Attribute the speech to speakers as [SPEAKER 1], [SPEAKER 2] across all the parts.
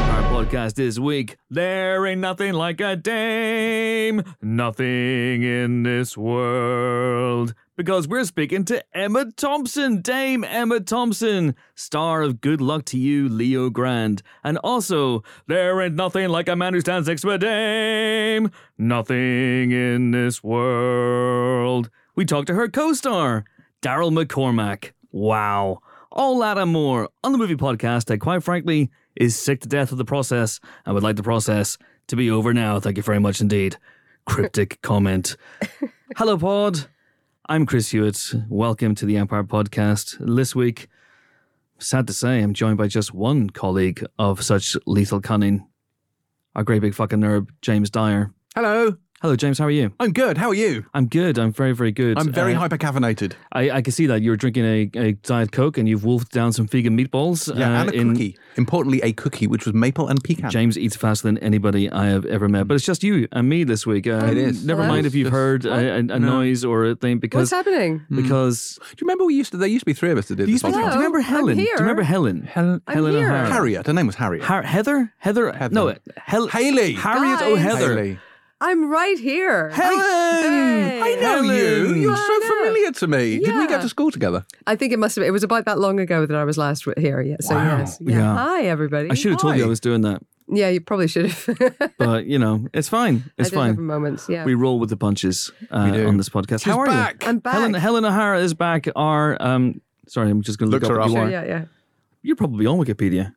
[SPEAKER 1] podcast is weak. There ain't nothing like a dame. Nothing in this world. Because we're speaking to Emma Thompson, Dame Emma Thompson, star of Good Luck to You, Leo Grand. And also, there ain't nothing like a man who stands next to a dame. Nothing in this world. We talked to her co star, Daryl McCormack. Wow. All that and more on the movie podcast that, quite frankly, is sick to death of the process and would like the process to be over now. Thank you very much indeed. Cryptic comment. Hello, Pod. I'm Chris Hewitt. Welcome to the Empire Podcast. This week, sad to say, I'm joined by just one colleague of such lethal cunning, our great big fucking nerd, James Dyer.
[SPEAKER 2] Hello,
[SPEAKER 1] Hello, James. How are you?
[SPEAKER 2] I'm good. How are you?
[SPEAKER 1] I'm good. I'm very, very good.
[SPEAKER 2] I'm very
[SPEAKER 1] Uh,
[SPEAKER 2] hypercaffeinated.
[SPEAKER 1] I, I can see that you were drinking a, a Diet Coke and you've wolfed down some vegan meatballs.
[SPEAKER 2] Yeah,
[SPEAKER 1] uh,
[SPEAKER 2] and a
[SPEAKER 1] in-
[SPEAKER 2] cookie. Importantly, a cookie which was maple and pecan.
[SPEAKER 1] James eats faster than anybody I have ever met, but it's just you and me this week. Uh,
[SPEAKER 2] It is.
[SPEAKER 1] Never
[SPEAKER 3] Hello?
[SPEAKER 1] mind if you've
[SPEAKER 2] Just-
[SPEAKER 1] heard a, a, a noise or a thing
[SPEAKER 3] What's
[SPEAKER 1] because
[SPEAKER 3] happening?
[SPEAKER 1] because
[SPEAKER 2] Do you remember we used to? There used to be three of us that did
[SPEAKER 1] do you,
[SPEAKER 2] this.
[SPEAKER 1] speak, do you
[SPEAKER 3] Hello,
[SPEAKER 1] remember
[SPEAKER 3] I'm
[SPEAKER 1] Helen? Do you
[SPEAKER 3] here.
[SPEAKER 1] remember Helen? Helen,
[SPEAKER 3] I'm
[SPEAKER 1] Helen
[SPEAKER 3] here.
[SPEAKER 1] O'Hara.
[SPEAKER 2] Harriet. Her name was Harriet.
[SPEAKER 1] Har- Heather, Heather,
[SPEAKER 2] Heather.
[SPEAKER 1] no, Hel-
[SPEAKER 2] Haley.
[SPEAKER 1] Harriet
[SPEAKER 3] Guys.
[SPEAKER 1] O'Heather.
[SPEAKER 2] Haley.
[SPEAKER 3] I'm right here.
[SPEAKER 2] Helen.
[SPEAKER 3] Hey.
[SPEAKER 2] I know you.
[SPEAKER 1] Helen.
[SPEAKER 2] You're
[SPEAKER 3] I
[SPEAKER 2] so
[SPEAKER 3] know.
[SPEAKER 2] familiar to me. Did we
[SPEAKER 3] Yeah.
[SPEAKER 2] go to school together?
[SPEAKER 3] I think it must have been, it was about that long ago that I was last wi- here. Yeah. So
[SPEAKER 2] Wow.
[SPEAKER 3] yes. Yeah.
[SPEAKER 1] Yeah.
[SPEAKER 3] Hi everybody.
[SPEAKER 1] I should have told you I
[SPEAKER 2] Hi.
[SPEAKER 1] was doing that,
[SPEAKER 3] Yeah, you probably should have.
[SPEAKER 1] but you know, it's fine. It's
[SPEAKER 3] I did have
[SPEAKER 1] fine.
[SPEAKER 3] moments. Yeah.
[SPEAKER 1] We roll with the punches uh,
[SPEAKER 2] do.
[SPEAKER 1] on this podcast.
[SPEAKER 2] She's
[SPEAKER 1] How are
[SPEAKER 2] back.
[SPEAKER 1] you?
[SPEAKER 3] I'm back.
[SPEAKER 1] Helen, Helen O'Hara is back. Our um, sorry, I'm just going to look
[SPEAKER 2] Looks
[SPEAKER 1] up
[SPEAKER 2] her
[SPEAKER 1] what you
[SPEAKER 2] up.
[SPEAKER 3] Sure,
[SPEAKER 1] are.
[SPEAKER 3] yeah, yeah.
[SPEAKER 1] You're probably on Wikipedia.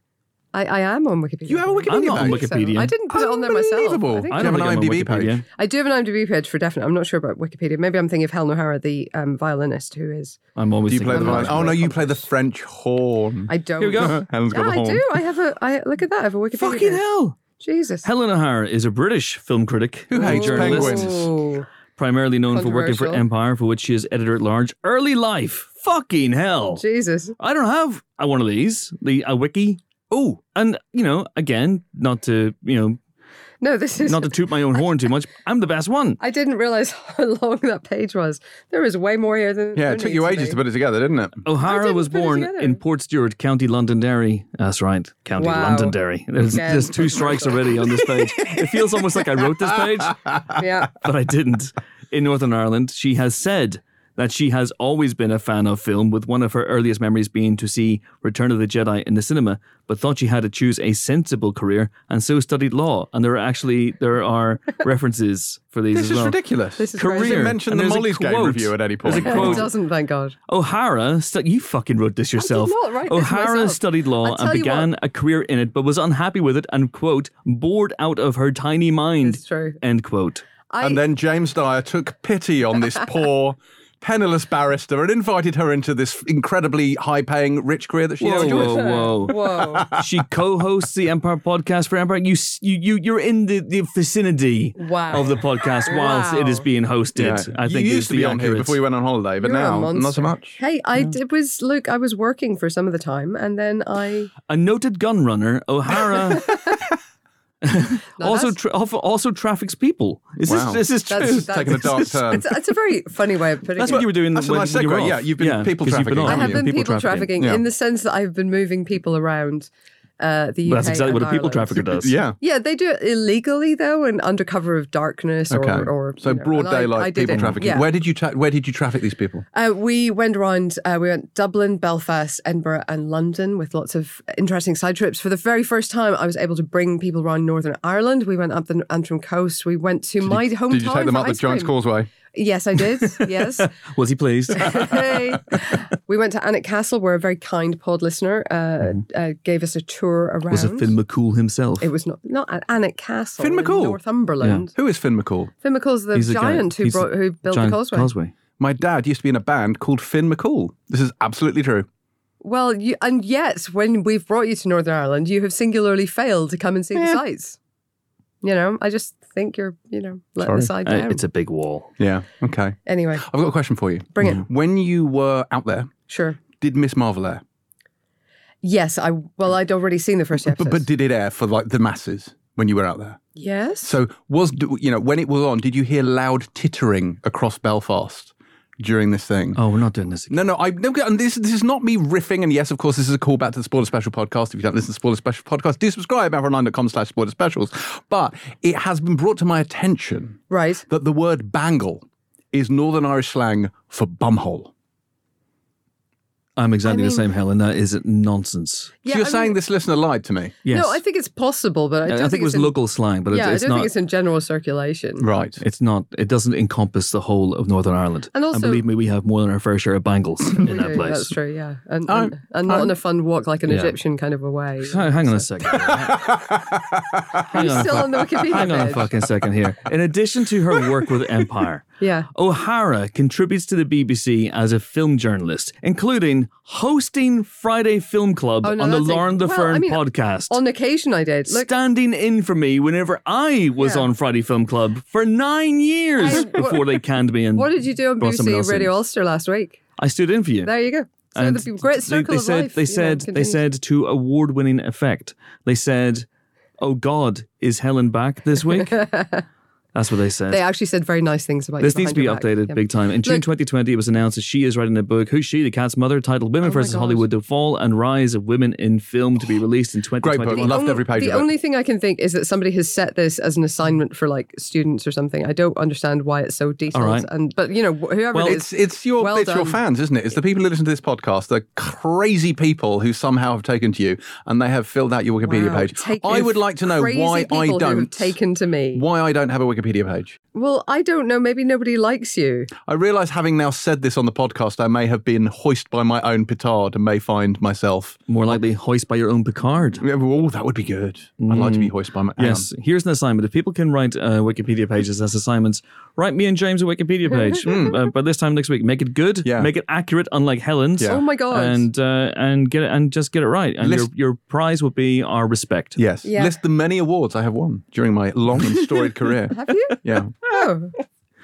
[SPEAKER 3] I, I am on Wikipedia.
[SPEAKER 2] You have a Wikipedia
[SPEAKER 1] I'm not on
[SPEAKER 2] page?
[SPEAKER 3] So,
[SPEAKER 1] Wikipedia.
[SPEAKER 3] I didn't put it on there myself.
[SPEAKER 2] Unbelievable.
[SPEAKER 3] I, think
[SPEAKER 2] Do
[SPEAKER 1] I
[SPEAKER 2] you
[SPEAKER 1] don't
[SPEAKER 2] have an
[SPEAKER 1] think I'm on
[SPEAKER 2] IMDb page?
[SPEAKER 1] Wikipedia.
[SPEAKER 3] I do have an IMDb page for definite. I'm not sure about Wikipedia. Maybe I'm thinking of Helen O'Hara, the um, violinist who is.
[SPEAKER 1] I'm always
[SPEAKER 2] Do you play the
[SPEAKER 1] thinking
[SPEAKER 2] violin?
[SPEAKER 1] about
[SPEAKER 2] Oh
[SPEAKER 1] it.
[SPEAKER 2] no, you play the French horn.
[SPEAKER 3] I don't.
[SPEAKER 1] Here we go.
[SPEAKER 2] Helen's got
[SPEAKER 3] Yeah,
[SPEAKER 2] the
[SPEAKER 3] I
[SPEAKER 2] horn.
[SPEAKER 3] do. I have a. I look at that. I have a Wikipedia.
[SPEAKER 1] Fucking
[SPEAKER 3] page.
[SPEAKER 1] hell!
[SPEAKER 3] Jesus.
[SPEAKER 1] Helen O'Hara is a British film critic,
[SPEAKER 2] Who hates
[SPEAKER 1] journalist,
[SPEAKER 2] penguins?
[SPEAKER 3] Oh.
[SPEAKER 1] primarily known for working for
[SPEAKER 3] Controversial.
[SPEAKER 1] Empire, for which she is editor at large. Early life, fucking hell!
[SPEAKER 3] Jesus.
[SPEAKER 1] I don't have a, one of these, the a wiki,
[SPEAKER 2] Oh,
[SPEAKER 1] and you know, again, not to you know,
[SPEAKER 3] No, this is
[SPEAKER 1] not to toot my own horn too much. I'm the best one.
[SPEAKER 3] I didn't realize how long that page was. There is way more here than.
[SPEAKER 2] yeah.
[SPEAKER 3] there
[SPEAKER 2] It took you
[SPEAKER 3] needs
[SPEAKER 2] ages to
[SPEAKER 3] be.
[SPEAKER 2] put it together, didn't it?
[SPEAKER 3] I
[SPEAKER 1] O'Hara
[SPEAKER 3] didn't
[SPEAKER 1] was
[SPEAKER 3] put it
[SPEAKER 1] born
[SPEAKER 3] together.
[SPEAKER 1] in Port Stewart, County Londonderry. That's right, County
[SPEAKER 3] Wow.
[SPEAKER 1] Londonderry. There's,
[SPEAKER 3] Again.
[SPEAKER 1] there's two strikes already on this page. It feels almost like I wrote this page.
[SPEAKER 3] Yeah.
[SPEAKER 1] but I didn't. In Northern Ireland, she has said that she has always been a fan of film, with one of her earliest memories being to see Return of the Jedi in the cinema, but thought she had to choose a sensible career and so studied law. And there are actually there are references for these
[SPEAKER 2] This
[SPEAKER 1] as
[SPEAKER 2] is
[SPEAKER 1] well.
[SPEAKER 2] ridiculous.
[SPEAKER 3] This is
[SPEAKER 1] Career.
[SPEAKER 3] crazy.
[SPEAKER 2] Does it mention
[SPEAKER 1] And
[SPEAKER 2] the
[SPEAKER 1] there's a
[SPEAKER 2] Molly's game
[SPEAKER 1] quote.
[SPEAKER 2] review at any
[SPEAKER 1] There's a
[SPEAKER 2] point?
[SPEAKER 1] quote.
[SPEAKER 3] It doesn't, thank God.
[SPEAKER 1] O'Hara, stu- you fucking wrote this yourself.
[SPEAKER 3] not write this
[SPEAKER 1] O'Hara
[SPEAKER 3] myself.
[SPEAKER 1] studied law
[SPEAKER 3] I'll
[SPEAKER 1] and
[SPEAKER 3] tell you
[SPEAKER 1] began a career in it, but was unhappy with it and quote bored out of her tiny mind.
[SPEAKER 3] It's true.
[SPEAKER 1] End quote.
[SPEAKER 3] I,
[SPEAKER 2] And then James Dyer took pity on this poor, penniless barrister and invited her into this incredibly high paying, rich career that she now
[SPEAKER 1] Whoa,
[SPEAKER 2] enjoys.
[SPEAKER 1] whoa, whoa.
[SPEAKER 3] whoa.
[SPEAKER 1] She co-hosts the Empire podcast for Empire. You s- you you you're in the, the vicinity
[SPEAKER 3] Wow.
[SPEAKER 1] of the podcast whilst
[SPEAKER 3] Wow.
[SPEAKER 1] it is being
[SPEAKER 2] Yeah.
[SPEAKER 1] hosted. I think
[SPEAKER 2] you
[SPEAKER 1] is
[SPEAKER 2] used to
[SPEAKER 1] the
[SPEAKER 2] be on here
[SPEAKER 1] accurate-
[SPEAKER 2] before you went on holiday, but
[SPEAKER 3] You're a
[SPEAKER 2] now not
[SPEAKER 3] monster.
[SPEAKER 2] so much.
[SPEAKER 3] Hey, I it was look. I was working for some of the time, and then I
[SPEAKER 1] A noted gun runner, O'Hara
[SPEAKER 3] no,
[SPEAKER 1] also
[SPEAKER 3] that's-
[SPEAKER 1] tra- also also traffics people. Is
[SPEAKER 2] Wow.
[SPEAKER 1] this this is true?
[SPEAKER 3] That's-
[SPEAKER 2] It's
[SPEAKER 3] that's-
[SPEAKER 2] taking a dark
[SPEAKER 1] That's-
[SPEAKER 2] turn.
[SPEAKER 3] It's, it's a very funny way of putting
[SPEAKER 1] That's
[SPEAKER 3] it.
[SPEAKER 1] what you were doing
[SPEAKER 2] That's a
[SPEAKER 1] when
[SPEAKER 2] nice
[SPEAKER 1] you were
[SPEAKER 2] segue.
[SPEAKER 1] off.
[SPEAKER 2] Yeah, you've been people
[SPEAKER 1] 'cause you've been
[SPEAKER 2] trafficking,
[SPEAKER 1] off.
[SPEAKER 3] I have
[SPEAKER 2] haven't
[SPEAKER 3] been people trafficking,
[SPEAKER 2] Yeah.
[SPEAKER 3] in the sense that I've been moving people around uh, the UK.
[SPEAKER 1] But that's exactly what
[SPEAKER 3] and
[SPEAKER 1] a people
[SPEAKER 3] Ireland.
[SPEAKER 1] trafficker does.
[SPEAKER 2] yeah.
[SPEAKER 3] Yeah, they do it illegally though, and under cover of darkness,
[SPEAKER 2] Okay.
[SPEAKER 3] or, or
[SPEAKER 2] so
[SPEAKER 3] you know,
[SPEAKER 2] broad
[SPEAKER 3] and I-
[SPEAKER 2] daylight
[SPEAKER 3] I did
[SPEAKER 2] people
[SPEAKER 3] it.
[SPEAKER 2] trafficking.
[SPEAKER 3] Yeah.
[SPEAKER 2] Where did you tra- where did you traffic these people?
[SPEAKER 3] Uh, we went around, uh, we went Dublin, Belfast, Edinburgh, and London with lots of interesting side trips. For the very first time, I was able to bring people around Northern Ireland. We went up the Antrim coast. We went to my hometown.
[SPEAKER 2] Did you take them
[SPEAKER 3] for
[SPEAKER 2] up the
[SPEAKER 3] ice
[SPEAKER 2] Giant's
[SPEAKER 3] cream.
[SPEAKER 2] Causeway?
[SPEAKER 3] Yes, I did. Yes.
[SPEAKER 1] Was he pleased?
[SPEAKER 3] Hey. we went to Annick Castle, where a very kind pod listener uh, uh, gave us a tour around.
[SPEAKER 1] was it Finn McCool himself?
[SPEAKER 3] It was not not at Annick Castle.
[SPEAKER 2] Finn
[SPEAKER 3] in
[SPEAKER 2] McCool?
[SPEAKER 3] Northumberland.
[SPEAKER 2] Who is Finn McCall?
[SPEAKER 3] Finn McCall's the
[SPEAKER 1] He's a guy-
[SPEAKER 3] giant who
[SPEAKER 1] he's a
[SPEAKER 3] brought who built
[SPEAKER 1] Giant
[SPEAKER 3] the causeway.
[SPEAKER 2] My dad used to be in a band called Finn McCall. This is absolutely true.
[SPEAKER 3] Well, you, and yet when we've brought you to Northern Ireland, you have singularly failed to come and see the sights. You know, I just think you're, you know, letting the side
[SPEAKER 1] Uh,
[SPEAKER 3] down.
[SPEAKER 1] it's a big wall.
[SPEAKER 2] Yeah. Okay.
[SPEAKER 3] anyway,
[SPEAKER 2] I've got a question for you.
[SPEAKER 3] Bring it.
[SPEAKER 2] When you were out there,
[SPEAKER 3] sure.
[SPEAKER 2] did Miss Marvel air?
[SPEAKER 3] Yes, I. Well, I'd already seen the first episode.
[SPEAKER 2] But, but did it air for like the masses when you were out there?
[SPEAKER 3] yes.
[SPEAKER 2] So was do- you know when it was on? Did you hear loud tittering across Belfast? during this thing.
[SPEAKER 1] Oh, we're not doing this again.
[SPEAKER 2] No, no, I no, and this this is not me riffing. And yes, of course, this is a callback to the Spoiler Special podcast. If you don't listen to Spoiler Special podcast, do subscribe com slash spoiler specials. But it has been brought to my attention
[SPEAKER 3] Right.
[SPEAKER 2] that the word bangle is Northern Irish slang for bumhole.
[SPEAKER 1] I'm exactly
[SPEAKER 3] I
[SPEAKER 1] the
[SPEAKER 3] mean-
[SPEAKER 1] same, Helen. That is nonsense.
[SPEAKER 2] so you're
[SPEAKER 3] I mean-
[SPEAKER 2] saying this listener lied to me,
[SPEAKER 1] Yes.
[SPEAKER 3] No, I think it's possible, but I
[SPEAKER 1] I,
[SPEAKER 3] don't
[SPEAKER 1] think, it was
[SPEAKER 3] it's in,
[SPEAKER 1] local slang, but
[SPEAKER 3] Yeah,
[SPEAKER 1] it's,
[SPEAKER 3] I
[SPEAKER 1] it's
[SPEAKER 3] don't
[SPEAKER 1] not.
[SPEAKER 3] think it's in general circulation.
[SPEAKER 2] right?
[SPEAKER 1] It's not. It doesn't encompass the whole of Northern Ireland.
[SPEAKER 3] And also-
[SPEAKER 1] believe me, we have more than our fair share of bangles in
[SPEAKER 3] We
[SPEAKER 1] that
[SPEAKER 3] do,
[SPEAKER 1] place. Oh,
[SPEAKER 3] That's true, yeah. And,
[SPEAKER 2] I'm-
[SPEAKER 3] and, and not
[SPEAKER 2] I'm-
[SPEAKER 3] in a fun walk like an
[SPEAKER 1] Yeah.
[SPEAKER 3] Egyptian kind of a way.
[SPEAKER 1] Hang hang on a second. hang on.
[SPEAKER 3] Still
[SPEAKER 1] a
[SPEAKER 3] on the Wikipedia
[SPEAKER 1] Hang on a
[SPEAKER 3] page.
[SPEAKER 1] fucking second here. In addition to her work with Empire,
[SPEAKER 3] Yeah.
[SPEAKER 1] O'Hara contributes to the BBC as a film journalist, including hosting Friday Film Club
[SPEAKER 3] Oh, no,
[SPEAKER 1] on the
[SPEAKER 3] that's a-
[SPEAKER 1] Lauren the
[SPEAKER 3] well,
[SPEAKER 1] Fern
[SPEAKER 3] I mean,
[SPEAKER 1] podcast.
[SPEAKER 3] On occasion I did. Look,
[SPEAKER 1] standing in for me whenever I was
[SPEAKER 3] Yeah.
[SPEAKER 1] on Friday Film Club for nine years
[SPEAKER 3] And what-
[SPEAKER 1] before they canned me. And
[SPEAKER 3] what did you do on
[SPEAKER 1] Brought somebody
[SPEAKER 3] BBC
[SPEAKER 1] else in.
[SPEAKER 3] Radio Ulster last week?
[SPEAKER 1] I stood in for you.
[SPEAKER 3] There you go. So
[SPEAKER 1] And
[SPEAKER 3] the great
[SPEAKER 1] they,
[SPEAKER 3] circle
[SPEAKER 1] they
[SPEAKER 3] of
[SPEAKER 1] said
[SPEAKER 3] life.
[SPEAKER 1] they
[SPEAKER 3] you know,
[SPEAKER 1] said they
[SPEAKER 3] continues.
[SPEAKER 1] said to award-winning effect. They said, "Oh God, is Helen back this week?" That's what they said.
[SPEAKER 3] They actually said very nice things about
[SPEAKER 1] This
[SPEAKER 3] you
[SPEAKER 1] needs to be
[SPEAKER 3] behind your
[SPEAKER 1] updated
[SPEAKER 3] back. Yeah.
[SPEAKER 1] big time. In June 2020, it was announced that she is writing a book, Who's She? The Cat's Mother, titled
[SPEAKER 2] Oh
[SPEAKER 1] Women vs.
[SPEAKER 3] God.
[SPEAKER 1] Hollywood The Fall and Rise of Women in Film, to be released in
[SPEAKER 2] book.
[SPEAKER 1] 2021.
[SPEAKER 2] I loved
[SPEAKER 3] only-
[SPEAKER 2] every page
[SPEAKER 3] The
[SPEAKER 2] of it.
[SPEAKER 3] only thing I can think is that somebody has set this as an assignment for like students or something. I don't understand why it's so detailed.
[SPEAKER 1] right.
[SPEAKER 3] And but you know wh- whoever
[SPEAKER 1] Well,
[SPEAKER 3] it
[SPEAKER 2] It's
[SPEAKER 3] is,
[SPEAKER 2] it's your
[SPEAKER 3] Well
[SPEAKER 2] it's your
[SPEAKER 3] done.
[SPEAKER 2] fans, isn't it? It's the people who listen to this podcast, the crazy people who somehow have taken to you and they have filled out your Wikipedia
[SPEAKER 3] Wow,
[SPEAKER 2] page.
[SPEAKER 3] take-
[SPEAKER 2] I would like to know
[SPEAKER 3] crazy
[SPEAKER 2] why
[SPEAKER 3] people
[SPEAKER 2] I
[SPEAKER 3] who have
[SPEAKER 2] don't
[SPEAKER 3] taken to me.
[SPEAKER 2] why I don't have a Wikipedia page.
[SPEAKER 3] Well, I don't know. Maybe nobody likes you.
[SPEAKER 2] I realise having now said this on the podcast, I may have been hoist by my own petard and may find myself.
[SPEAKER 1] More likely, hoist by your own Picard.
[SPEAKER 2] Oh, that would be good. I'd like to be hoist by my. hang
[SPEAKER 1] Yes, here's an assignment. If people can write uh, Wikipedia pages as assignments, write me and James a Wikipedia page uh, by this time next week. Make it good,
[SPEAKER 2] Hmm. Yeah.
[SPEAKER 1] make it accurate, unlike Helen's.
[SPEAKER 2] Yeah.
[SPEAKER 3] Oh my god.
[SPEAKER 1] And uh, and get it and just get it right, and
[SPEAKER 2] List-
[SPEAKER 1] your your prize will be our respect.
[SPEAKER 2] on. Yes.
[SPEAKER 3] Yeah.
[SPEAKER 2] List the many awards I have won during my long and storied career.
[SPEAKER 3] have you?
[SPEAKER 2] Yeah.
[SPEAKER 3] Oh,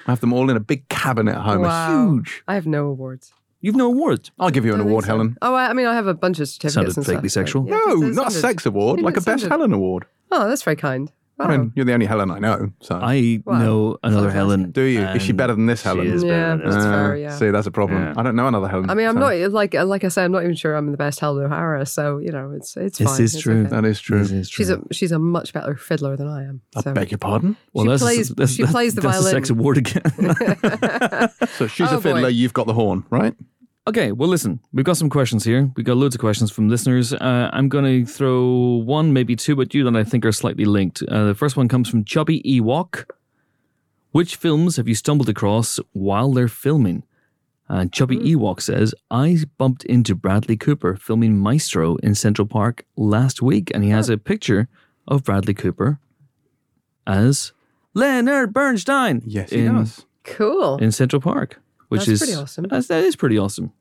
[SPEAKER 2] I have them all in a big cabinet at home.
[SPEAKER 3] Wow.
[SPEAKER 2] It's huge.
[SPEAKER 3] I have no awards.
[SPEAKER 1] You've no award.
[SPEAKER 2] I'll give you an
[SPEAKER 3] Don't think
[SPEAKER 2] award,
[SPEAKER 3] so.
[SPEAKER 2] Helen.
[SPEAKER 3] Oh, I, I mean, I have a bunch of certificates
[SPEAKER 1] Sounded
[SPEAKER 3] and
[SPEAKER 1] vaguely
[SPEAKER 3] stuff, but-
[SPEAKER 1] sexual.
[SPEAKER 3] Yeah,
[SPEAKER 2] no,
[SPEAKER 3] it does-
[SPEAKER 2] not a
[SPEAKER 3] sounded-
[SPEAKER 2] sex award,
[SPEAKER 3] It
[SPEAKER 2] like a
[SPEAKER 3] sounded-
[SPEAKER 2] Best Helen award.
[SPEAKER 3] Oh, that's very kind. Wow.
[SPEAKER 2] I mean, you're the only Helen I know. So
[SPEAKER 1] I
[SPEAKER 3] Wow.
[SPEAKER 1] know another
[SPEAKER 3] Fantastic.
[SPEAKER 1] Helen.
[SPEAKER 2] Uh, do you? Is she
[SPEAKER 1] and
[SPEAKER 2] better than this Helen?
[SPEAKER 1] She is better
[SPEAKER 3] Yeah,
[SPEAKER 1] than
[SPEAKER 3] that's
[SPEAKER 1] this.
[SPEAKER 2] Ah,
[SPEAKER 3] fair, yeah.
[SPEAKER 2] See, that's a problem.
[SPEAKER 1] Yeah.
[SPEAKER 2] I don't know another Helen.
[SPEAKER 3] I mean, I'm
[SPEAKER 2] so
[SPEAKER 3] not eh, like like I say, I'm not even sure I'm the best Helen O'Hara. So you know, it's it's
[SPEAKER 1] This
[SPEAKER 3] fine.
[SPEAKER 1] is
[SPEAKER 3] It's
[SPEAKER 1] true.
[SPEAKER 3] okay.
[SPEAKER 2] That is true.
[SPEAKER 1] This is
[SPEAKER 3] She's
[SPEAKER 1] true.
[SPEAKER 3] a she's a much better fiddler than I am.
[SPEAKER 2] I
[SPEAKER 3] So.
[SPEAKER 2] beg your pardon.
[SPEAKER 3] she
[SPEAKER 1] that's a-
[SPEAKER 3] plays- she plays the
[SPEAKER 1] that's a sex award again.
[SPEAKER 2] So she's
[SPEAKER 3] Oh,
[SPEAKER 2] a
[SPEAKER 3] boy.
[SPEAKER 2] fiddler. You've got the horn, right?
[SPEAKER 1] okay, well, listen, we've got some questions here. We've got loads of questions from listeners. Uh, I'm going to throw one, maybe two at you that I think are slightly linked. Uh, the first one comes from Chubby Ewok. Which films have you stumbled across while they're filming? And Chubby
[SPEAKER 3] Mm-hmm.
[SPEAKER 1] Ewok says, I bumped into Bradley Cooper filming Maestro in Central Park last week, and he has a picture of Bradley Cooper as Leonard Bernstein.
[SPEAKER 2] Yes, he
[SPEAKER 1] in
[SPEAKER 2] does.
[SPEAKER 3] cool.
[SPEAKER 1] in Central Park, which
[SPEAKER 3] That's
[SPEAKER 1] is
[SPEAKER 3] pretty awesome.
[SPEAKER 1] That's, that is pretty awesome.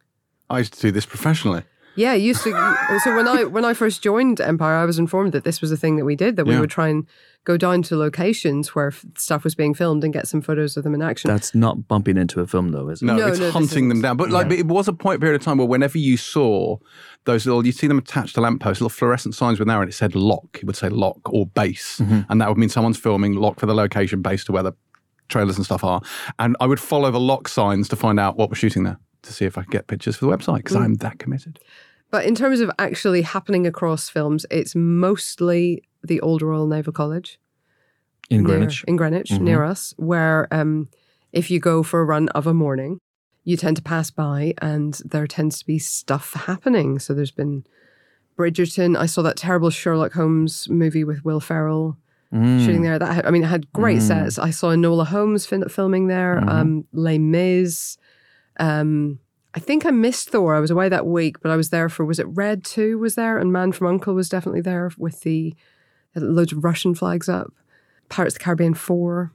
[SPEAKER 2] I used to do this professionally.
[SPEAKER 3] Yeah, I used to. so when I when I first joined Empire, I was informed that this was a thing that we did. That
[SPEAKER 2] Yeah.
[SPEAKER 3] we would try and go down to locations where f- stuff was being filmed and get some photos of them in action.
[SPEAKER 1] That's not bumping into a film though, is it?
[SPEAKER 2] No,
[SPEAKER 3] No,
[SPEAKER 2] it's
[SPEAKER 3] no, this
[SPEAKER 2] hunting them
[SPEAKER 3] isn't.
[SPEAKER 2] down. But like, it was a point period of time where whenever you saw those little, you'd see them attached to lampposts, little fluorescent signs with an arrow, and it said lock. It would say lock or base,
[SPEAKER 3] Mm-hmm.
[SPEAKER 2] and that would mean someone's filming lock for the location base to where the trailers and stuff are. And I would follow the lock signs to find out what we're shooting there to see if I could get pictures for the website because
[SPEAKER 3] Mm.
[SPEAKER 2] I'm that committed.
[SPEAKER 3] But in terms of actually happening across films, it's mostly the Old Royal Naval College
[SPEAKER 1] In
[SPEAKER 3] near-
[SPEAKER 1] Greenwich. Mm-hmm.
[SPEAKER 3] in Greenwich, near us, where um, if you go for a run of a morning, you tend to pass by and there tends to be stuff happening. So there's been Bridgerton. I saw that terrible Sherlock Holmes movie with Will Ferrell
[SPEAKER 1] Mm.
[SPEAKER 3] shooting there. That had- I mean, it had great sets. I saw Enola Holmes fin- filming there. Um, Les Mis. Um, I think I missed Thor. I was away that week, but I was there for was it Red Two was there and Man from Uncle was definitely there with the had loads of Russian flags up. Pirates of the Caribbean Four.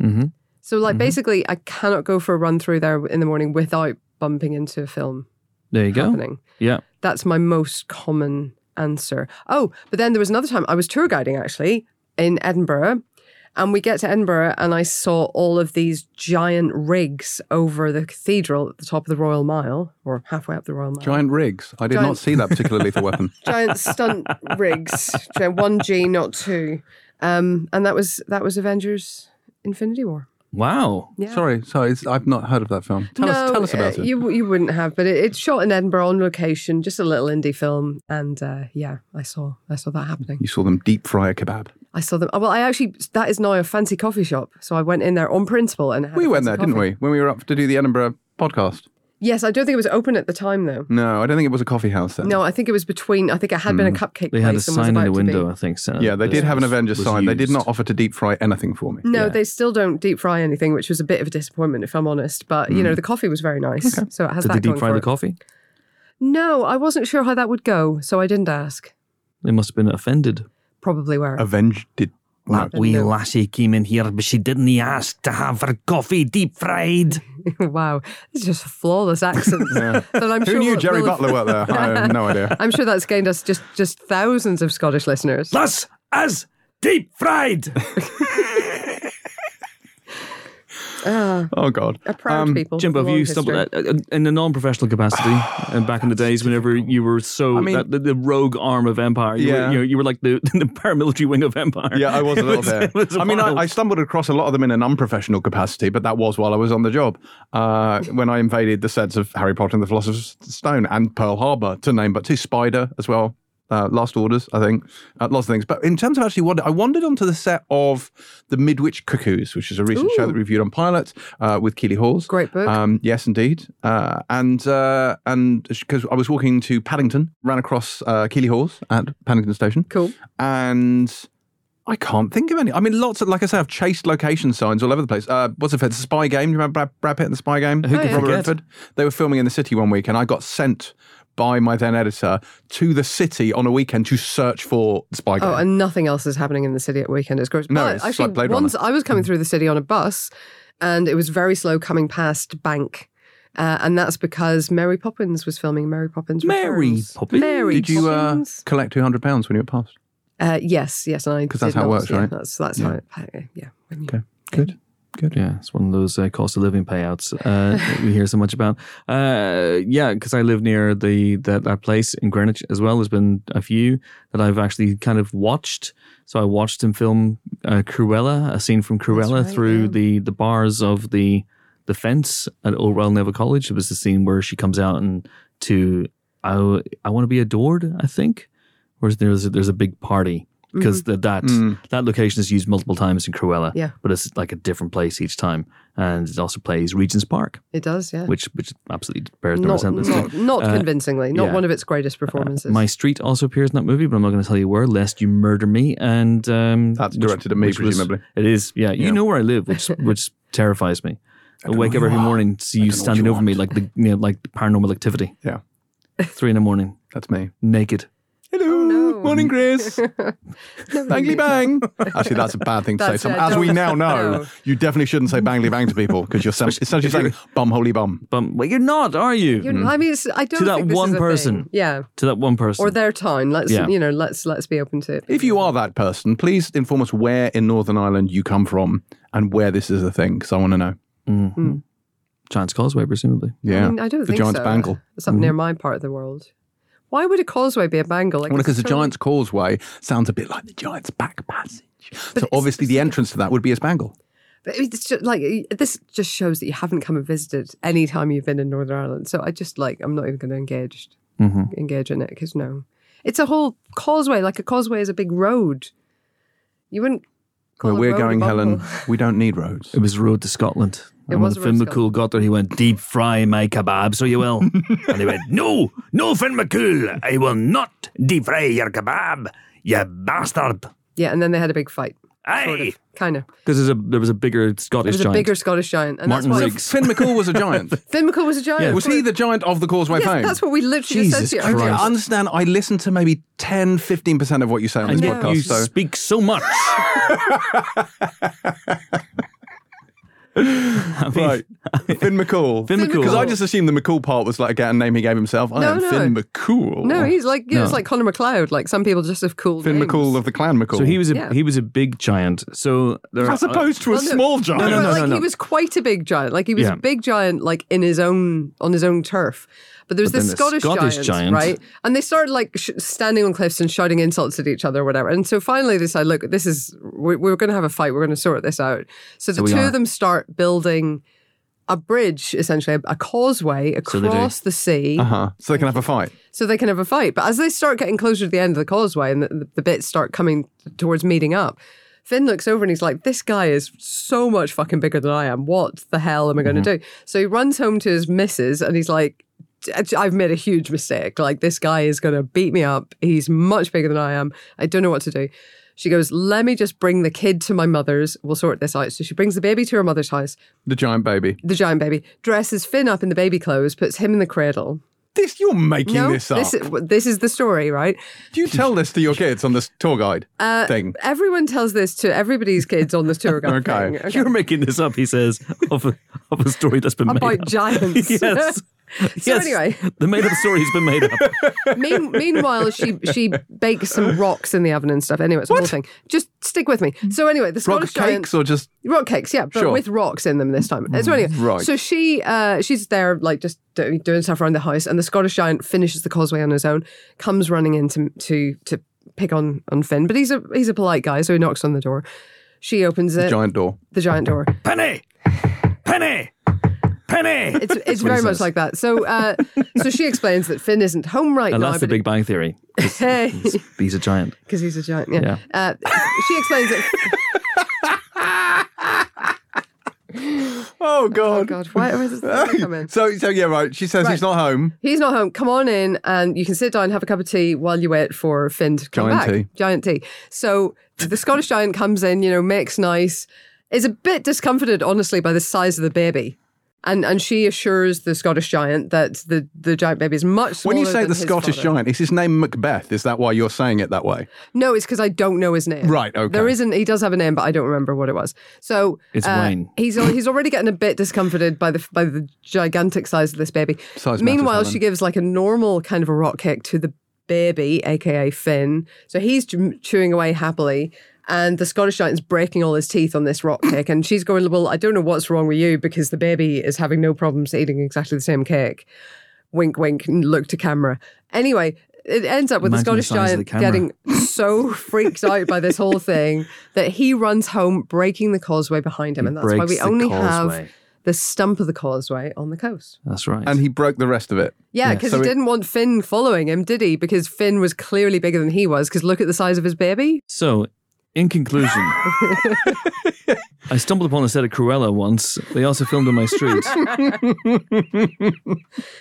[SPEAKER 1] Mm-hmm.
[SPEAKER 3] So like basically, I cannot go for a run through there in the morning without bumping into a film
[SPEAKER 1] There you go.
[SPEAKER 3] happening.
[SPEAKER 1] Yeah.
[SPEAKER 3] That's my most common answer. Oh, but then there was another time I was tour guiding actually in Edinburgh. And we get to Edinburgh, and I saw all of these giant rigs over the cathedral at the top of the Royal Mile, or halfway up the Royal Mile.
[SPEAKER 2] Giant rigs. I did not
[SPEAKER 3] Giant-
[SPEAKER 2] see that particular lethal weapon.
[SPEAKER 3] Giant stunt rigs, Giant- one G, not two. Um, and that was that was Avengers: Infinity War.
[SPEAKER 1] Wow.
[SPEAKER 3] Yeah.
[SPEAKER 2] Sorry, sorry, it's, I've not heard of that film. Tell us,
[SPEAKER 3] No,
[SPEAKER 2] tell us about
[SPEAKER 3] uh,
[SPEAKER 2] it.
[SPEAKER 3] You, you wouldn't have, but it, it's shot in Edinburgh on location, just a little indie film, and uh, yeah, I saw I saw that happening.
[SPEAKER 2] You saw them deep fry a kebab.
[SPEAKER 3] I saw them. oh, Well, I actually that is now a fancy coffee shop, so I went in there on principle and had
[SPEAKER 2] We
[SPEAKER 3] a
[SPEAKER 2] went
[SPEAKER 3] fancy
[SPEAKER 2] there, didn't
[SPEAKER 3] coffee.
[SPEAKER 2] we? When we were up to do the Edinburgh podcast.
[SPEAKER 3] Yes, I don't think it was open at the time though.
[SPEAKER 2] No, I don't think it was a coffee house then.
[SPEAKER 3] No, I think it was between. I think it had been a cupcake.
[SPEAKER 1] Hmm. They
[SPEAKER 3] place
[SPEAKER 1] had a
[SPEAKER 3] and was
[SPEAKER 1] sign in
[SPEAKER 3] about
[SPEAKER 1] the
[SPEAKER 3] to
[SPEAKER 1] window,
[SPEAKER 3] be.
[SPEAKER 1] I think. So
[SPEAKER 2] Yeah, they
[SPEAKER 1] that
[SPEAKER 2] did have an
[SPEAKER 1] was-
[SPEAKER 2] Avengers
[SPEAKER 1] was
[SPEAKER 2] sign. They did
[SPEAKER 1] used.
[SPEAKER 2] not offer to deep fry anything for me.
[SPEAKER 3] No,
[SPEAKER 1] Yeah.
[SPEAKER 3] they still don't deep fry anything, which was a bit of a disappointment, if I'm honest. But you know, the coffee was very nice, so it has
[SPEAKER 1] Hmm. Did
[SPEAKER 3] that
[SPEAKER 1] they deep
[SPEAKER 3] going
[SPEAKER 1] fry
[SPEAKER 3] for
[SPEAKER 1] the
[SPEAKER 3] it.
[SPEAKER 1] coffee?
[SPEAKER 3] No, I wasn't sure how that would go, so I didn't ask.
[SPEAKER 1] They must have been offended.
[SPEAKER 3] Probably were.
[SPEAKER 1] Oh.
[SPEAKER 2] Avenged did. No.
[SPEAKER 1] That wee
[SPEAKER 3] No.
[SPEAKER 1] lassie came in here, but she didn't ask to have her coffee deep fried.
[SPEAKER 3] wow, it's just flawless accents. that I'm
[SPEAKER 2] Who
[SPEAKER 3] sure
[SPEAKER 2] knew
[SPEAKER 3] will-
[SPEAKER 2] Jerry
[SPEAKER 3] will have-
[SPEAKER 2] Butler worked there? I have no idea.
[SPEAKER 3] I'm sure that's gained us just just thousands of Scottish listeners.
[SPEAKER 1] Thus, as deep fried.
[SPEAKER 3] Ah,
[SPEAKER 2] Oh, God.
[SPEAKER 3] a proud
[SPEAKER 2] Um,
[SPEAKER 3] people.
[SPEAKER 1] Jimbo,
[SPEAKER 3] with a
[SPEAKER 1] have you
[SPEAKER 3] long
[SPEAKER 1] stumbled
[SPEAKER 3] history.
[SPEAKER 1] at, uh, in a non-professional capacity and back in the days whenever you were so
[SPEAKER 2] I mean-
[SPEAKER 1] that, the, the rogue arm of empire you,
[SPEAKER 2] Yeah.
[SPEAKER 1] were, you, know, you were like the, the paramilitary wing of empire
[SPEAKER 2] Yeah, I was a
[SPEAKER 1] It
[SPEAKER 2] little
[SPEAKER 1] it was
[SPEAKER 2] there. I mean, I,
[SPEAKER 1] wild.
[SPEAKER 2] I stumbled across a lot of them in an unprofessional capacity, but that was while I was on the job. Uh, when I invaded the sets of Harry Potter and the Philosopher's Stone and Pearl Harbor, to name but two, Spider as well, uh, Last Orders, I think, uh, lots of things. But in terms of actually what I wandered onto the set of The Midwich Cuckoos, which is a recent show
[SPEAKER 3] Ooh.
[SPEAKER 2] that we reviewed on Pilot uh, with Keely Hawes.
[SPEAKER 3] Great book.
[SPEAKER 2] Um, yes, indeed. Uh, and uh, and because I was walking to Paddington, ran across uh, Keely Hawes at Paddington Station
[SPEAKER 3] cool.
[SPEAKER 2] and I can't think of any. I mean, lots of, like I say, I've chased location signs all over the place. Uh, what's it? It's a spy game. Do you remember Brad, Brad Pitt and the spy game?
[SPEAKER 1] Who could
[SPEAKER 2] Robert
[SPEAKER 1] forget?
[SPEAKER 2] Redford. They were filming in the city one week, and I got sent by my then editor to the city on a weekend to search for the spy game.
[SPEAKER 3] Oh, and nothing else is happening in the city at weekend. It's gross.
[SPEAKER 2] No,
[SPEAKER 3] but
[SPEAKER 2] it's
[SPEAKER 3] actually,
[SPEAKER 2] like Blade
[SPEAKER 3] once I was coming through the city on a bus, and it was very slow coming past Bank. Uh, and that's because Mary Poppins was filming Mary Poppins.
[SPEAKER 1] Mary
[SPEAKER 3] Returns.
[SPEAKER 1] Poppins?
[SPEAKER 3] Mary
[SPEAKER 2] Did you uh,
[SPEAKER 3] Poppins.
[SPEAKER 2] collect two hundred pounds when you were passed?
[SPEAKER 3] Uh, yes, yes, and I
[SPEAKER 2] 'Cause that's
[SPEAKER 3] did
[SPEAKER 2] how it
[SPEAKER 3] not-
[SPEAKER 2] works,
[SPEAKER 3] yeah,
[SPEAKER 2] right?
[SPEAKER 3] That's that's how. It, uh, yeah. when you-
[SPEAKER 2] Okay. Good. Good.
[SPEAKER 1] yeah, it's one of those uh, cost of living payouts uh, that we hear so much about. Uh, yeah, because I live near the that, that place in Greenwich as well. There's been a few that I've actually kind of watched. So I watched him film uh, Cruella, a scene from Cruella
[SPEAKER 3] right,
[SPEAKER 1] through
[SPEAKER 3] yeah.
[SPEAKER 1] the the bars of the the fence at Old Royal Naval College. It was the scene where she comes out and to I I want to be adored. I think, whereas there's there's a big party because
[SPEAKER 3] Mm-hmm.
[SPEAKER 1] the that
[SPEAKER 2] Mm.
[SPEAKER 1] that location is used multiple times in Cruella.
[SPEAKER 3] Yeah.
[SPEAKER 1] But it's like a different place each time. And it also plays Regent's Park,
[SPEAKER 3] It does, yeah.
[SPEAKER 1] which which absolutely bears no
[SPEAKER 3] not
[SPEAKER 1] resemblance to.
[SPEAKER 3] not, not
[SPEAKER 1] Uh,
[SPEAKER 3] convincingly. Not
[SPEAKER 1] yeah.
[SPEAKER 3] one of its greatest
[SPEAKER 1] Uh,
[SPEAKER 3] performances.
[SPEAKER 1] My Street also appears in that movie, but I'm not going to tell you where, lest you murder me. And um,
[SPEAKER 2] That's
[SPEAKER 1] which-
[SPEAKER 2] directed at me,
[SPEAKER 1] which was-
[SPEAKER 2] presumably.
[SPEAKER 1] it is, yeah. You
[SPEAKER 2] Yeah.
[SPEAKER 1] know where I live, which which terrifies me. I,
[SPEAKER 2] don't
[SPEAKER 1] wake
[SPEAKER 2] know
[SPEAKER 1] up
[SPEAKER 2] who
[SPEAKER 1] every
[SPEAKER 2] you are.
[SPEAKER 1] morning to see you
[SPEAKER 2] don't know what
[SPEAKER 1] standing
[SPEAKER 2] you
[SPEAKER 1] over me
[SPEAKER 2] want.
[SPEAKER 1] like the you know, like paranormal activity.
[SPEAKER 2] Yeah.
[SPEAKER 1] Three in the morning,
[SPEAKER 2] That's me.
[SPEAKER 1] naked.
[SPEAKER 2] Hello.
[SPEAKER 3] Oh, no.
[SPEAKER 2] Morning, Chris.
[SPEAKER 3] Never
[SPEAKER 2] Bangly
[SPEAKER 3] mind.
[SPEAKER 2] bang. Actually, that's a bad thing to
[SPEAKER 3] That's-
[SPEAKER 2] say. Some,
[SPEAKER 3] yeah,
[SPEAKER 2] as we
[SPEAKER 3] don't-
[SPEAKER 2] now know,
[SPEAKER 3] no.
[SPEAKER 2] you definitely shouldn't say bangly bang to people because you're sem- essentially saying bum holy bum.
[SPEAKER 1] But well, you're not, are you?
[SPEAKER 3] You're- I mean, it's, I don't
[SPEAKER 1] To that
[SPEAKER 3] think this is
[SPEAKER 1] one
[SPEAKER 3] a thing.
[SPEAKER 1] person.
[SPEAKER 3] Yeah,
[SPEAKER 1] To that one person.
[SPEAKER 3] or their town. Let's
[SPEAKER 1] Yeah.
[SPEAKER 3] you know, let's let's be open to it.
[SPEAKER 2] If you are that person, please inform us where in Northern Ireland you come from and where this is a thing, because I want to know.
[SPEAKER 1] Mhm.
[SPEAKER 3] Mm.
[SPEAKER 1] Giant's Causeway, presumably.
[SPEAKER 2] Yeah.
[SPEAKER 3] I, mean, I don't
[SPEAKER 2] the
[SPEAKER 3] think
[SPEAKER 2] Giant's
[SPEAKER 3] so.
[SPEAKER 2] Bangle. Mm-hmm.
[SPEAKER 3] It's up near my part of the world. Why would a causeway be a bangle? Like,
[SPEAKER 2] Well,
[SPEAKER 3] it's
[SPEAKER 2] because the
[SPEAKER 3] totally-
[SPEAKER 2] Giant's Causeway sounds a bit like the Giant's back passage. so
[SPEAKER 3] it's-
[SPEAKER 2] obviously, the entrance to that would be a spangle.
[SPEAKER 3] But It's just like this just shows that you haven't come and visited any time you've been in Northern Ireland. So I just like I'm not even going to engage
[SPEAKER 1] Mm-hmm.
[SPEAKER 3] engage in it because no, it's a whole causeway. Like a causeway is a big road. You wouldn't. Call
[SPEAKER 2] Where
[SPEAKER 3] a
[SPEAKER 2] we're
[SPEAKER 3] road a
[SPEAKER 2] going, Helen,
[SPEAKER 3] bumble.
[SPEAKER 2] we don't need roads.
[SPEAKER 1] It was Road to Scotland.
[SPEAKER 3] It
[SPEAKER 1] and
[SPEAKER 3] was
[SPEAKER 1] when
[SPEAKER 3] Road
[SPEAKER 1] Finn
[SPEAKER 3] to
[SPEAKER 1] McCool got there, he went, Deep fry my kebab, so you will. and they went, No, no, Finn McCool, I will not deep fry your kebab, you bastard.
[SPEAKER 3] Yeah, and then they had a big fight.
[SPEAKER 1] Aye.
[SPEAKER 3] Kind of.
[SPEAKER 1] Because there's a, there was a bigger
[SPEAKER 3] It
[SPEAKER 1] Scottish
[SPEAKER 3] was a
[SPEAKER 1] giant.
[SPEAKER 3] bigger Scottish giant, and
[SPEAKER 1] Martin
[SPEAKER 3] that's why
[SPEAKER 1] Riggs.
[SPEAKER 2] Finn McCall was a giant.
[SPEAKER 3] Finn McCool was a giant.
[SPEAKER 1] Yeah.
[SPEAKER 2] was he the giant of the Causeway
[SPEAKER 3] Yes,
[SPEAKER 2] fame?
[SPEAKER 3] that's what we literally just
[SPEAKER 1] Jesus
[SPEAKER 3] said to
[SPEAKER 2] I
[SPEAKER 3] you.
[SPEAKER 2] don't
[SPEAKER 1] Christ.
[SPEAKER 2] understand. I listen to maybe 10, 15% of what you say on
[SPEAKER 1] and
[SPEAKER 2] this
[SPEAKER 1] yet
[SPEAKER 2] podcast.
[SPEAKER 1] you
[SPEAKER 2] so
[SPEAKER 1] speak so much. I mean,
[SPEAKER 2] Right. Finn McCool.
[SPEAKER 1] Finn
[SPEAKER 3] Finn
[SPEAKER 1] McCool.
[SPEAKER 2] Because I just assumed the McCool part was like a name he gave himself. I
[SPEAKER 3] No,
[SPEAKER 2] am
[SPEAKER 3] no.
[SPEAKER 2] Finn McCool.
[SPEAKER 3] No, he's like you know, it's
[SPEAKER 1] No.
[SPEAKER 3] like Connor McLeod. Like some people just have cool
[SPEAKER 2] Finn
[SPEAKER 3] names.
[SPEAKER 2] McCool of the Clan McCool.
[SPEAKER 1] So he was Uh, a
[SPEAKER 3] Yeah.
[SPEAKER 1] he was a big giant. So there are,
[SPEAKER 2] as opposed to a
[SPEAKER 3] Well, no.
[SPEAKER 2] small giant.
[SPEAKER 3] No,
[SPEAKER 1] No,
[SPEAKER 3] no,
[SPEAKER 1] no, no,
[SPEAKER 3] like
[SPEAKER 1] no, no.
[SPEAKER 3] he was quite a big giant. Like he was
[SPEAKER 1] Yeah.
[SPEAKER 3] a big giant, like in his own on his own turf. But there was
[SPEAKER 1] But
[SPEAKER 3] this
[SPEAKER 1] then the
[SPEAKER 3] Scottish,
[SPEAKER 1] Scottish
[SPEAKER 3] giant,
[SPEAKER 1] giant-
[SPEAKER 3] right? And they started like sh- standing on cliffs and shouting insults at each other or whatever. And so finally they said, "Look, this is we're, we're going to have a fight. We're going to sort this out." So the
[SPEAKER 1] we
[SPEAKER 3] two
[SPEAKER 1] are.
[SPEAKER 3] of them start building a bridge, essentially a, a causeway
[SPEAKER 1] So they do. Uh-huh.
[SPEAKER 3] across the sea,
[SPEAKER 2] Uh huh. So they can have a fight.
[SPEAKER 3] so they can have a fight. But as they start getting closer to the end of the causeway and the, the, the bits start coming towards meeting up, Finn looks over and he's like, This guy is so much fucking bigger than I am. What the hell am I going to do? So he runs home to his missus and he's like, "I- I've made a huge mistake. Like, this guy is going to beat me up. He's much bigger than I am. I don't know what to do. She goes, Let me just bring the kid to my mother's. We'll sort this out. So she brings the baby to her mother's house,
[SPEAKER 2] The giant baby.
[SPEAKER 3] the giant baby, dresses Finn up in the baby clothes, puts him in the cradle.
[SPEAKER 2] This you're making this up.
[SPEAKER 3] This, this is the story, right?
[SPEAKER 2] Do you tell this to your kids on this tour guide
[SPEAKER 3] Uh,
[SPEAKER 2] thing?
[SPEAKER 3] Everyone tells this to everybody's kids on this tour guide.
[SPEAKER 2] Okay.
[SPEAKER 3] thing.
[SPEAKER 1] You're making this up, he says, of a, of a story that's been made
[SPEAKER 3] About
[SPEAKER 1] up.
[SPEAKER 3] giants.
[SPEAKER 1] yes. yes.
[SPEAKER 3] anyway.
[SPEAKER 1] the made-up story has been made up.
[SPEAKER 3] mean, meanwhile, she she bakes some rocks in the oven and stuff. Anyway, it's a whole thing. Just stick with me. So anyway, the
[SPEAKER 2] Rock
[SPEAKER 3] Scottish giant
[SPEAKER 2] cakes or just
[SPEAKER 3] rock cakes, yeah, but
[SPEAKER 2] Sure. Mm,
[SPEAKER 3] with rocks in them this time. So anyway,
[SPEAKER 2] Right.
[SPEAKER 3] so she uh, she's there like just do, doing stuff around the house, and the Scottish giant finishes the causeway on his own, comes running in to to to pick on on Finn, but he's a he's a polite guy, so he knocks on the door. She opens it,
[SPEAKER 2] giant door?
[SPEAKER 3] the giant door.
[SPEAKER 1] Penny! Penny! Penny!
[SPEAKER 3] It's
[SPEAKER 1] what
[SPEAKER 3] it's
[SPEAKER 1] he
[SPEAKER 3] very much
[SPEAKER 1] says.
[SPEAKER 3] like that. So uh, so she explains that Finn isn't home right
[SPEAKER 1] And
[SPEAKER 3] now,
[SPEAKER 1] that's the
[SPEAKER 3] but
[SPEAKER 1] Big Bang Theory.
[SPEAKER 3] because
[SPEAKER 1] He's a giant.
[SPEAKER 3] he's a giant. Yeah. Uh, she explains it.
[SPEAKER 2] Oh
[SPEAKER 3] Oh
[SPEAKER 2] God.
[SPEAKER 3] God, why where does this come in?
[SPEAKER 2] so so yeah right. She says he's
[SPEAKER 3] Right.
[SPEAKER 2] not home.
[SPEAKER 3] He's not home. Come on in, and you can sit down, have a cup of tea while you wait for Finn to come
[SPEAKER 2] Giant
[SPEAKER 3] back.
[SPEAKER 2] tea.
[SPEAKER 3] Giant tea. So the Scottish giant comes in, you know, makes nice. Is a bit discomfited, honestly, by the size of the baby. And, and she assures the Scottish giant that the, the giant baby is much smaller.
[SPEAKER 2] When you say
[SPEAKER 3] than
[SPEAKER 2] the
[SPEAKER 3] his
[SPEAKER 2] Scottish
[SPEAKER 3] father.
[SPEAKER 2] giant, is his name Macbeth? Is that why you're saying it that way?
[SPEAKER 3] No, it's because I don't know his name.
[SPEAKER 2] Right, okay.
[SPEAKER 3] There isn't. He does have a name, but I don't remember what it was. So uh,
[SPEAKER 1] It's Wayne.
[SPEAKER 3] He's al- he's already getting a bit discomforted by the by the gigantic size of this baby.
[SPEAKER 2] Size matters,
[SPEAKER 3] Meanwhile,
[SPEAKER 2] Helen.
[SPEAKER 3] she gives like a normal kind of a rock kick to the baby, aka Finn. So he's ch- chewing away happily. And the Scottish giant is breaking all his teeth on this rock cake. And she's going, Well, I don't know what's wrong with you because the baby is having no problems eating exactly the same cake wink, wink, and look to camera. Anyway, it ends up with
[SPEAKER 1] Imagine the
[SPEAKER 3] the Scottish
[SPEAKER 1] size of the
[SPEAKER 3] giant
[SPEAKER 1] camera.
[SPEAKER 3] getting so freaked out by this whole thing that he runs home, breaking the causeway behind him. and that's why
[SPEAKER 1] breaks
[SPEAKER 3] we
[SPEAKER 1] the
[SPEAKER 3] only have
[SPEAKER 1] causeway.
[SPEAKER 3] the stump of the causeway on the coast.
[SPEAKER 1] That's right.
[SPEAKER 2] And he broke the rest of it.
[SPEAKER 3] Yeah, because
[SPEAKER 2] So
[SPEAKER 3] he
[SPEAKER 2] it-
[SPEAKER 3] didn't want Finn following him, did he? Because Finn was clearly bigger than he was. Because look at the size of his baby.
[SPEAKER 1] So, in conclusion, I stumbled upon a set of Cruella once. They also filmed on my street.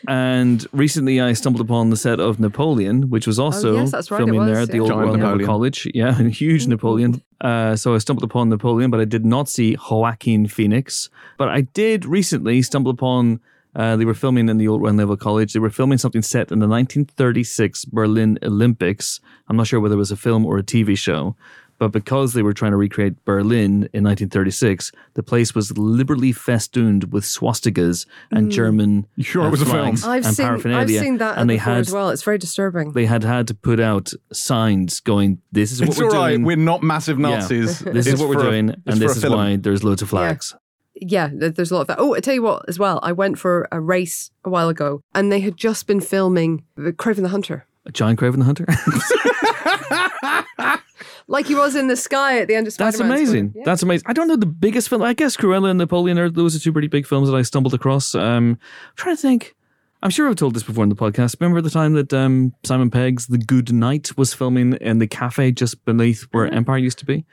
[SPEAKER 1] and recently, I stumbled upon the set of Napoleon, which was also
[SPEAKER 3] Oh, yes, that's right, it
[SPEAKER 1] filming
[SPEAKER 3] was,
[SPEAKER 1] there at the
[SPEAKER 3] yeah.
[SPEAKER 1] old
[SPEAKER 3] Mm-hmm.
[SPEAKER 2] Giant
[SPEAKER 1] Royal Naval
[SPEAKER 2] Napoleon.
[SPEAKER 1] College. Yeah, a huge Napoleon. Uh, so I stumbled upon Napoleon, but I did not see Joaquin Phoenix. But I did recently stumble upon. Uh, they were filming in the old Royal Naval College. They were filming something set in the 1936 Berlin Olympics. I'm not sure whether it was a film or a TV show, but because they were trying to recreate Berlin in 1936, the place was liberally festooned with swastikas and
[SPEAKER 3] Mm.
[SPEAKER 1] German. You
[SPEAKER 2] sure it was a film?
[SPEAKER 3] I've
[SPEAKER 1] and
[SPEAKER 3] seen. I've
[SPEAKER 1] paraphernalia,
[SPEAKER 3] seen that
[SPEAKER 1] and they
[SPEAKER 3] before
[SPEAKER 1] had
[SPEAKER 3] as well. It's very disturbing.
[SPEAKER 1] they had had to put out signs going, "This is what
[SPEAKER 2] It's
[SPEAKER 1] we're
[SPEAKER 2] all right.
[SPEAKER 1] doing.
[SPEAKER 2] We're not massive
[SPEAKER 1] Yeah.
[SPEAKER 2] Nazis.
[SPEAKER 1] this
[SPEAKER 2] It's
[SPEAKER 1] is what we're
[SPEAKER 2] for a-
[SPEAKER 1] doing,
[SPEAKER 2] it's
[SPEAKER 1] and
[SPEAKER 2] for
[SPEAKER 1] this
[SPEAKER 2] a
[SPEAKER 1] is
[SPEAKER 2] film.
[SPEAKER 1] why there's loads of flags."
[SPEAKER 3] yeah, there- there's a lot of that. Oh, I tell you what, as well, I went for a race a while ago, and they had just been filming the Craven the Hunter,
[SPEAKER 1] John Craven the Hunter.
[SPEAKER 3] like he was in the sky at the end of Spider-Man.
[SPEAKER 1] That's amazing. That's amazing. I don't know the biggest film. I guess Cruella and Napoleon are those are two pretty big films that I stumbled across. Um, I'm trying to think. I'm sure I've told this before in the podcast. Remember the time that um, Simon Pegg's The Good Night was filming in the cafe just beneath where Empire used to be,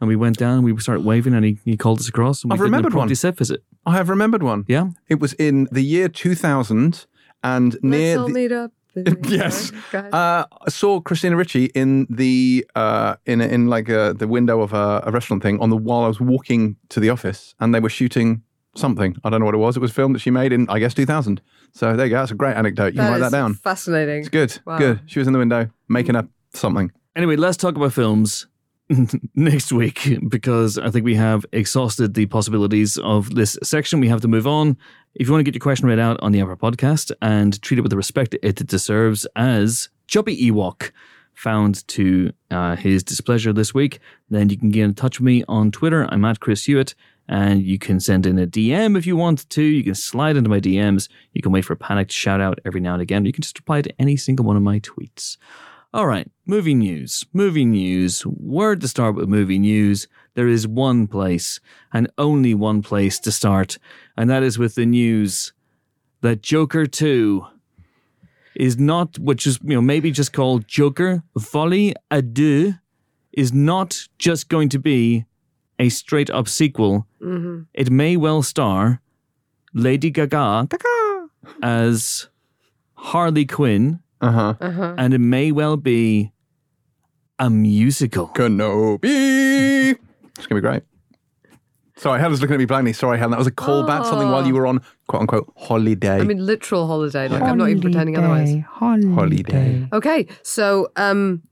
[SPEAKER 1] and we went down. and We started waving, and he, he called us across. And we
[SPEAKER 2] I've
[SPEAKER 1] did an
[SPEAKER 2] remembered one.
[SPEAKER 1] impromptu set visit.
[SPEAKER 2] I have remembered one.
[SPEAKER 1] Yeah,
[SPEAKER 2] It was in the year 2000 and near.
[SPEAKER 3] Let's all
[SPEAKER 2] the-
[SPEAKER 3] meet up.
[SPEAKER 2] Yes.
[SPEAKER 3] Go ahead.
[SPEAKER 2] Uh, I saw Christina Ricci in the uh, in in like uh the window of a, a restaurant thing on the while I was walking to the office, and they were shooting something. I don't know what it was. It was a film that she made in I guess 2000. So there you go. That's a great anecdote. You can write
[SPEAKER 3] is
[SPEAKER 2] that down.
[SPEAKER 3] Fascinating.
[SPEAKER 2] It's good.
[SPEAKER 3] Wow.
[SPEAKER 2] Good. She was in the window making up something.
[SPEAKER 1] Anyway, let's talk about films next week because I think we have exhausted the possibilities of this section. We have to move on. If you want to get your question read out on the Emperor podcast and treat it with the respect it deserves as Chubby Ewok found to uh, his displeasure this week, then you can get in touch with me on Twitter. I'm at Chris Hewitt. And you can send in a DM if you want to. You can slide into my DMs. You can wait for a panicked shout out every now and again. You can just reply to any single one of my tweets. All right, movie news. Movie news. Where to start with movie news? There is one place and only one place to start, and that is with the news that Joker 2 is not, which is, you know, maybe just called Joker Volley à deux, is not just going to be a straight up sequel.
[SPEAKER 3] Mm-hmm.
[SPEAKER 1] It may well star Lady Gaga as Harley Quinn
[SPEAKER 2] Uh huh.
[SPEAKER 3] Uh-huh. Mm-hmm.
[SPEAKER 1] and it may well be a musical.
[SPEAKER 2] Kenobi. It's gonna be great. Sorry, Helen's looking at me blankly. Sorry, Helen. That was a callback. Something while you were on "quote unquote" holiday.
[SPEAKER 3] Oh. I mean, literal holiday. Like, I'm not even pretending otherwise.
[SPEAKER 4] Holiday.
[SPEAKER 2] Holiday.
[SPEAKER 3] Okay, so um,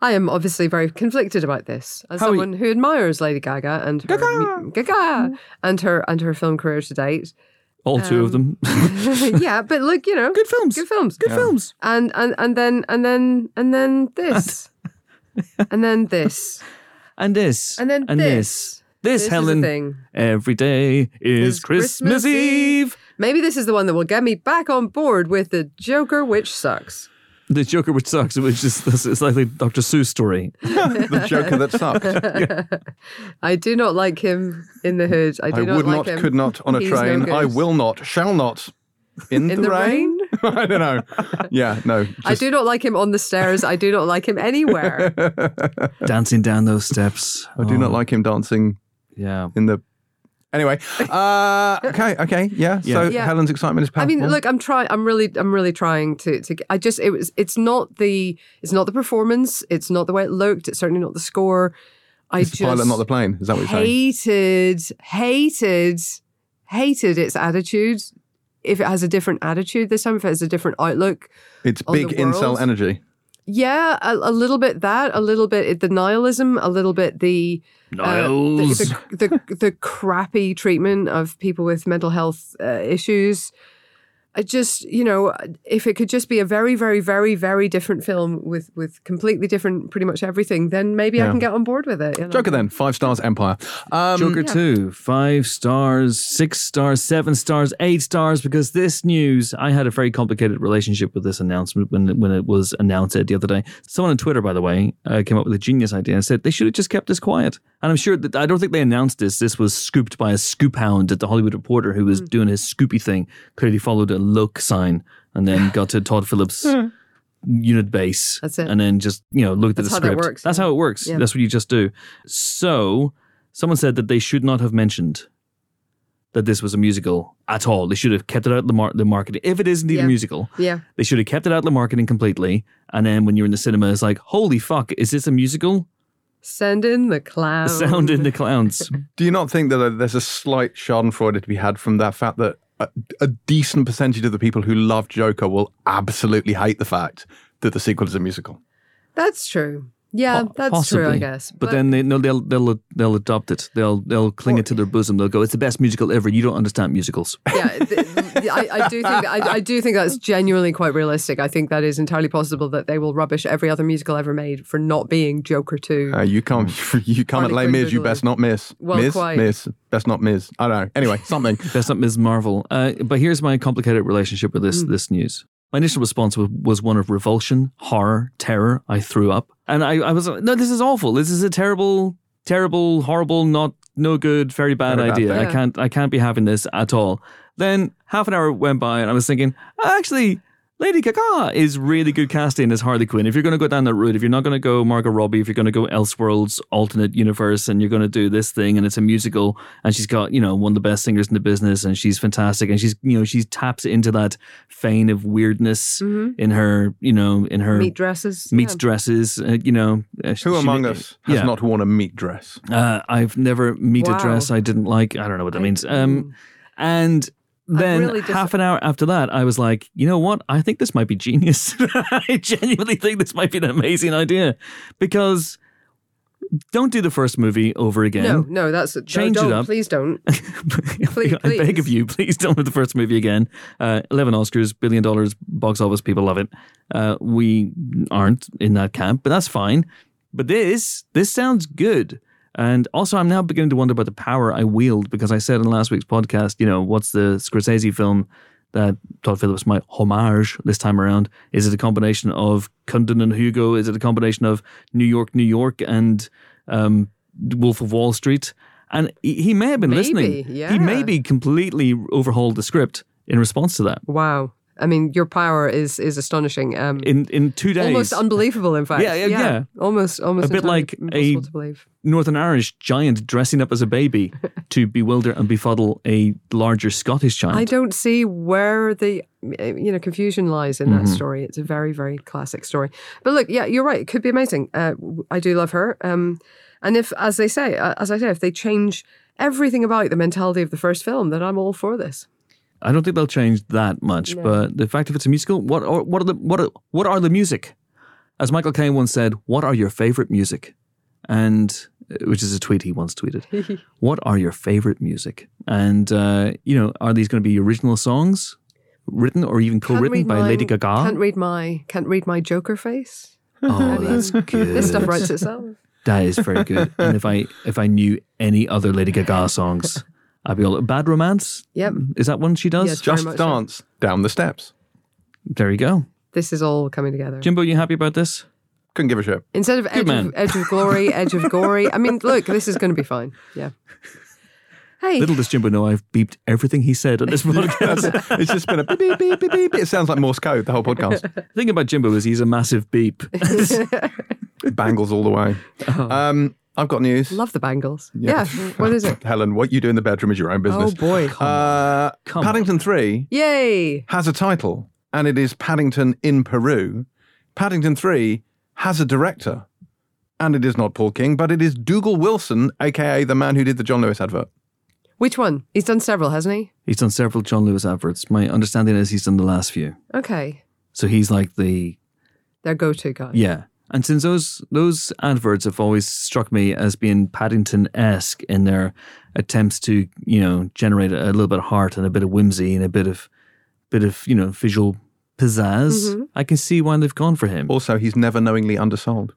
[SPEAKER 3] I am obviously very conflicted about this as
[SPEAKER 1] How are you-
[SPEAKER 3] someone who admires Lady Gaga and her Gaga, Gaga and her and her film career to date.
[SPEAKER 1] All two of them.
[SPEAKER 3] yeah, but look, you know,
[SPEAKER 1] good films.
[SPEAKER 3] Um, good films,
[SPEAKER 1] Good films.
[SPEAKER 3] and and and then and then and then this, and then this,
[SPEAKER 1] And this.
[SPEAKER 3] and then
[SPEAKER 1] this.
[SPEAKER 3] this.
[SPEAKER 1] This,
[SPEAKER 3] is the
[SPEAKER 1] Helen.
[SPEAKER 3] thing.
[SPEAKER 1] Every day is
[SPEAKER 3] Is
[SPEAKER 1] Christmas,
[SPEAKER 3] Christmas
[SPEAKER 1] Eve.
[SPEAKER 3] Eve. Maybe this is the one that will get me back on board with the Joker, which sucks.
[SPEAKER 1] The Joker, which sucks, which is this is like the Dr. Seuss story.
[SPEAKER 2] the Joker that sucked.
[SPEAKER 3] I do not like him in the hood. I do
[SPEAKER 2] I
[SPEAKER 3] not
[SPEAKER 2] would
[SPEAKER 3] like
[SPEAKER 2] not,
[SPEAKER 3] him.
[SPEAKER 2] could not on a
[SPEAKER 3] He's no
[SPEAKER 2] train. I
[SPEAKER 3] good.
[SPEAKER 2] will not, shall not. In,
[SPEAKER 3] in the rain.
[SPEAKER 2] I don't know. Yeah, no.
[SPEAKER 3] I
[SPEAKER 2] just-
[SPEAKER 3] do not like him on the stairs. I do not like him anywhere.
[SPEAKER 1] Dancing down those steps. Oh,
[SPEAKER 2] I do not like him dancing
[SPEAKER 1] Yeah.
[SPEAKER 2] in the. Anyway, uh, okay, okay, yeah.
[SPEAKER 1] Yeah.
[SPEAKER 2] So
[SPEAKER 3] Yeah.
[SPEAKER 2] Helen's excitement is
[SPEAKER 3] I
[SPEAKER 2] palpable.
[SPEAKER 3] mean, look, I'm trying. I'm really, I'm really trying to. To I just it was. It's not the. It's not the performance. It's not the way it looked. It's certainly not the score. I
[SPEAKER 2] it's
[SPEAKER 3] just
[SPEAKER 2] the pilot, not the plane. Is that what you're saying?
[SPEAKER 3] hated, hated, hated its attitude. If it has a different attitude this time, if it has a different outlook,
[SPEAKER 2] It's
[SPEAKER 3] on the
[SPEAKER 2] big incel
[SPEAKER 3] world.
[SPEAKER 2] energy.
[SPEAKER 3] yeah, a, a little bit that, a little bit the nihilism, a little bit the uh,
[SPEAKER 1] Niles.
[SPEAKER 3] the, the, the, the crappy treatment of people with mental health uh, issues. I just, you know, if it could just be a very, very, very, very different film with with completely different, pretty much everything, then maybe I
[SPEAKER 2] Yeah.
[SPEAKER 3] can get on board with it. you know?
[SPEAKER 2] Joker then, five stars, Empire. Um,
[SPEAKER 1] Joker 2, five stars, six stars, seven stars, eight stars, because this news, I had a very complicated relationship with this announcement when, when it was announced the other day. Someone on Twitter, by the way, uh, came up with a genius idea and said they should have just kept this quiet. And I'm sure that I don't think they announced this. This was scooped by a scoop hound at the Hollywood Reporter who
[SPEAKER 3] Hmm.
[SPEAKER 1] was doing his scoopy thing, clearly followed a look sign and then got to Todd Phillips. Unit base.
[SPEAKER 3] Hmm. That's it.
[SPEAKER 1] And then just, you know, looked at
[SPEAKER 3] That's
[SPEAKER 1] the
[SPEAKER 3] how that
[SPEAKER 1] script.
[SPEAKER 3] works,
[SPEAKER 1] That's
[SPEAKER 3] yeah.
[SPEAKER 1] how it works.
[SPEAKER 3] Yeah.
[SPEAKER 1] That's what you just do. So someone said that they should not have mentioned that this was a musical at all. They should have kept it out of the, mar- the marketing. If it is indeed
[SPEAKER 3] Yeah.
[SPEAKER 1] a musical,
[SPEAKER 3] Yeah,
[SPEAKER 1] they should have kept it out of the marketing completely. And then when you're in the cinema, it's like, holy fuck, is this a musical?
[SPEAKER 3] send in the clown.
[SPEAKER 1] The sound in the clowns.
[SPEAKER 2] Do you not think that uh, there's a slight schadenfreude to be had from that fact that a, a decent percentage of the people who love Joker will absolutely hate the fact that the sequel is a musical?
[SPEAKER 3] That's true. Yeah,
[SPEAKER 1] Po-
[SPEAKER 3] that's true. I
[SPEAKER 1] possibly.
[SPEAKER 3] guess.
[SPEAKER 1] But, then they no, they'll they'll they'll adopt it. They'll they'll cling it to their bosom. They'll go, "It's the best musical ever." You don't understand musicals.
[SPEAKER 3] yeah, th- th- I, I do think that, I, I do think that's genuinely quite realistic. I think that is entirely possible that they will rubbish every other musical ever made for not being Joker two.
[SPEAKER 2] Uh, you can't,
[SPEAKER 1] Hmm.
[SPEAKER 2] you can't
[SPEAKER 3] Harley
[SPEAKER 2] lay
[SPEAKER 3] Quinn
[SPEAKER 2] Miz. You
[SPEAKER 3] visually.
[SPEAKER 2] best not miss.
[SPEAKER 3] Well,
[SPEAKER 2] Miz,
[SPEAKER 3] quite.
[SPEAKER 2] Miz, best not Miz. I don't know. Anyway, something.
[SPEAKER 1] That's not Ms. Marvel. Uh, but here's my complicated relationship with this this news. My initial response was, was one of revulsion, horror, terror. I threw up, and I, I was like, no, this is awful. This is a terrible, terrible, horrible, not no good, very bad
[SPEAKER 2] Very bad
[SPEAKER 1] idea.
[SPEAKER 3] thing.
[SPEAKER 1] I
[SPEAKER 3] Yeah.
[SPEAKER 1] can't I can't be having this at all. Then half an hour went by, and I was thinking, actually. Lady Gaga is really good casting as Harley Quinn. If you're going to go down that route, if you're not going to go Margot Robbie, if you're going to go Elseworlds alternate universe, and you're going to do this thing, and it's a musical, and she's got you know one of the best singers in the business, and she's fantastic, and she's you know she taps into that vein of weirdness
[SPEAKER 3] Mm-hmm.
[SPEAKER 1] in her you know in her
[SPEAKER 3] Hmm. Meat dresses.
[SPEAKER 1] Um, meat
[SPEAKER 3] yeah.
[SPEAKER 1] dresses, uh, you know. uh,
[SPEAKER 2] Who
[SPEAKER 1] she-
[SPEAKER 2] among us has
[SPEAKER 1] yeah.
[SPEAKER 2] not worn a meat dress?
[SPEAKER 1] Uh, I've never meet a
[SPEAKER 3] Wow.
[SPEAKER 1] dress I didn't like. I don't know what that means.
[SPEAKER 3] Mm.
[SPEAKER 1] Um, and then
[SPEAKER 3] really dis-
[SPEAKER 1] half an hour after that, I was like, you know what? I think this might be genius. I genuinely think this might be an amazing idea because don't do the first movie over again.
[SPEAKER 3] No, no, that's no,
[SPEAKER 1] Change it
[SPEAKER 3] don't,
[SPEAKER 1] up.
[SPEAKER 3] Please don't. Please,
[SPEAKER 1] I beg of
[SPEAKER 3] please.
[SPEAKER 1] you, please don't do the first movie again. Uh, 11 Oscars, billion dollars, box office, people love it. Uh, we aren't in that camp, but that's fine. But this, this sounds good. And also, I'm now beginning to wonder about the power I wield because I said in last week's podcast, you know, what's the Scorsese film that uh, Todd Phillips might homage this time around? Is it a combination of Cundon and Hugo? Is it a combination of New York, New York, and um, Wolf of Wall Street? And he he may have been
[SPEAKER 3] Maybe,
[SPEAKER 1] listening.
[SPEAKER 3] yeah.
[SPEAKER 1] He maybe completely overhauled the script in response to that.
[SPEAKER 3] Wow. I mean, your power is is astonishing. Um,
[SPEAKER 1] In in two days,
[SPEAKER 3] almost unbelievable. In fact,
[SPEAKER 1] Yeah, yeah, yeah.
[SPEAKER 3] Almost, almost
[SPEAKER 1] A bit
[SPEAKER 3] entirely
[SPEAKER 1] like a-
[SPEAKER 3] impossible to believe.
[SPEAKER 1] Northern Irish giant dressing up as a baby to bewilder and befuddle a larger Scottish
[SPEAKER 3] I
[SPEAKER 1] giant.
[SPEAKER 3] don't see where the uh, you know confusion lies in
[SPEAKER 1] Mm-hmm.
[SPEAKER 3] that story. It's a very very classic story. But look, yeah, you're right. It could be amazing. Uh, w- I do love her. Um, and if, as they say, uh, as I say, if they change everything about the mentality of the first film, then I'm all for this.
[SPEAKER 1] I, don't think they'll change that much, but the fact if it's a musical, what are, what are the what are, what are the music? As Michael Caine once said, "What are your favorite music?" And uh, which is a tweet he once tweeted. what are your favorite music? And uh, you know, are these going to be original songs written or even
[SPEAKER 3] Can't
[SPEAKER 1] co-written
[SPEAKER 3] read
[SPEAKER 1] by
[SPEAKER 3] mine-
[SPEAKER 1] Lady Gaga?
[SPEAKER 3] Can't read my can't read my Joker face.
[SPEAKER 1] oh, that's good.
[SPEAKER 3] This stuff writes itself.
[SPEAKER 1] That is very good. and if I if I knew any other Lady Gaga songs, I'd be all Bad Romance.
[SPEAKER 3] Yep.
[SPEAKER 1] Is that one she does?
[SPEAKER 3] Yes. Very
[SPEAKER 2] Just
[SPEAKER 3] much so.
[SPEAKER 2] dance down the steps.
[SPEAKER 1] There you go.
[SPEAKER 3] This is all coming together.
[SPEAKER 1] Jimbo, you happy about this?
[SPEAKER 2] Couldn't give a shit.
[SPEAKER 3] Instead of edge,
[SPEAKER 1] man.
[SPEAKER 3] of edge of glory, edge of gory. I mean, look, this is going to be fine. Yeah. Hey,
[SPEAKER 1] Little does Jimbo know I've beeped everything he said on this podcast.
[SPEAKER 2] It's just been a beep, beep, beep, beep, beep. It sounds like Morse code, the whole podcast.
[SPEAKER 1] the thing about Jimbo is he's a massive beep.
[SPEAKER 2] Bangles all the way.
[SPEAKER 1] Uh-huh.
[SPEAKER 2] Um, I've got news.
[SPEAKER 3] love the bangles.
[SPEAKER 2] Yeah.
[SPEAKER 3] Yeah. What is it?
[SPEAKER 2] Helen, what you do in the bedroom is your own
[SPEAKER 3] Oh
[SPEAKER 2] business.
[SPEAKER 3] boy.
[SPEAKER 2] uh,
[SPEAKER 1] Come
[SPEAKER 2] Paddington 3
[SPEAKER 3] Yay.
[SPEAKER 2] has a title, and it is Paddington in Peru. Paddington 3 has a director, and it is not Paul King, but it is Dougal Wilson, aka the man who did the John Lewis advert.
[SPEAKER 3] Which one? He's done several, hasn't he?
[SPEAKER 1] he's done several John Lewis adverts. My understanding is he's done the last few.
[SPEAKER 3] Okay.
[SPEAKER 1] So he's like the
[SPEAKER 3] Their go to guy.
[SPEAKER 1] Yeah. And since those those adverts have always struck me as being Paddington esque in their attempts to, you know, generate a little bit of heart and a bit of whimsy and a bit of bit of, you know, visual pizzazz, I can see why they've gone for him.
[SPEAKER 2] Also, he's never knowingly undersold.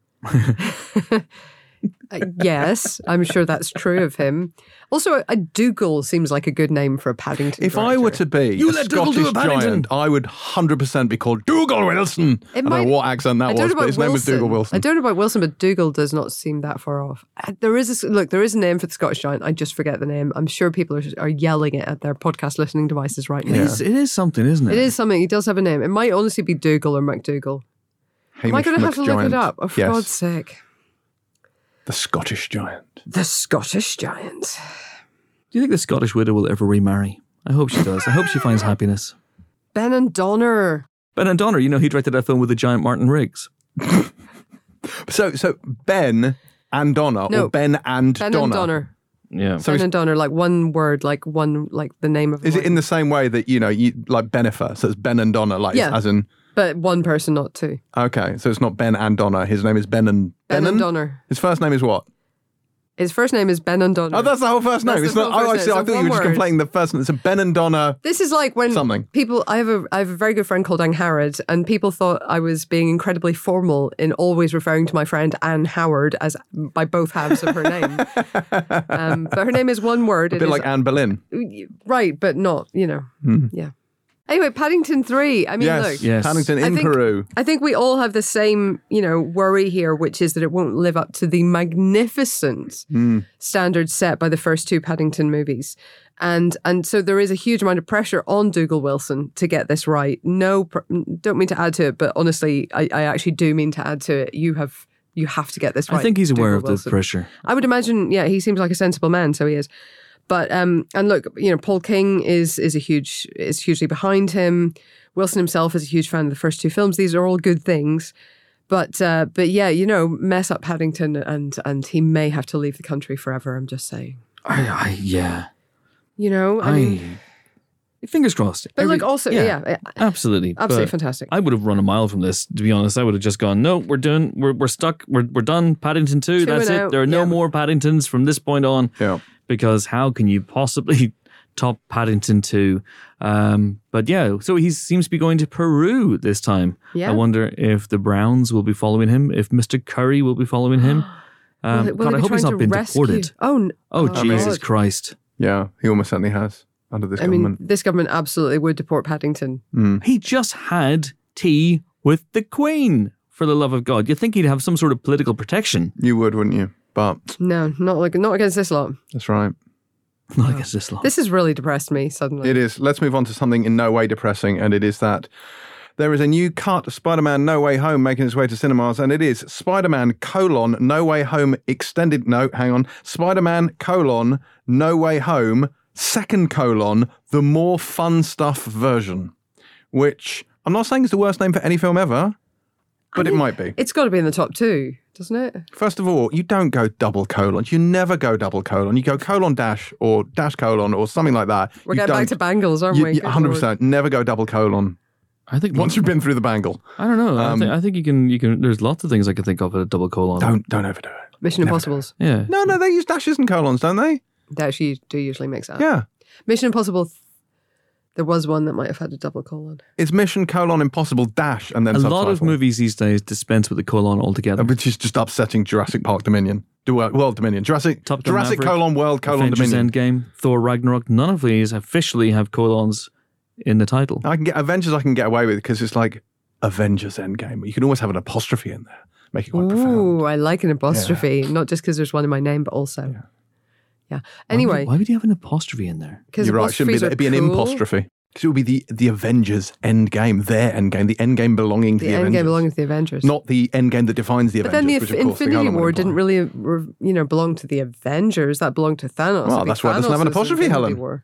[SPEAKER 3] Uh, yes, I'm sure that's true of him. Also, a, Dougal seems like a good name for a Paddington.
[SPEAKER 2] If I were to
[SPEAKER 3] director.
[SPEAKER 2] be
[SPEAKER 1] You
[SPEAKER 2] a
[SPEAKER 1] let Dougal
[SPEAKER 2] Scottish
[SPEAKER 1] do a Paddington.
[SPEAKER 2] giant, I would 100% be called Dougal Wilson. I don't
[SPEAKER 3] might-
[SPEAKER 2] know what accent that
[SPEAKER 3] I don't
[SPEAKER 2] was,
[SPEAKER 3] know about
[SPEAKER 2] but his name was Dougal
[SPEAKER 3] I
[SPEAKER 2] Wilson.
[SPEAKER 3] don't know about Wilson, but Dougal does not seem that far off. Uh, There is a, s- look, there is a name for the Scottish giant. I just forget the name. I'm sure people are, are yelling it at their podcast listening devices right now.
[SPEAKER 1] It is it is something, isn't it?
[SPEAKER 3] It is something. He does have a name. It might honestly be Dougal or McDougal. Am I
[SPEAKER 2] Hamish
[SPEAKER 3] going to have to look
[SPEAKER 2] McGiant.
[SPEAKER 3] it up? Oh, for
[SPEAKER 2] yes,
[SPEAKER 3] God's sake.
[SPEAKER 2] the Scottish giant.
[SPEAKER 3] The Scottish giant.
[SPEAKER 1] Do you think the Scottish widow will ever remarry? I hope she does. I hope she finds happiness.
[SPEAKER 3] Ben and Donner.
[SPEAKER 1] Ben and Donner, you know, he directed that film with the giant Martin Riggs.
[SPEAKER 2] So, so Ben and Donna,
[SPEAKER 3] No.
[SPEAKER 2] or Ben and
[SPEAKER 3] Ben
[SPEAKER 2] Donna.
[SPEAKER 3] and Donner.
[SPEAKER 1] Yeah.
[SPEAKER 2] So
[SPEAKER 3] ben
[SPEAKER 2] it's-
[SPEAKER 3] and Donner, like one word, like one, like the name of. a
[SPEAKER 2] Is it
[SPEAKER 3] word.
[SPEAKER 2] in the same way that you know, you like Benifer? So it's Ben and Donna, like
[SPEAKER 3] Yeah.
[SPEAKER 2] as in
[SPEAKER 3] But one person, not two.
[SPEAKER 2] okay. So it's not Ben and Donna. His name is Ben and
[SPEAKER 3] Ben
[SPEAKER 2] Benon?
[SPEAKER 3] and Donner.
[SPEAKER 2] His first name is what?
[SPEAKER 3] His first name is Ben and Donner.
[SPEAKER 2] Oh, that's the whole first
[SPEAKER 3] That's
[SPEAKER 2] name.
[SPEAKER 3] the
[SPEAKER 2] It's not.
[SPEAKER 3] full
[SPEAKER 2] Oh, I
[SPEAKER 3] first
[SPEAKER 2] see.
[SPEAKER 3] name.
[SPEAKER 2] I
[SPEAKER 3] It's
[SPEAKER 2] thought you
[SPEAKER 3] one
[SPEAKER 2] were just
[SPEAKER 3] word.
[SPEAKER 2] complaining the first name. It's a Ben and Donna.
[SPEAKER 3] This is like when
[SPEAKER 2] Something.
[SPEAKER 3] people. I have a I have a very good friend called Anne Howard, and people thought I was being incredibly formal in always referring to my friend Anne Howard as by both halves of her name. um, but her name is one word.
[SPEAKER 2] A bit like Anne Boleyn.
[SPEAKER 3] right, but not you know. Yeah. Anyway, Paddington Three. I mean,
[SPEAKER 2] Yes.
[SPEAKER 3] look.
[SPEAKER 1] Yes.
[SPEAKER 2] Paddington
[SPEAKER 3] I
[SPEAKER 2] in
[SPEAKER 3] think-
[SPEAKER 2] Peru.
[SPEAKER 3] I think we all have the same, you know, worry here, which is that it won't live up to the magnificent
[SPEAKER 2] Hmm,
[SPEAKER 3] standards set by the first two Paddington movies. And and so there is a huge amount of pressure on Dougal Wilson to get this right. No, pr- don't mean to add to it, but honestly, I, I actually do mean to add to it. You have you have to get this right.
[SPEAKER 1] I think he's aware
[SPEAKER 3] Dougal
[SPEAKER 1] of the
[SPEAKER 3] Wilson.
[SPEAKER 1] pressure.
[SPEAKER 3] I would imagine, yeah, he seems like a sensible man, so he is. But um, and look, you know, Paul King is is a huge is hugely behind him. Wilson himself is a huge fan of the first two films. These are all good things, but uh, but yeah, you know, mess up Paddington and and he may have to leave the country forever. I'm just saying,
[SPEAKER 1] I, I, yeah.
[SPEAKER 3] you know, I, mean,
[SPEAKER 1] I Fingers crossed.
[SPEAKER 3] But
[SPEAKER 1] Every-
[SPEAKER 3] look, also, yeah, yeah,
[SPEAKER 1] absolutely,
[SPEAKER 3] absolutely
[SPEAKER 1] But
[SPEAKER 3] fantastic.
[SPEAKER 1] I would have run a mile from this. To be honest, I would have just gone. No, we're doing. We're we're stuck. We're we're done. Paddington two.
[SPEAKER 3] Two
[SPEAKER 1] that's it.
[SPEAKER 3] and out,
[SPEAKER 1] There are no
[SPEAKER 3] yeah.
[SPEAKER 1] more Paddingtons from this point on.
[SPEAKER 2] Yeah.
[SPEAKER 1] Because how can you possibly top Paddington two? Um, but yeah, so he seems to be going to Peru this time.
[SPEAKER 3] yeah.
[SPEAKER 1] I wonder if the Browns will be following him. If Mr. Curry will be following him. Um,
[SPEAKER 3] Will it- will
[SPEAKER 1] God,
[SPEAKER 3] it
[SPEAKER 1] I
[SPEAKER 3] be
[SPEAKER 1] hope he's
[SPEAKER 3] trying
[SPEAKER 1] not
[SPEAKER 3] to
[SPEAKER 1] been
[SPEAKER 3] rescue-
[SPEAKER 1] deported.
[SPEAKER 3] Oh, n-
[SPEAKER 1] Oh,
[SPEAKER 3] Oh,
[SPEAKER 1] Jesus
[SPEAKER 3] God.
[SPEAKER 1] Christ!
[SPEAKER 2] Yeah. He almost certainly has under this
[SPEAKER 3] I mean,
[SPEAKER 2] government.
[SPEAKER 3] this government absolutely would deport Paddington.
[SPEAKER 2] Mm.
[SPEAKER 1] He just had tea with the Queen. For the love of God, you'd think he'd have some sort of political protection.
[SPEAKER 2] You would, wouldn't you? But
[SPEAKER 3] No, not like not against this lot.
[SPEAKER 2] that's right.
[SPEAKER 1] Not against this law.
[SPEAKER 3] This has really depressed me suddenly.
[SPEAKER 2] It is. Let's move on to something in no way depressing, and it is that there is a new cut of Spider-Man No Way Home making its way to cinemas, and it is Spider-Man colon No Way Home extended. No, hang on. Spider-Man colon No Way Home second colon the more fun stuff version, which I'm not saying is the worst name for any film ever, but it might be.
[SPEAKER 3] It's got to be in the top two, doesn't it?
[SPEAKER 2] First of all, you don't go double colon. You never go double colon. You go colon dash or dash colon or something like that.
[SPEAKER 3] We're
[SPEAKER 2] You
[SPEAKER 3] getting back
[SPEAKER 2] don't-
[SPEAKER 3] to bangles, aren't
[SPEAKER 2] you-
[SPEAKER 3] we?
[SPEAKER 2] you-
[SPEAKER 3] Good
[SPEAKER 2] 100%.
[SPEAKER 3] lord.
[SPEAKER 2] Never go double colon.
[SPEAKER 1] I think
[SPEAKER 2] Once you've been through the bangle,
[SPEAKER 1] I don't know. I,
[SPEAKER 2] Um,
[SPEAKER 1] thi- I think you can. You can. There's lots of things I can think of at a double colon.
[SPEAKER 2] don't don't overdo it.
[SPEAKER 3] Mission Impossible's.
[SPEAKER 1] Yeah.
[SPEAKER 2] No, no, they use dashes and colons, don't they?
[SPEAKER 3] They actually do usually mix it up.
[SPEAKER 2] Yeah.
[SPEAKER 3] Mission Impossible. th- There was one that might have had a double colon.
[SPEAKER 2] It's mission colon impossible dash and then
[SPEAKER 1] A lot
[SPEAKER 2] subtitle, uh,
[SPEAKER 1] of movies these days dispense with the colon altogether.
[SPEAKER 2] which is just upsetting Jurassic Park Dominion, Du- World Dominion, Jurassic
[SPEAKER 1] Top Gun
[SPEAKER 2] Jurassic
[SPEAKER 1] Maverick,
[SPEAKER 2] colon World colon
[SPEAKER 1] Avengers
[SPEAKER 2] Dominion.
[SPEAKER 1] Endgame, Thor Ragnarok. None of these officially have colons in the title.
[SPEAKER 2] I can get Avengers. I can get away with because it's like Avengers Endgame. You can always have an apostrophe in there, make it quite profound.
[SPEAKER 3] Ooh, I like an apostrophe, not just because there's one in my name, but also. Yeah.
[SPEAKER 1] Why would-
[SPEAKER 3] Anyway,
[SPEAKER 1] why would you have an apostrophe in there?
[SPEAKER 3] because
[SPEAKER 2] You're right. It shouldn't be. that. It'd be an impostrophe because it would be the the Avengers Endgame, their Endgame, the Endgame belonging to
[SPEAKER 3] The,
[SPEAKER 2] the,
[SPEAKER 3] end
[SPEAKER 2] Avengers,
[SPEAKER 3] game belonging to the Avengers.
[SPEAKER 2] not the Endgame that defines the
[SPEAKER 3] but then the
[SPEAKER 2] Avengers.
[SPEAKER 3] Inf-
[SPEAKER 2] which, of course, the
[SPEAKER 3] Infinity
[SPEAKER 2] colon would
[SPEAKER 3] War
[SPEAKER 2] imply.
[SPEAKER 3] didn't really, re- you know, belong to the Avengers. That belonged to Thanos.
[SPEAKER 2] Well,
[SPEAKER 3] It'd be
[SPEAKER 2] that's why it doesn't have an
[SPEAKER 3] Thanos'
[SPEAKER 2] apostrophe,
[SPEAKER 3] Infinity
[SPEAKER 2] Helen.
[SPEAKER 3] War.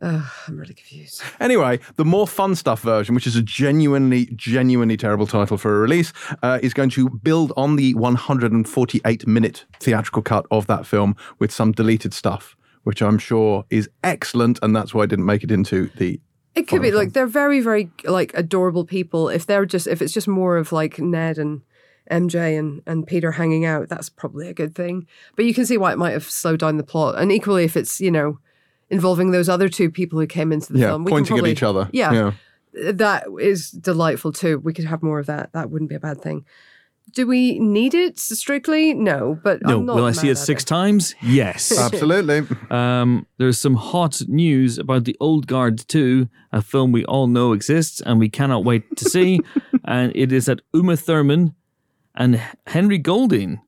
[SPEAKER 3] Ugh, I'm really confused.
[SPEAKER 2] Anyway, the more fun stuff version, which is a genuinely, genuinely terrible title for a release, uh, is going to build on the 148 minute theatrical cut of that film with some deleted stuff, which I'm sure is excellent, and that's why I didn't make it into the.
[SPEAKER 3] It could
[SPEAKER 2] follow
[SPEAKER 3] be
[SPEAKER 2] from.
[SPEAKER 3] like they're very, very like adorable people. If they're just if it's just more of like Ned and MJ and and Peter hanging out, that's probably a good thing. But you can see why it might have slowed down the plot. And equally, if it's you know involving those other two people who came into the
[SPEAKER 2] Yeah,
[SPEAKER 3] film, we can
[SPEAKER 2] pointing
[SPEAKER 3] probably-
[SPEAKER 2] at each other.
[SPEAKER 3] Yeah, that is delightful too. We could have more of that. That wouldn't be a bad thing. Do we need it strictly? No, but
[SPEAKER 1] No.
[SPEAKER 3] I'm not
[SPEAKER 1] Will I see
[SPEAKER 3] mad
[SPEAKER 1] it
[SPEAKER 3] at
[SPEAKER 1] six times? Yes.
[SPEAKER 2] Absolutely.
[SPEAKER 1] Um, there's some hot news about The Old Guard 2, a film we all know exists and we cannot wait to see. and it is that Uma Thurman and Henry Golding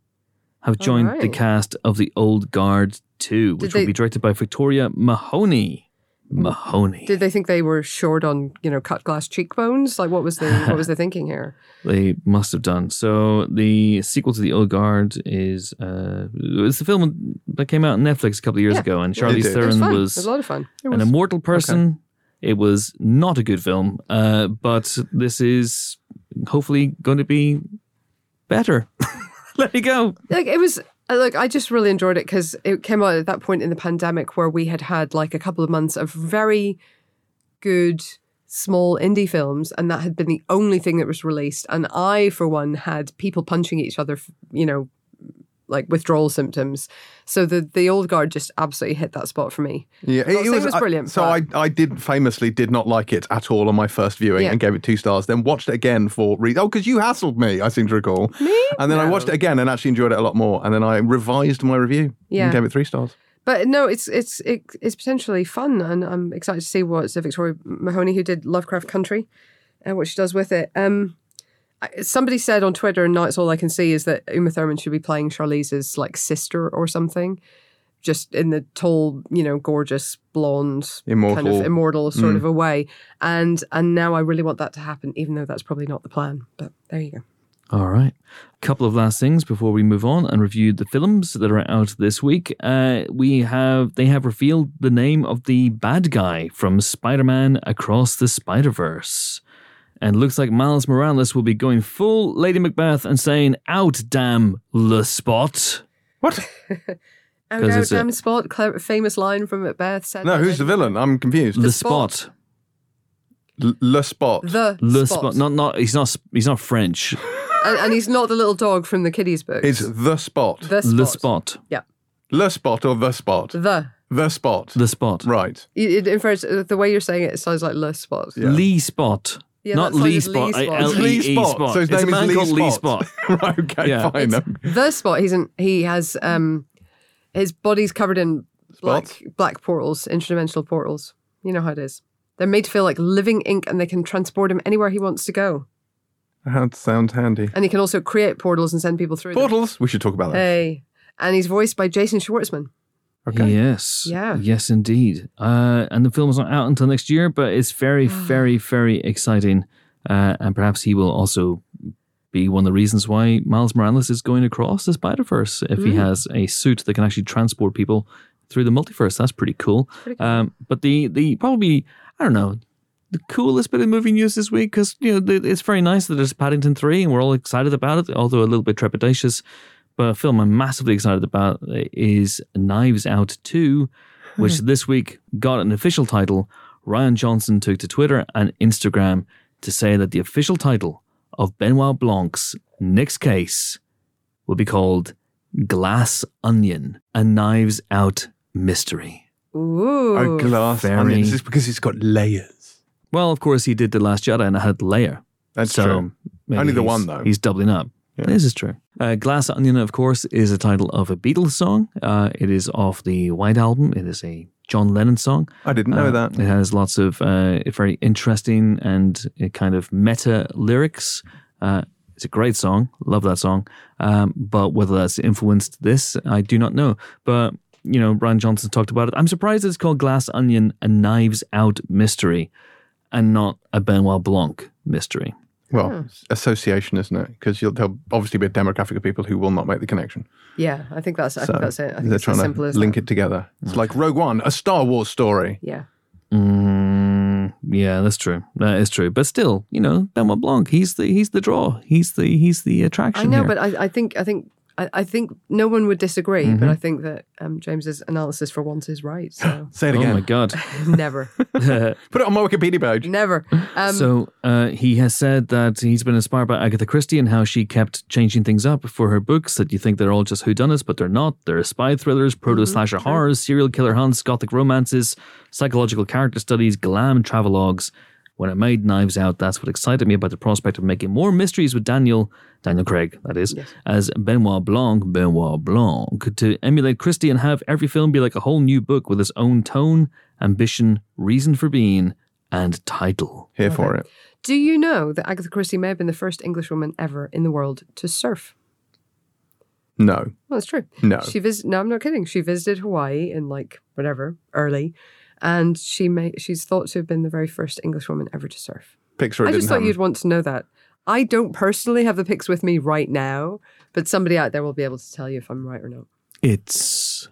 [SPEAKER 1] have
[SPEAKER 3] All
[SPEAKER 1] joined the
[SPEAKER 3] right.
[SPEAKER 1] cast of The Old Guard 2, which will
[SPEAKER 3] they-
[SPEAKER 1] be directed by Victoria Mahoney. Mahoney.
[SPEAKER 3] Did they think they were short on you know cut glass cheekbones? Like what was the what was the thinking here?
[SPEAKER 1] they must have done. So the sequel to The Old Guard is uh, it's the film that came out on Netflix a couple of years
[SPEAKER 3] Yeah.
[SPEAKER 1] ago, and
[SPEAKER 2] It did.
[SPEAKER 1] Charlize
[SPEAKER 2] It
[SPEAKER 3] It was
[SPEAKER 1] Theron
[SPEAKER 3] fun.
[SPEAKER 1] was
[SPEAKER 3] it was a lot of fun.
[SPEAKER 1] an immortal person. It was not a good film, uh, but this is hopefully going to be better. Let me go.
[SPEAKER 3] Like it was. uh, Like I just really enjoyed it because it came out at that point in the pandemic where we had had like a couple of months of very good small indie films, and that had been the only thing that was released. And I, for one, had people punching each other. f- You know, like withdrawal symptoms. So the the old guard just absolutely hit that spot for me.
[SPEAKER 2] Yeah,
[SPEAKER 3] Not saying it was
[SPEAKER 2] I-
[SPEAKER 3] brilliant,
[SPEAKER 2] so I, I did famously did not like it at all on my first viewing
[SPEAKER 3] Yeah.
[SPEAKER 2] and gave it two stars. Then watched it again for re- oh because you hassled me. I seem to recall.
[SPEAKER 3] Me?
[SPEAKER 2] And then I
[SPEAKER 3] No.
[SPEAKER 2] watched it again and actually enjoyed it a lot more. And then I revised my review.
[SPEAKER 3] Yeah.
[SPEAKER 2] and gave it three stars.
[SPEAKER 3] But no, it's it's it, it's potentially fun, and I'm excited to see what so Victoria Mahoney, who did Lovecraft Country, and what she does with it. Um, I- somebody said on Twitter, and now it's all I can see is that Uma Thurman should be playing Charlize's like sister or something, just in the tall, you know, gorgeous blonde
[SPEAKER 2] Immortal.
[SPEAKER 3] kind of immortal sort
[SPEAKER 2] Mm.
[SPEAKER 3] of a way. And and now I really want that to happen, even though that's probably not the plan. But there you go.
[SPEAKER 1] All right. A couple of last things before we move on and review the films that are out this week. Uh, we have they have revealed the name of the bad guy from Spider-Man Across the Spider-Verse. And looks like Miles Morales will be going full Lady Macbeth and saying, "Out damn the spot."
[SPEAKER 2] What?
[SPEAKER 3] Oh
[SPEAKER 1] 'Cause
[SPEAKER 3] no,
[SPEAKER 1] it's a-
[SPEAKER 3] damn spot! Cle- famous line from Macbeth said.
[SPEAKER 2] No,
[SPEAKER 3] that
[SPEAKER 2] who's
[SPEAKER 3] they-
[SPEAKER 2] the villain? I'm confused.
[SPEAKER 1] the
[SPEAKER 3] spot.
[SPEAKER 1] spot.
[SPEAKER 2] L- Le Spot.
[SPEAKER 3] The,
[SPEAKER 1] Le
[SPEAKER 3] spot.
[SPEAKER 1] spot. Not not. He's not. He's not French.
[SPEAKER 3] and, and he's not the little dog from the kiddies book.
[SPEAKER 2] It's The Spot.
[SPEAKER 3] the spot.
[SPEAKER 1] The spot.
[SPEAKER 3] Yeah,
[SPEAKER 2] Le Spot or The Spot?
[SPEAKER 3] the.
[SPEAKER 2] The Spot.
[SPEAKER 1] The spot.
[SPEAKER 2] Right.
[SPEAKER 3] It, it infers, the way you're saying it, it sounds like le spot.
[SPEAKER 2] Yeah.
[SPEAKER 1] Lee spot.
[SPEAKER 3] Yeah,
[SPEAKER 1] not
[SPEAKER 3] that sounded
[SPEAKER 1] Lee spot.
[SPEAKER 3] Lee Spot.
[SPEAKER 1] L E E spot.
[SPEAKER 2] So his
[SPEAKER 1] it's
[SPEAKER 2] name
[SPEAKER 1] a man
[SPEAKER 2] is
[SPEAKER 1] called
[SPEAKER 2] Lee
[SPEAKER 1] Lee
[SPEAKER 2] Spot.
[SPEAKER 1] Spot.
[SPEAKER 2] right, okay,
[SPEAKER 1] Yeah.
[SPEAKER 2] fine.
[SPEAKER 3] The spot. He's in. He has um, his body's covered in black
[SPEAKER 2] Spots?
[SPEAKER 3] black portals, interdimensional portals. You know how it is. They're made to feel like living ink, and they can transport him anywhere he wants to go.
[SPEAKER 2] That sounds handy.
[SPEAKER 3] And he can also create portals and send people through. them.
[SPEAKER 2] Portals. We should talk about that.
[SPEAKER 3] Hey, and he's voiced by Jason Schwartzman.
[SPEAKER 2] Okay.
[SPEAKER 1] Yes.
[SPEAKER 3] Yeah.
[SPEAKER 1] Yes, indeed. Uh, and the film is not out until next year, but it's very, very, very exciting. Uh, and perhaps he will also be one of the reasons why Miles Morales is going across the Spider Verse if he has a suit that can actually transport people through the multiverse. That's pretty cool. Um, but the the probably I don't know. The coolest bit of movie news this week because you know the, it's very nice that there's Paddington three and we're all excited about it, although a little bit trepidatious. But a film I'm massively excited about uh, is Knives Out 2, which this week got an official title. Ryan Johnson took to Twitter and Instagram to say that the official title of Benoit Blanc's next case will be called Glass Onion, a Knives Out mystery.
[SPEAKER 3] Ooh,
[SPEAKER 2] A glass
[SPEAKER 1] very-
[SPEAKER 2] onion. This is because it's got layers.
[SPEAKER 1] Well, of course, he did The Last Jedi and it had layer.
[SPEAKER 2] That's
[SPEAKER 1] so
[SPEAKER 2] true.
[SPEAKER 1] maybe
[SPEAKER 2] Only the
[SPEAKER 1] he's-
[SPEAKER 2] one, though.
[SPEAKER 1] He's doubling up.
[SPEAKER 2] Yeah.
[SPEAKER 1] This is true. Uh, Glass Onion, of course, is a title of a Beatles song. Uh, it is off the White Album. It is a John Lennon song.
[SPEAKER 2] I didn't know
[SPEAKER 1] Uh,
[SPEAKER 2] that.
[SPEAKER 1] It has lots of uh, very interesting and uh, kind of meta lyrics. Uh, it's a great song. Love that song. Um, but whether that's influenced this, I do not know. But, you know, Brian Johnson talked about it. I'm surprised it's called Glass Onion, a Knives Out mystery, and not a Benoit Blanc mystery.
[SPEAKER 2] Well,
[SPEAKER 3] Hmm.
[SPEAKER 2] it's association, isn't it? Because there'll obviously be a demographic of people who will not make the connection.
[SPEAKER 3] yeah. I think that's. I
[SPEAKER 2] So
[SPEAKER 3] think that's it. I think
[SPEAKER 2] they're
[SPEAKER 3] it's as
[SPEAKER 2] trying
[SPEAKER 3] simple
[SPEAKER 2] to
[SPEAKER 3] as
[SPEAKER 2] link
[SPEAKER 3] that. Mm.
[SPEAKER 2] it together. It's like Rogue One, a Star Wars story.
[SPEAKER 3] Yeah.
[SPEAKER 1] Mm, yeah, that's true. That is true. But still, you know, Benoit Blanc, he's the he's the draw. He's the he's the
[SPEAKER 3] I
[SPEAKER 1] attraction.
[SPEAKER 3] know,
[SPEAKER 1] here.
[SPEAKER 3] but I, I think I think I, I think no one would disagree. But I think that um, James's analysis for once is right. So
[SPEAKER 2] Say it
[SPEAKER 1] oh my
[SPEAKER 2] again.
[SPEAKER 1] god.
[SPEAKER 3] never,
[SPEAKER 2] Put it on my Wikipedia page.
[SPEAKER 3] never. Um,
[SPEAKER 1] so uh, he has said that he's been inspired by Agatha Christie and how she kept changing things up for her books. That you think they're all just whodunits, but they're not. They're spy thrillers, proto slasher horrors, serial killer hunts, gothic romances, psychological character studies, glam travelogues. When I made Knives Out, that's what excited me about the prospect of making more mysteries with Daniel, Daniel Craig, that is, as Benoit Blanc, Benoit Blanc, to emulate Christie and have every film be like a whole new book with its own tone, ambition, reason for being, and title.
[SPEAKER 2] Here for it.
[SPEAKER 3] do you know that Agatha Christie may have been the first Englishwoman ever in the world to surf?
[SPEAKER 2] No.
[SPEAKER 3] Well, it's true.
[SPEAKER 2] No.
[SPEAKER 3] She visited. No, I'm not kidding. She visited Hawaii in like whatever early, and she may she's thought to have been the very first Englishwoman ever to surf.
[SPEAKER 2] Picture it
[SPEAKER 3] I
[SPEAKER 2] didn't
[SPEAKER 3] just thought
[SPEAKER 2] happen.
[SPEAKER 3] you'd want to know that. I don't personally have the pics with me right now, but somebody out there will be able to tell you if I'm right or not.
[SPEAKER 1] It's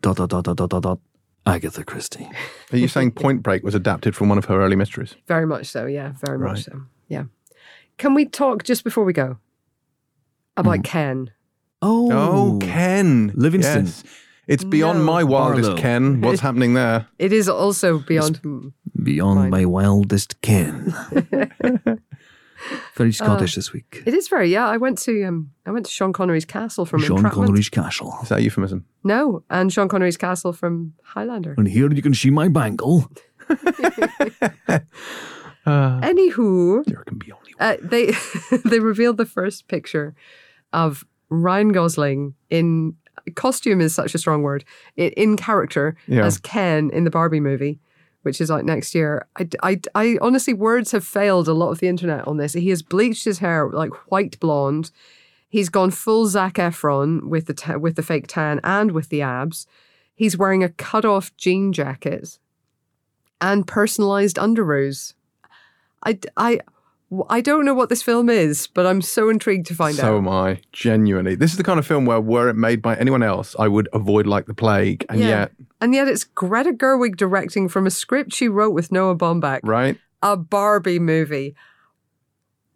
[SPEAKER 1] dot dot dot dot dot dot dot Agatha Christie.
[SPEAKER 2] Are you saying Point Break was adapted from one of her early mysteries?
[SPEAKER 3] Very much so, yeah. Very
[SPEAKER 2] Right.
[SPEAKER 3] much so. Yeah. Can we talk just before we go
[SPEAKER 1] Hmm.
[SPEAKER 3] about Ken?
[SPEAKER 1] Oh,
[SPEAKER 2] Oh, Ken.
[SPEAKER 1] Livingston.
[SPEAKER 2] Yes. It's beyond
[SPEAKER 3] No.
[SPEAKER 2] my wildest
[SPEAKER 1] Barlow.
[SPEAKER 2] Ken. What's happening there?
[SPEAKER 3] It is also beyond. mm,
[SPEAKER 1] beyond
[SPEAKER 3] Fine.
[SPEAKER 1] my wildest ken. Very Scottish this week.
[SPEAKER 3] It Uh, is very yeah. I went to um I went to Sean Connery's castle from
[SPEAKER 1] Sean
[SPEAKER 3] Entrapment.
[SPEAKER 1] Connery's castle.
[SPEAKER 2] Is that a euphemism?
[SPEAKER 3] No, and Sean Connery's castle from Highlander.
[SPEAKER 1] And here you can see my bangle. Uh,
[SPEAKER 3] Anywho,
[SPEAKER 2] There can be only
[SPEAKER 3] uh, they they revealed the first picture of Ryan Gosling in costume is such a strong word i- in character
[SPEAKER 2] Yeah.
[SPEAKER 3] as Ken in the Barbie movie, which is out next year. I, d- I d- I honestly words have failed a lot of the internet on this. He has bleached his hair like white blonde. He's gone full Zac Efron with the ta- with the fake tan and with the abs. He's wearing a cut off jean jacket and personalized underoos. I, d- I, w- I don't know what this film is, but I'm so intrigued to find
[SPEAKER 2] so
[SPEAKER 3] out.
[SPEAKER 2] am I. Genuinely. This is the kind of film where, were it made by anyone else, I would avoid like the plague. And yet,
[SPEAKER 3] And yet it's Greta Gerwig directing from a script she wrote with Noah Baumbach,
[SPEAKER 2] right?
[SPEAKER 3] a Barbie movie.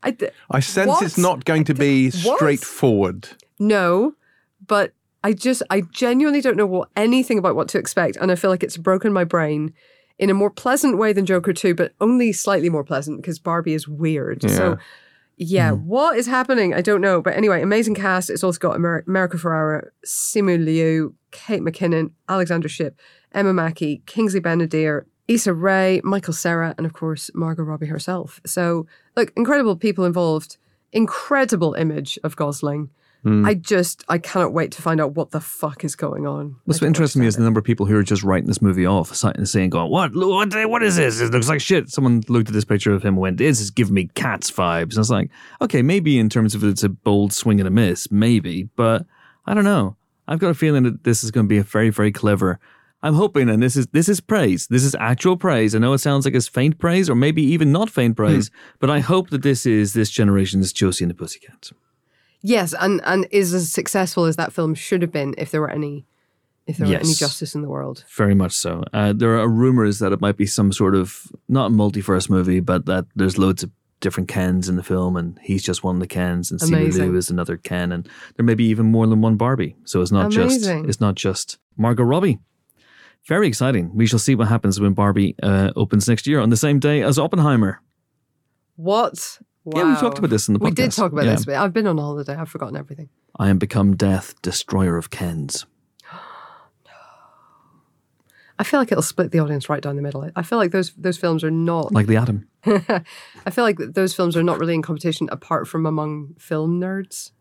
[SPEAKER 3] I d-
[SPEAKER 2] I sense
[SPEAKER 3] What?
[SPEAKER 2] it's not going to be
[SPEAKER 3] What?
[SPEAKER 2] straightforward.
[SPEAKER 3] no, but I just, I genuinely don't know what anything about what to expect, and I feel like it's broken my brain in a more pleasant way than Joker Two, but only slightly more pleasant because Barbie is weird. So. Yeah, what is happening? I don't know. But anyway, amazing cast. It's also got Amer- America Ferrara, Simu Liu, Kate McKinnon, Alexander Shipp, Emma Mackey, Kingsley Benadir, Issa Rae, Michael Serra, and of course, Margot Robbie herself. So, look, incredible people involved. Incredible image of Gosling.
[SPEAKER 2] Hmm.
[SPEAKER 1] Mm.
[SPEAKER 3] I just, I cannot wait to find out what the fuck is going on.
[SPEAKER 1] What's
[SPEAKER 3] I don't
[SPEAKER 1] interesting to me is the
[SPEAKER 3] understand
[SPEAKER 1] number of people who are just writing this movie off, sight- saying, "Going what? What? What is this? It looks like shit." Someone looked at this picture of him and went, "This is giving me cats vibes." And I was like, "Okay, maybe in terms of it's a bold swing and a miss, maybe, but I don't know. I've got a feeling that this is going to be a very, very clever." I'm hoping, and this is this is praise. This is actual praise. I know it sounds like it's faint praise, or maybe even not faint praise, but I hope that this is this generation's Josie and the Pussycat.
[SPEAKER 3] it. Yes, and and is as successful as that film should have been if there were any, if there were any
[SPEAKER 1] Yes.
[SPEAKER 3] justice in the world.
[SPEAKER 1] Very much so. Uh, there are rumors that it might be some sort of not multiverse movie, but that there's loads of different Kens in the film, and he's just one of the Kens, and Simu
[SPEAKER 3] Amazing.
[SPEAKER 1] Liu is another Ken, and there may be even more than one Barbie. So it's not
[SPEAKER 3] Amazing.
[SPEAKER 1] just it's not just Margot Robbie. Very exciting. We shall see what happens when Barbie uh, opens next year on the same day as Oppenheimer.
[SPEAKER 3] What?
[SPEAKER 1] Yeah, we
[SPEAKER 3] Wow.
[SPEAKER 1] talked about this in the podcast.
[SPEAKER 3] We did talk about
[SPEAKER 1] Yeah.
[SPEAKER 3] this, but I've been on holiday. I've forgotten everything.
[SPEAKER 1] I am become death, destroyer of Kens.
[SPEAKER 3] I feel like it'll split the audience right down the middle. I feel like those those films are not.
[SPEAKER 1] Like the atom.
[SPEAKER 3] I feel like those films are not really in competition apart from among film nerds.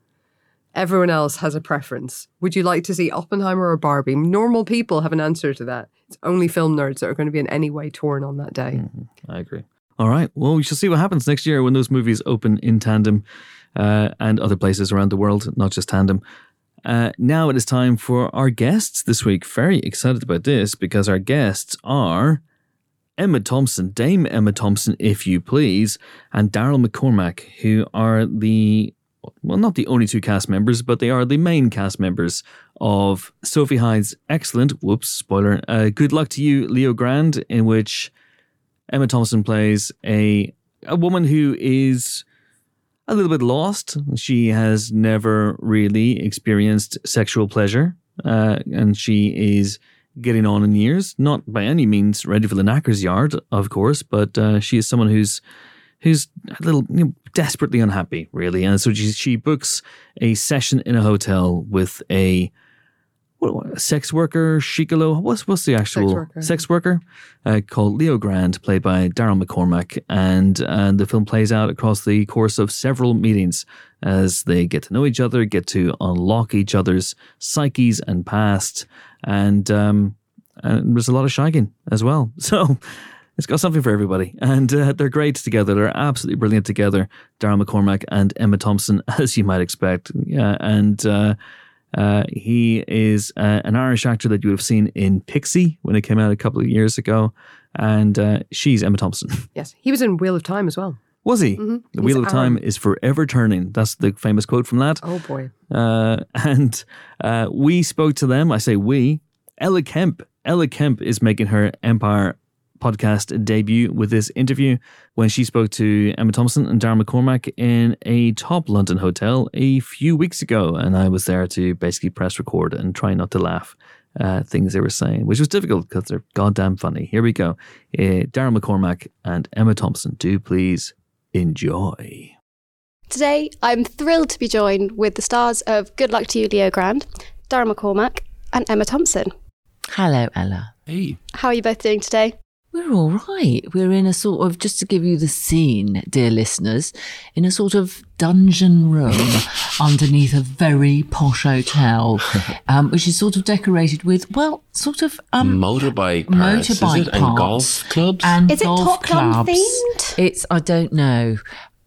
[SPEAKER 3] Everyone else has a preference. Would you like to see Oppenheimer or Barbie? Normal people have an answer to that. It's only film nerds that are going to be in any way torn on that day.
[SPEAKER 1] I agree. All right. Well, we shall see what happens next year when those movies open in tandem uh, and other places around the world, not just tandem. Uh, now it is time for our guests this week. Very excited about this because our guests are Emma Thompson, Dame Emma Thompson, if you please, and Daryl McCormack, who are the, well, not the only two cast members, but they are the main cast members of Sophie Hyde's excellent, whoops, spoiler, uh, Good Luck to You, Leo Grand, in which Emma Thompson plays a a woman who is a little bit lost. She has never really experienced sexual pleasure, uh, and she is getting on in years. Not by any means ready for the knacker's yard, of course, but uh, she is someone who's who's a little you know, desperately unhappy, really. And so she she books a session in a hotel with a. What, what- sex worker, Shikolo, what's, what's the actual
[SPEAKER 3] worker.
[SPEAKER 1] sex worker? uh, called Leo Grand, played by Daryl McCormack, and uh, the film plays out across the course of several meetings as they get to know each other, get to unlock each other's psyches and past, and um, and there's a lot of shagging as well. So. It's got something for everybody, and uh, they're great together. They're absolutely brilliant together, Daryl McCormack and Emma Thompson, as you might expect. Yeah, and uh, uh, he is uh, an Irish actor that you would have seen in Pixie when it came out a couple of years ago, and uh, she's Emma Thompson.
[SPEAKER 3] Yes, he was in Wheel of Time as well. Mm-hmm.
[SPEAKER 1] Was he? The wheel
[SPEAKER 3] He's
[SPEAKER 1] of time is forever turning. That's the famous quote from that.
[SPEAKER 3] Oh boy.
[SPEAKER 1] Uh, and uh, we spoke to them. I say we. Ella Kemp. Ella Kemp is making her Empire podcast debut with this interview when she spoke to Emma Thompson and Darren McCormack in a top London hotel a few weeks ago. And I was there to basically press record and try not to laugh. Uh, things they were saying, which was difficult because they're goddamn funny. Here we go. Uh, Darren McCormack and Emma Thompson. Do please enjoy.
[SPEAKER 4] Today, I'm thrilled to be joined with the stars of Good Luck to You, Leo Grand, Darren McCormack, and Emma Thompson.
[SPEAKER 5] Hello, Ella.
[SPEAKER 6] Hey.
[SPEAKER 4] How are you both doing today?
[SPEAKER 5] We're all right. We're in a sort of, just to give you the scene, dear listeners, in a sort of dungeon room underneath a very posh hotel, um, which is sort of decorated with, well, sort of um,
[SPEAKER 6] Motorbike parts, is
[SPEAKER 5] motorbike
[SPEAKER 6] it? And
[SPEAKER 5] parts
[SPEAKER 6] golf clubs?
[SPEAKER 5] and
[SPEAKER 4] Is it
[SPEAKER 5] golf
[SPEAKER 4] Top Gun
[SPEAKER 5] clubs.
[SPEAKER 4] themed?
[SPEAKER 5] It's I don't know.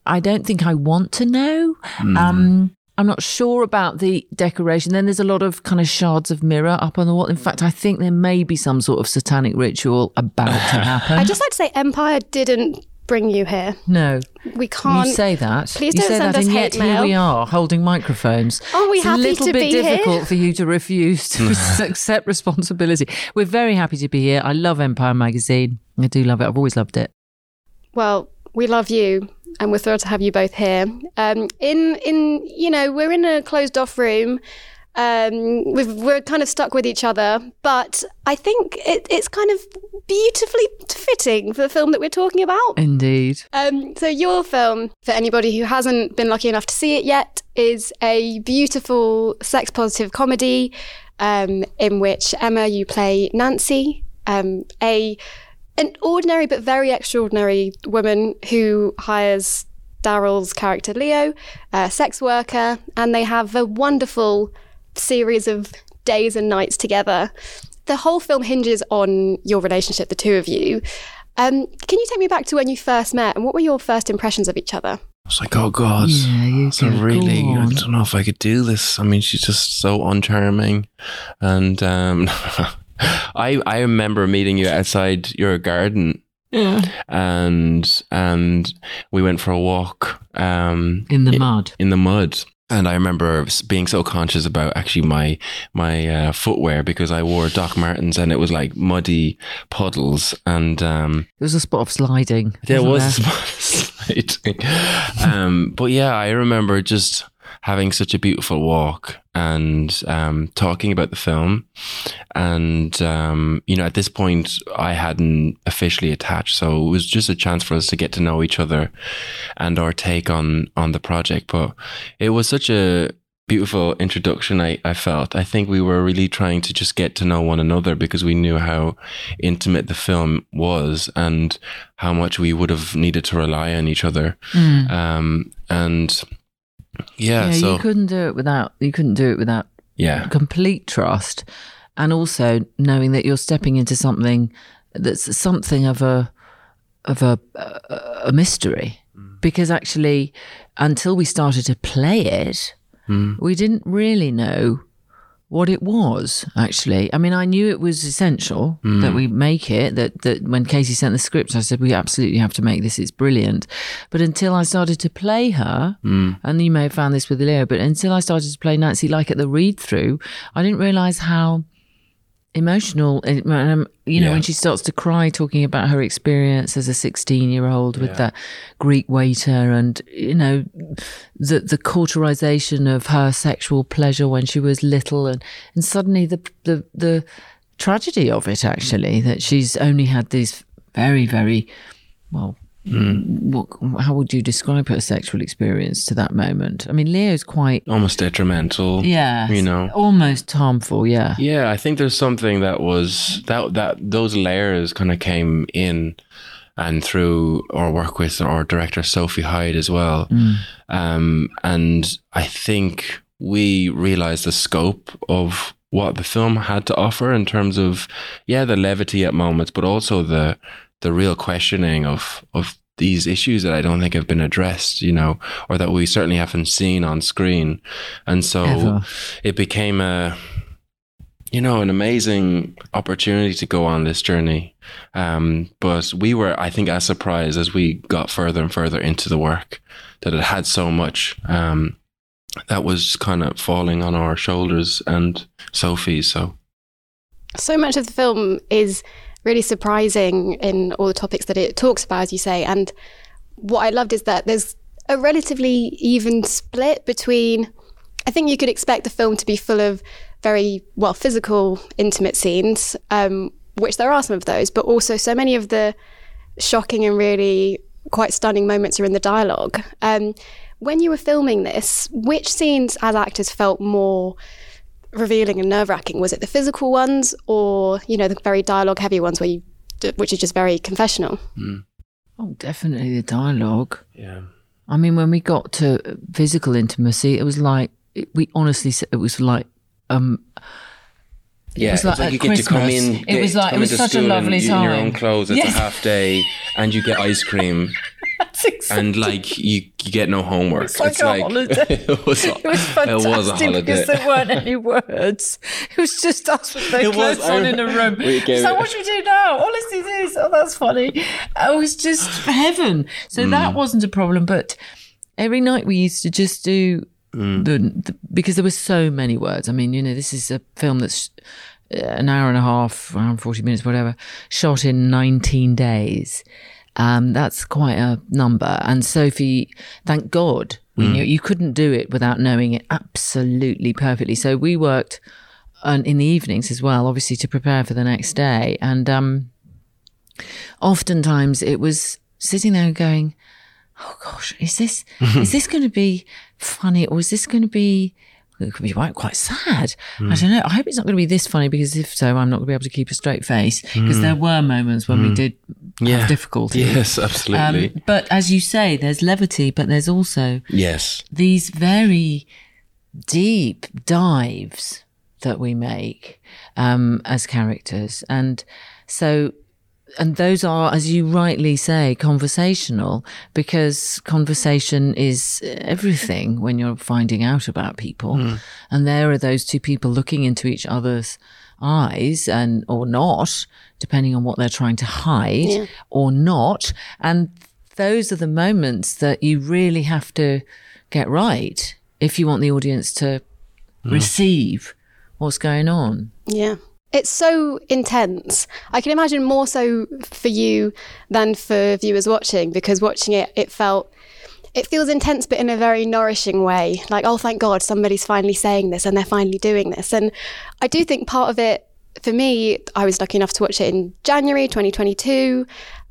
[SPEAKER 5] I don't think I want to know. Um, I'm not sure about the decoration. Then there's a lot of kind of shards of mirror up on the wall. In fact, I think there may be some sort of satanic ritual about to happen.
[SPEAKER 4] I'd just like to say Empire didn't bring you here.
[SPEAKER 5] no,
[SPEAKER 4] We can't.
[SPEAKER 5] you say that.
[SPEAKER 4] Please
[SPEAKER 5] you
[SPEAKER 4] don't
[SPEAKER 5] say
[SPEAKER 4] send
[SPEAKER 5] that,
[SPEAKER 4] us
[SPEAKER 5] and
[SPEAKER 4] hate
[SPEAKER 5] yet here
[SPEAKER 4] mail.
[SPEAKER 5] we are holding microphones.
[SPEAKER 4] Aren't we
[SPEAKER 5] it's
[SPEAKER 4] happy
[SPEAKER 5] a little
[SPEAKER 4] to
[SPEAKER 5] bit
[SPEAKER 4] be here?
[SPEAKER 5] difficult for you to refuse to accept responsibility. We're very happy to be here. I love Empire magazine. I do love it. I've always loved it.
[SPEAKER 4] Well, we love you, and we're thrilled to have you both here. Um, in in you know, we're in a closed off room. Um, we've, we're kind of stuck with each other, but I think it, it's kind of beautifully fitting for the film that we're talking about.
[SPEAKER 5] Indeed.
[SPEAKER 4] Um, so your film, for anybody who hasn't been lucky enough to see it yet, is a beautiful sex positive comedy um, in which Emma, you play Nancy, um, a an ordinary but very extraordinary woman who hires Daryl's character Leo, a sex worker, and they have a wonderful series of days and nights together. The whole film hinges on your relationship, the two of you. Um, can you take me back to when you first met and what were your first impressions of each other?
[SPEAKER 6] I was like, oh God.
[SPEAKER 5] Yeah, you
[SPEAKER 6] it's not
[SPEAKER 5] go,
[SPEAKER 6] really,
[SPEAKER 5] go
[SPEAKER 6] I
[SPEAKER 5] on.
[SPEAKER 6] don't know if I could do this. I mean, she's just so uncharming. And um, I, I remember meeting you outside your garden
[SPEAKER 5] Yeah.
[SPEAKER 6] and, and we went for a walk. Um,
[SPEAKER 5] In the
[SPEAKER 6] i-
[SPEAKER 5] mud.
[SPEAKER 6] in the mud. And I remember s- being so conscious about actually my my uh, footwear because I wore Doc Martens and it was like muddy puddles and um,
[SPEAKER 5] There was a spot of sliding.
[SPEAKER 6] there
[SPEAKER 5] wasn't
[SPEAKER 6] was a spot sliding. um, but yeah, I remember just having such a beautiful walk and um, talking about the film. And um, you know, at this point, I hadn't officially attached, so it was just a chance for us to get to know each other and our take on on the project. But it was such a beautiful introduction I, I felt i think we were really trying to just get to know one another because we knew how intimate the film was and how much we would have needed to rely on each other
[SPEAKER 5] Mm.
[SPEAKER 6] um and yeah,
[SPEAKER 5] yeah,
[SPEAKER 6] so
[SPEAKER 5] you couldn't do it without you couldn't do it without
[SPEAKER 6] yeah
[SPEAKER 5] complete trust and also knowing that you're stepping into something that's something of a of a a, a mystery because actually until we started to play it we didn't really know what it was actually i mean i knew it was essential that we make it that that when casey sent the script i said we absolutely have to make this it's brilliant but until i started to play her and you may have found this with leo but until i started to play nancy like at the read through i didn't realize how emotional and um, you know
[SPEAKER 6] Yeah.
[SPEAKER 5] when she starts to cry talking about her experience as a 16 year old with that greek waiter and you know the the cauterization of her sexual pleasure when she was little and and suddenly the the the tragedy of it actually that she's only had these very very well
[SPEAKER 6] Hmm.
[SPEAKER 5] what, how would you describe her sexual experience to that moment i mean leo's quite
[SPEAKER 6] almost detrimental
[SPEAKER 5] yeah
[SPEAKER 6] you know
[SPEAKER 5] almost harmful yeah
[SPEAKER 6] yeah i think there's something that was that that those layers kind of came in and through our work with our director sophie hyde as well
[SPEAKER 5] Mm.
[SPEAKER 6] um, and i think we realized the scope of what the film had to offer in terms of yeah the levity at moments but also the the real questioning of of these issues that i don't think have been addressed you know or that we certainly haven't seen on screen and so
[SPEAKER 5] Ever.
[SPEAKER 6] it became a you know an amazing opportunity to go on this journey um, but we were i think as surprised as we got further and further into the work that it had so much um, that was kind of falling on our shoulders and sophie's so
[SPEAKER 4] So much of the film is really surprising in all the topics that it talks about, as you say. And what I loved is that there's a relatively even split between, I think you could expect the film to be full of very, well, physical, intimate scenes, um, which there are some of those, but also so many of the shocking and really quite stunning moments are in the dialogue. Um, when you were filming this, which scenes as actors felt more revealing and nerve wracking? Was it the physical ones or, you know, the very dialogue heavy ones where you, which is just very confessional?
[SPEAKER 5] oh definitely the dialogue
[SPEAKER 6] yeah
[SPEAKER 5] I mean, when we got to physical intimacy, it was like it, we honestly, s- it was like um,
[SPEAKER 6] yeah,
[SPEAKER 5] It was like
[SPEAKER 6] it's like
[SPEAKER 5] at
[SPEAKER 6] you get to come
[SPEAKER 5] Christmas.
[SPEAKER 6] in.
[SPEAKER 5] It
[SPEAKER 6] get-
[SPEAKER 5] was like-
[SPEAKER 6] come
[SPEAKER 5] it was
[SPEAKER 6] into
[SPEAKER 5] such a
[SPEAKER 6] school in-
[SPEAKER 5] lovely
[SPEAKER 6] In your own
[SPEAKER 5] time.
[SPEAKER 6] clothes, it's
[SPEAKER 5] Yes.
[SPEAKER 6] a half day, and you get ice cream,
[SPEAKER 5] that's exactly
[SPEAKER 6] and like you, you get no homework.
[SPEAKER 5] It's like a holiday.
[SPEAKER 6] it was. a-
[SPEAKER 5] It was fantastic
[SPEAKER 6] It was a holiday.
[SPEAKER 5] because there weren't any words. It was just us with no
[SPEAKER 6] It was-
[SPEAKER 5] clothes on
[SPEAKER 6] I-
[SPEAKER 5] in a room.
[SPEAKER 6] we gave
[SPEAKER 5] So
[SPEAKER 6] it-
[SPEAKER 5] what should we do now? All let's do this. Oh, that's funny. It was just Mm. heaven. So that wasn't a problem. But every night we used to just do the, the because there were so many words. I mean, you know, this is a film that's uh, an hour and a half, around forty minutes, whatever, shot in nineteen days. Um, that's quite a number. And Sophie, thank God, We knew you couldn't do it without knowing it absolutely perfectly. So we worked um, in the evenings as well, obviously to prepare for the next day. And um, oftentimes it was sitting there going, "Oh gosh, is this is this going to be funny or is this going to be?" It could be quite quite sad.
[SPEAKER 6] Hmm.
[SPEAKER 5] I don't know. I hope it's not going to be this funny because if so, I'm not going to be able to keep a straight face because there were moments when we did
[SPEAKER 6] Hmm. Yeah.
[SPEAKER 5] have difficulty.
[SPEAKER 6] Yes, absolutely.
[SPEAKER 5] Um, but as you say, there's levity, but there's also
[SPEAKER 6] yes.
[SPEAKER 5] these very deep dives that we make um, as characters. And so, and those are, as you rightly say, conversational because conversation is everything when you're finding out about people. And there are those two people looking into each other's eyes and or not depending on what they're trying to hide or not and those are the moments that you really have to get right if you want the audience to receive what's going on.
[SPEAKER 4] Yeah. It's so intense. I can imagine more so for you than for viewers watching because watching it, it felt, it feels intense, but in a very nourishing way. Like, oh, thank God somebody's finally saying this and they're finally doing this. And I do think part of it, for me, I was lucky enough to watch it in January 2022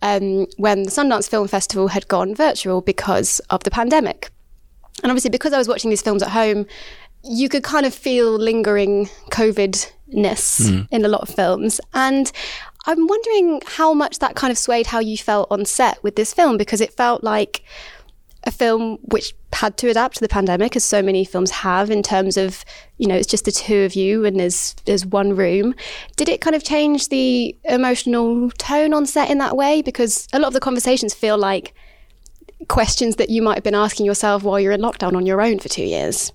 [SPEAKER 4] um, when the Sundance Film Festival had gone virtual because of the pandemic. And obviously, because I was watching these films at home, you could kind of feel lingering COVID ness in a lot of films. And I'm wondering how much that kind of swayed how you felt on set with this film because it felt like a film which had to adapt to the pandemic, as so many films have, in terms of you know it's just the two of you and there's there's one room. Did it kind of change the emotional tone on set in that way? Because a lot of the conversations feel like questions that you might have been asking yourself while you're in lockdown on your own for two years.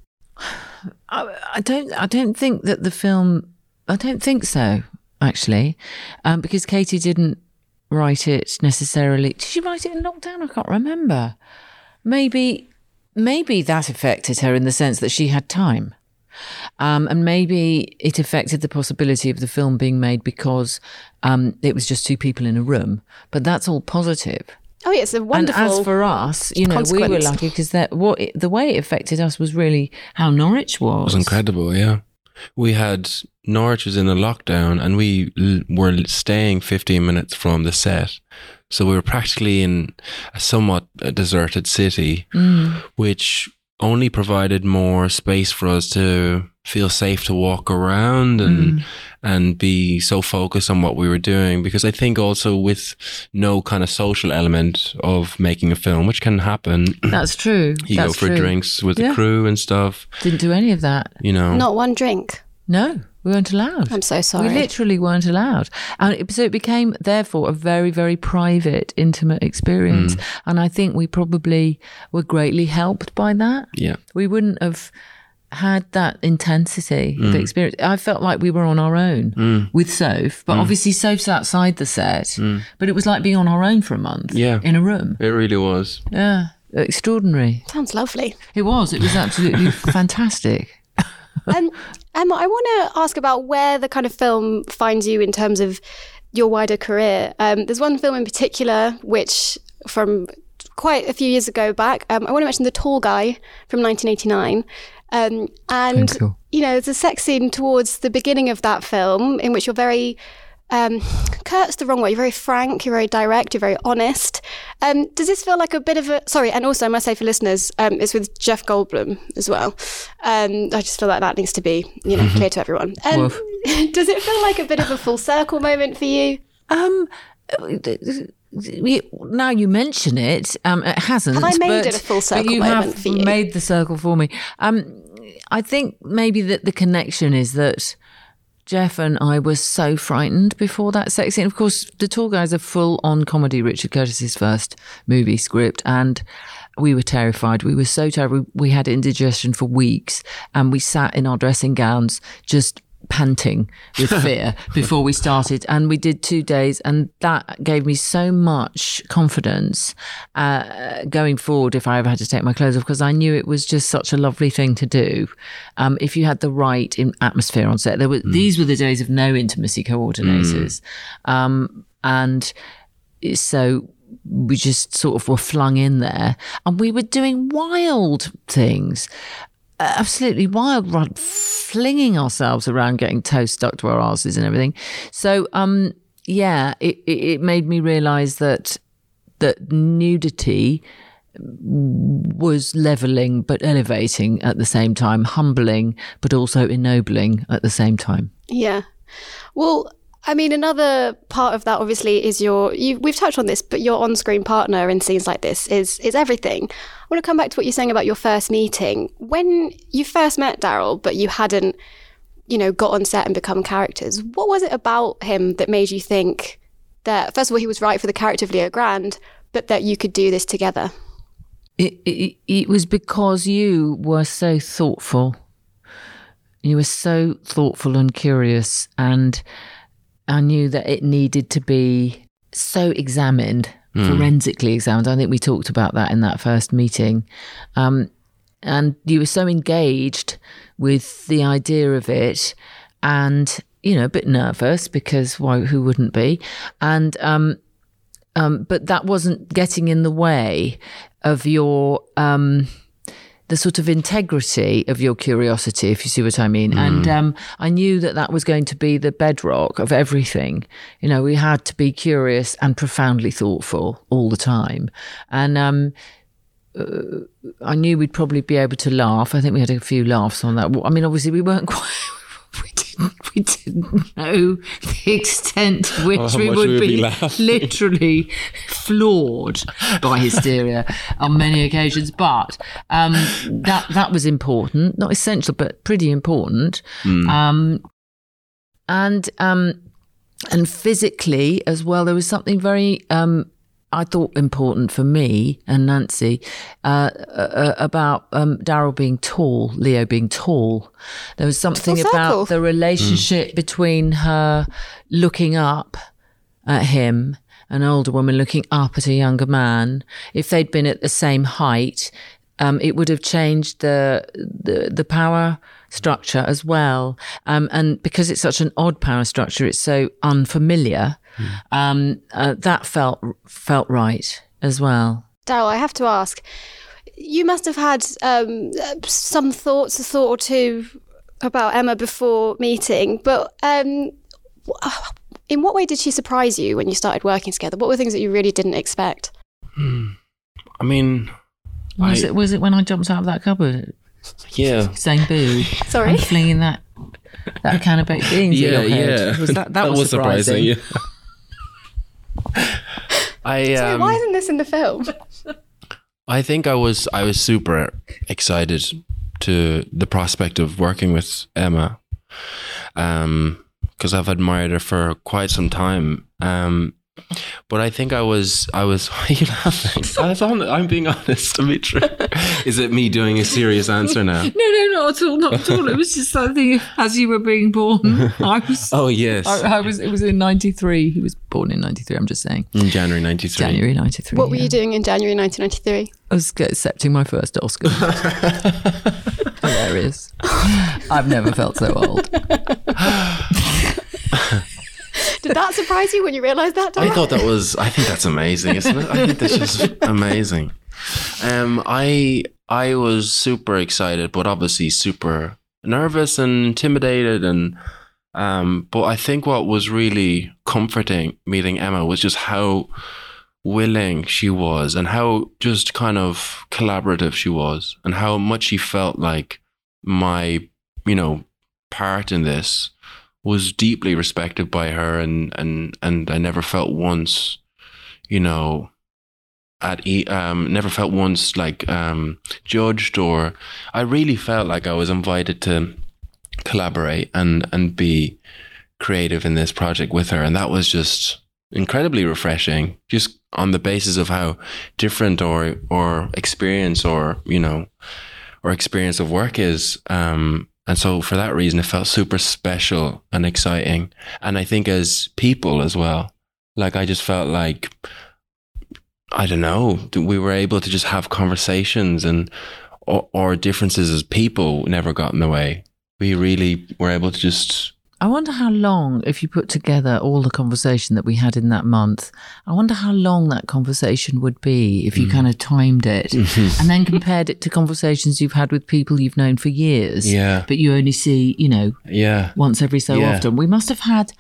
[SPEAKER 5] I, I don't. I don't think that the film. I don't think so, actually, um, because Katie didn't write it necessarily. Did she write it in lockdown? I can't remember. Maybe, maybe that affected her in the sense that she had time. Um, and maybe it affected the possibility of the film being made because um, it was just two people in a room. But that's all positive.
[SPEAKER 4] Oh, yeah, it's a wonderful.
[SPEAKER 5] And as for us, you know, we were
[SPEAKER 4] consequence.
[SPEAKER 5] lucky because that what it, the way it affected us was really how Norwich
[SPEAKER 6] It was incredible, yeah. We had Norwich was in a lockdown and we l- were staying 15 minutes from the set. So we were practically in a somewhat uh, deserted city,
[SPEAKER 5] Mm.
[SPEAKER 6] which only provided more space for us to feel safe to walk around and
[SPEAKER 5] Mm.
[SPEAKER 6] and be so focused on what we were doing because I think also with no kind of social element of making a film which can happen
[SPEAKER 5] That's true.
[SPEAKER 6] you
[SPEAKER 5] That's
[SPEAKER 6] go for
[SPEAKER 5] true.
[SPEAKER 6] drinks with
[SPEAKER 5] Yeah.
[SPEAKER 6] the crew and stuff
[SPEAKER 5] Didn't do any of that.
[SPEAKER 6] you know
[SPEAKER 4] Not one drink.
[SPEAKER 5] No, we weren't allowed.
[SPEAKER 4] I'm so sorry.
[SPEAKER 5] oh. We literally weren't allowed. And it, so it became, therefore, a very, very private, intimate experience.
[SPEAKER 6] Mm.
[SPEAKER 5] And I think we probably were greatly helped by that.
[SPEAKER 6] yeah
[SPEAKER 5] We wouldn't have had that intensity
[SPEAKER 6] Mm.
[SPEAKER 5] of experience. I felt like we were on our own with Soph,
[SPEAKER 6] Mm.
[SPEAKER 5] but obviously Soph's outside the set. But it was like being on our own for a month
[SPEAKER 6] Yeah.
[SPEAKER 5] in a room.
[SPEAKER 6] It really was.
[SPEAKER 5] Yeah. Extraordinary.
[SPEAKER 4] Sounds lovely.
[SPEAKER 5] It was. It was absolutely fantastic.
[SPEAKER 4] Um, Emma, I want to ask about where the kind of film finds you in terms of your wider career. Um, there's one film in particular which, from quite a few years ago back, um, I want to mention The Tall Guy from 1989. Um, and,
[SPEAKER 5] Cool.
[SPEAKER 4] you know, there's a sex scene towards the beginning of that film in which you're very. Um, Kurt's the wrong way. You're very frank. You're very direct. You're very honest. Um, does this feel like a bit of a sorry? And also, I must say for listeners, um, it's with Jeff Goldblum as well. Um, I just feel like that needs to be you know clear to everyone. Um,
[SPEAKER 5] Woof.
[SPEAKER 4] does it feel like a bit of a full circle moment for you?
[SPEAKER 5] Um, we- now you mention it, um, it hasn't.
[SPEAKER 4] Have I made
[SPEAKER 5] but-
[SPEAKER 4] it a full
[SPEAKER 5] but
[SPEAKER 4] circle
[SPEAKER 5] you
[SPEAKER 4] moment
[SPEAKER 5] have
[SPEAKER 4] for you?
[SPEAKER 5] made the circle for me. Um, I think maybe that the connection is that Jeff and I were so frightened before that sex scene. Of course, The Tall Guy's a full on comedy, Richard Curtis's first movie script, and we were terrified. We were so terrified. We had indigestion for weeks, and we sat in our dressing gowns just panting with fear before we started and we did two days and that gave me so much confidence uh, going forward if i ever had to take my clothes off because i knew it was just such a lovely thing to do um, if you had the right in- atmosphere on set there were these were the days of no intimacy coordinators um, and so we just sort of were flung in there and we were doing wild things. Uh, Absolutely wild, run, flinging ourselves around, getting toes stuck to our asses and everything. So, um, yeah, it, it, it made me realize that that nudity was leveling but elevating at the same time, humbling but also ennobling at the same time.
[SPEAKER 4] Yeah. Well, I mean, another part of that obviously is your. You, we've touched on this, but your on-screen partner in scenes like this is is everything. I want to come back to what you're saying about your first meeting when you first met Daryl, but you hadn't, you know, got on set and become characters. What was it about him that made you think that first of all he was right for the character of Leo Grand, but that you could do this together?
[SPEAKER 5] It, it, it was because you were so thoughtful. You were so thoughtful and curious, and I knew that it needed to be so examined, forensically examined. I think we talked about that in that first meeting. Um, and you were so engaged with the idea of it, and you know, a bit nervous because why? Who wouldn't be? And um, um, but that wasn't getting in the way of your um, the sort of integrity of your curiosity, if you see what I mean. And um, I knew that that was going to be the bedrock of everything. You know, we had to be curious and profoundly thoughtful all the time, and um, uh, I knew we'd probably be able to laugh. I think we had a few laughs on that. Well, I mean, obviously, we weren't quite. We didn't, we didn't know the extent to which
[SPEAKER 6] Oh, how
[SPEAKER 5] we
[SPEAKER 6] much
[SPEAKER 5] would
[SPEAKER 6] we would be
[SPEAKER 5] be
[SPEAKER 6] laughing.
[SPEAKER 5] literally floored by hysteria on many occasions. But um, that that was important, not essential, but pretty important.
[SPEAKER 6] Hmm.
[SPEAKER 5] Um, and um, and physically as well, there was something very um, I thought important for me and Nancy uh, uh, about um, Daryl being tall, Leo being tall. There was something
[SPEAKER 4] Full circle.
[SPEAKER 5] about the relationship
[SPEAKER 6] Mm.
[SPEAKER 5] between her looking up at him, an older woman looking up at a younger man. If they'd been at the same height, um, it would have changed the the, the power structure as well. Um, and because it's such an odd power structure, it's so unfamiliar.
[SPEAKER 6] Hmm.
[SPEAKER 5] Um, uh, that felt felt right as well.
[SPEAKER 4] Daryl, I have to ask. You must have had um, some thoughts, a thought or two about Emma before meeting, but um, in what way did she surprise you when you started working together? What were things that you really didn't expect?
[SPEAKER 6] I mean,
[SPEAKER 5] Was
[SPEAKER 6] I-
[SPEAKER 5] it was it when I jumped out of that cupboard
[SPEAKER 6] yeah.
[SPEAKER 5] saying boo?
[SPEAKER 4] Sorry.
[SPEAKER 5] and flinging that that can of baked beans. at your head. Was that, that, was, surprising.
[SPEAKER 6] yeah. I
[SPEAKER 4] Sorry,
[SPEAKER 6] um,
[SPEAKER 4] why isn't this in the film?
[SPEAKER 6] I think I was I was super excited to the prospect of working with Emma, um, because I've admired her for quite some time. Um, but I think I was I was why are you laughing? I was on, I'm being honest, Dimitri. Is it me doing a serious answer now?
[SPEAKER 5] No, no, not at all, not at all. It was just that thing as you were being born. I was,
[SPEAKER 6] Oh yes,
[SPEAKER 5] I, I was. It was in '93. He was born in '93. I'm just saying,
[SPEAKER 6] in January '93.
[SPEAKER 5] January '93.
[SPEAKER 4] What were
[SPEAKER 5] yeah.
[SPEAKER 4] you doing in January 1993?
[SPEAKER 5] I was accepting my first Oscar. Hilarious. I've never felt so old.
[SPEAKER 4] Did that surprise you when you realised that?
[SPEAKER 6] I
[SPEAKER 4] Daryl?
[SPEAKER 6] thought that was. I think that's amazing, isn't it? I think that's just amazing. Um, I I was super excited, but obviously super nervous and intimidated, and um, but I think what was really comforting meeting Emma was just how willing she was, and how just kind of collaborative she was, and how much she felt like my, you know, part in this was deeply respected by her and and and I never felt once you know at e- um never felt once like um judged or I really felt like I was invited to collaborate and and be creative in this project with her and that was just incredibly refreshing just on the basis of how different or or experience or you know or experience of work is. Um, and so for that reason, it felt super special and exciting. And I think as people as well, like I just felt like, I don't know, that we were able to just have conversations and or, or differences as people never got in the way. We really were able to just
[SPEAKER 5] I wonder how long, if you put together all the conversation that we had in that month, I wonder how long that conversation would be if you kind of timed it and then compared it to conversations you've had with people you've known for years.
[SPEAKER 6] Yeah.
[SPEAKER 5] But you only see, you know,
[SPEAKER 6] Yeah.
[SPEAKER 5] once every so
[SPEAKER 6] Yeah.
[SPEAKER 5] often. We must have had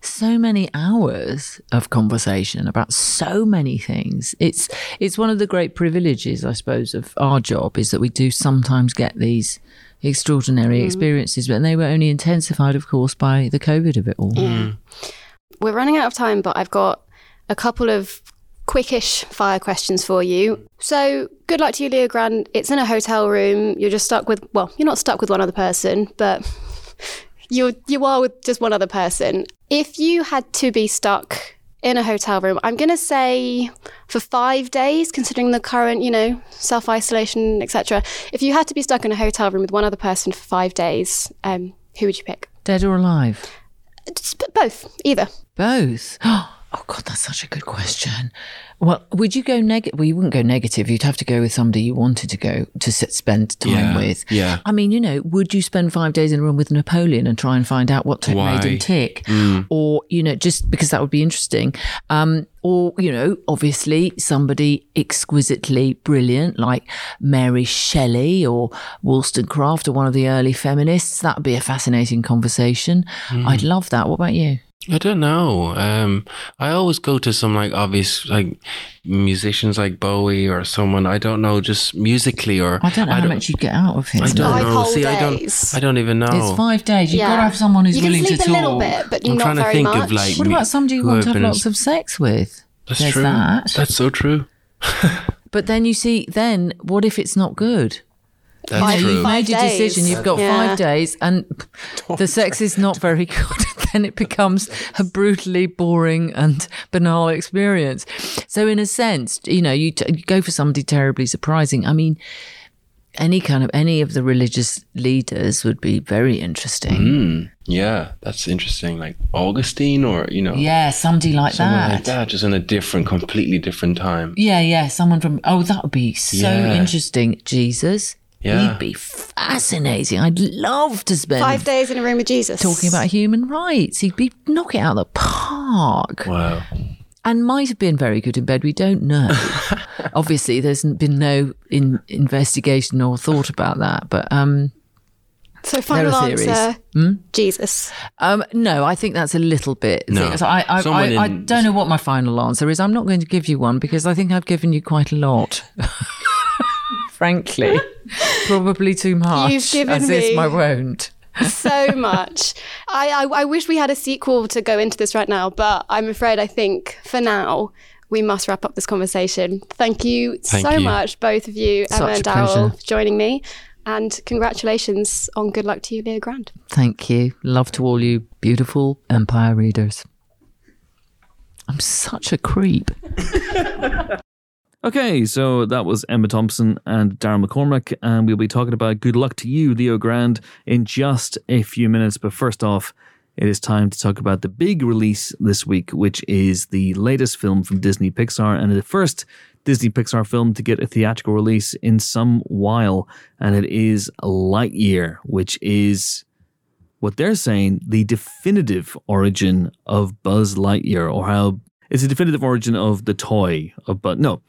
[SPEAKER 5] so many hours of conversation about so many things. It's it's one of the great privileges, I suppose, of our job is that we do sometimes get these extraordinary experiences, but they were only intensified, of course, by the COVID of it all.
[SPEAKER 4] We're running out of time, but I've got a couple of quickish fire questions for you. So, good luck to you, Leo Grand. It's in a hotel room. You're just stuck with, well, you're not stuck with one other person, but you you are with just one other person. If you had to be stuck in a hotel room, I'm going to say for 5 days considering the current, you know, self-isolation, etc. If you had to be stuck in a hotel room with one other person for 5 days, um, who would you pick?
[SPEAKER 5] Dead or alive?
[SPEAKER 4] Just p- both, either.
[SPEAKER 5] Both. Oh God, that's such a good question. Well, would you go negative? Well, you wouldn't go negative. You'd have to go with somebody you wanted to go to sit, spend time
[SPEAKER 6] Yeah,
[SPEAKER 5] with.
[SPEAKER 6] yeah.
[SPEAKER 5] I mean, you know, would you spend five days in a room with Napoleon and try and find out what tick made
[SPEAKER 6] Why? Mm.
[SPEAKER 5] him tick, or you know, just because that would be interesting. Um, or you know, obviously somebody exquisitely brilliant like Mary Shelley or Wollstonecraft or one of the early feminists. That would be a fascinating conversation.
[SPEAKER 6] Mm.
[SPEAKER 5] I'd love that. What about you?
[SPEAKER 6] I don't know. Um, I always go to some like obvious like musicians like Bowie or someone I don't know, just musically or
[SPEAKER 5] I don't know how much you'd get out of him.
[SPEAKER 6] I don't
[SPEAKER 4] Five
[SPEAKER 6] know.
[SPEAKER 4] whole
[SPEAKER 6] See, I
[SPEAKER 4] days.
[SPEAKER 6] don't. I don't even know.
[SPEAKER 5] It's five days. You've
[SPEAKER 4] Yeah.
[SPEAKER 5] got to have someone who's
[SPEAKER 4] you
[SPEAKER 5] willing
[SPEAKER 4] can sleep
[SPEAKER 5] to
[SPEAKER 4] a
[SPEAKER 5] talk.
[SPEAKER 4] little bit, but
[SPEAKER 6] I'm
[SPEAKER 4] not
[SPEAKER 6] trying to
[SPEAKER 4] very
[SPEAKER 6] think
[SPEAKER 4] much.
[SPEAKER 6] of like.
[SPEAKER 5] what
[SPEAKER 6] mu-
[SPEAKER 5] about somebody you
[SPEAKER 6] who
[SPEAKER 5] want
[SPEAKER 6] I've
[SPEAKER 5] to have
[SPEAKER 6] been in-
[SPEAKER 5] lots of sex with?
[SPEAKER 6] That's
[SPEAKER 5] There's
[SPEAKER 6] true.
[SPEAKER 5] that.
[SPEAKER 6] That's so true.
[SPEAKER 5] But then you see, then what if it's not good?
[SPEAKER 6] That's
[SPEAKER 4] Five-
[SPEAKER 6] true.
[SPEAKER 5] You've made your
[SPEAKER 4] Five days.
[SPEAKER 5] decision. You've got
[SPEAKER 4] Yeah.
[SPEAKER 5] five days, and the sex is not very good. then it becomes a brutally boring and banal experience. So, in a sense, you know, you, t- you go for somebody terribly surprising. I mean, any kind of any of the religious leaders would be very interesting.
[SPEAKER 6] Hmm. Yeah, that's interesting. Like Augustine, or you know,
[SPEAKER 5] Yeah, somebody like
[SPEAKER 6] someone
[SPEAKER 5] that.
[SPEAKER 6] like that, just in a different, completely different time.
[SPEAKER 5] Yeah, yeah, someone from. Oh, that would be so
[SPEAKER 6] Yeah.
[SPEAKER 5] interesting. Jesus.
[SPEAKER 6] Yeah.
[SPEAKER 5] He'd be fascinating. I'd love to spend
[SPEAKER 4] Five days in a room with Jesus.
[SPEAKER 5] talking about human rights. He'd be knock it out of the park.
[SPEAKER 6] Wow.
[SPEAKER 5] And might have been very good in bed. We don't know. Obviously, there's been no in, investigation or thought about that. But um,
[SPEAKER 4] So final
[SPEAKER 5] There are Hmm? theories.
[SPEAKER 4] answer, Jesus.
[SPEAKER 5] um, no, I think that's a little bit.
[SPEAKER 6] No.
[SPEAKER 5] So I, I,
[SPEAKER 6] Someone
[SPEAKER 5] I, I
[SPEAKER 6] in-
[SPEAKER 5] don't know what my final answer is. I'm not going to give you one because I think I've given you quite a lot. Frankly, probably too much.
[SPEAKER 4] You've given
[SPEAKER 5] as is
[SPEAKER 4] me-
[SPEAKER 5] my wound.
[SPEAKER 4] So much. I, I I wish we had a sequel to go into this right now, but I'm afraid I think for now we must wrap up this conversation. Thank you
[SPEAKER 6] Thank
[SPEAKER 4] so
[SPEAKER 6] you.
[SPEAKER 4] much, both of you, Emma
[SPEAKER 5] Such
[SPEAKER 4] and
[SPEAKER 5] a
[SPEAKER 4] Daryl,
[SPEAKER 5] pleasure.
[SPEAKER 4] for joining me. And congratulations on Good Luck to You, Leo Grand.
[SPEAKER 5] Thank you. Love to all you beautiful Empire readers. I'm such a creep.
[SPEAKER 1] Okay, so that was Emma Thompson and Darren McCormack, and we'll be talking about Good Luck to You, Leo Grand, in just a few minutes. But first off, it is time to talk about the big release this week, which is the latest film from Disney Pixar and the first Disney Pixar film to get a theatrical release in some while. And it is Lightyear, which is what they're saying the definitive origin of Buzz Lightyear, or how it's a definitive origin of the toy of Buzz. No,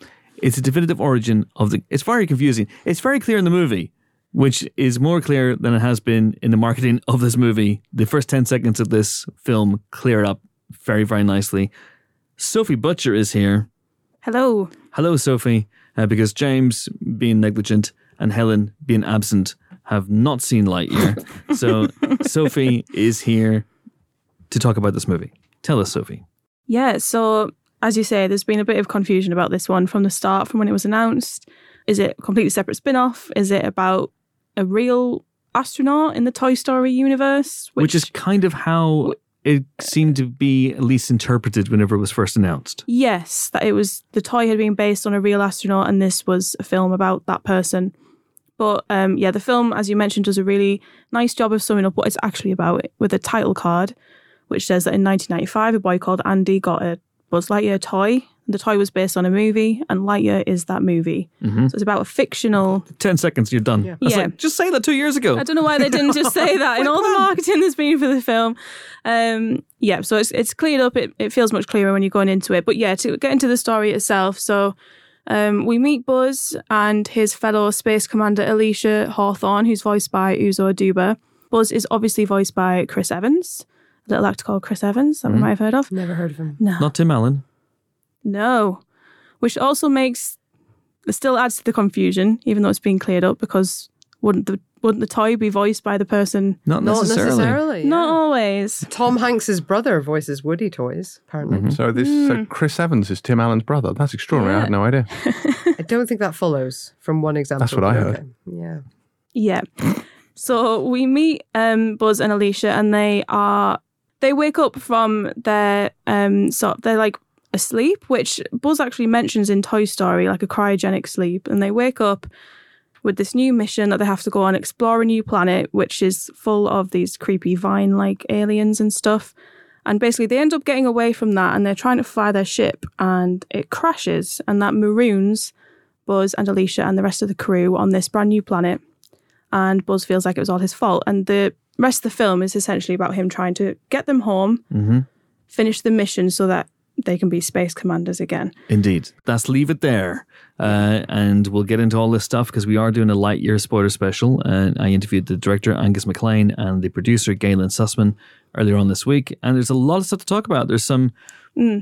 [SPEAKER 1] it's a definitive origin of the. It's very confusing. It's very clear in the movie, which is more clear than it has been in the marketing of this movie. The first 10 seconds of this film clear it up very, very nicely. Sophie Butcher is here.
[SPEAKER 7] Hello.
[SPEAKER 1] Hello, Sophie, uh, because James being negligent and Helen being absent have not seen Lightyear. so Sophie is here to talk about this movie. Tell us, Sophie.
[SPEAKER 7] Yeah, so as you say, there's been a bit of confusion about this one from the start, from when it was announced. Is it a completely separate spin off? Is it about a real astronaut in the Toy Story universe?
[SPEAKER 1] Which, is kind of how it seemed to be at least interpreted whenever it was first announced.
[SPEAKER 7] Yes, that it was the toy had been based on a real astronaut, and this was a film about that person. But um, yeah, the film, as you mentioned, does a really nice job of summing up what it's actually about with a title card, which says that in 1995, a boy called Andy got a Buzz Lightyear toy. The toy was based on a movie, and Lightyear is that movie. So it's about a fictional.
[SPEAKER 1] 10 seconds, you're done. That's
[SPEAKER 7] Mm-hmm. Yeah.
[SPEAKER 1] like, just say that two years ago.
[SPEAKER 7] I don't know why they didn't just say that in all the marketing there's been for the film. Um, yeah, so it's it's cleared up. It, it feels much clearer when you're going into it. But yeah, to get into the story itself, so um, we meet Buzz and his fellow Space Commander Alicia Hawthorne, who's voiced by Uzo Aduba. Buzz is obviously voiced by Chris Evans, a little actor called Chris Evans that we might have heard of.
[SPEAKER 3] Never heard of him.
[SPEAKER 7] No,
[SPEAKER 1] Not Tim Allen.
[SPEAKER 7] no, which also makes it still adds to the confusion, even though it's been cleared up because wouldn't the wouldn't the toy be voiced by the person
[SPEAKER 1] Not
[SPEAKER 3] Not
[SPEAKER 1] necessarily.
[SPEAKER 3] necessarily. yeah.
[SPEAKER 7] Not always.
[SPEAKER 3] Tom Hanks's brother voices Woody toys. Apparently,
[SPEAKER 1] Mm-hmm.
[SPEAKER 2] So this
[SPEAKER 3] Hmm.
[SPEAKER 2] so Chris Evans is Tim Allen's brother. That's extraordinary. I had no idea.
[SPEAKER 3] I don't think that follows from one example.
[SPEAKER 2] That's what I
[SPEAKER 3] to the
[SPEAKER 2] heard.
[SPEAKER 3] other. Yeah.
[SPEAKER 7] Yeah. so we meet um, Buzz and Alicia, and they are they wake up from their um sort they're like asleep, which Buzz actually mentions in Toy Story, like a cryogenic sleep, and they wake up with this new mission that they have to go and explore a new planet, which is full of these creepy vine like aliens and stuff. And basically, they end up getting away from that and they're trying to fly their ship, and it crashes, and that maroons Buzz and Alicia and the rest of the crew on this brand new planet. And Buzz feels like it was all his fault. And the rest of the film is essentially about him trying to get them home, finish the mission so that they can be space commanders again.
[SPEAKER 1] Indeed. That's leave it there. Uh, and we'll get into all this stuff because we are doing a Lightyear spoiler special. And I interviewed the director, Angus MacLean, and the producer, Galen Sussman, earlier on this week. And there's a lot of stuff to talk about. There's some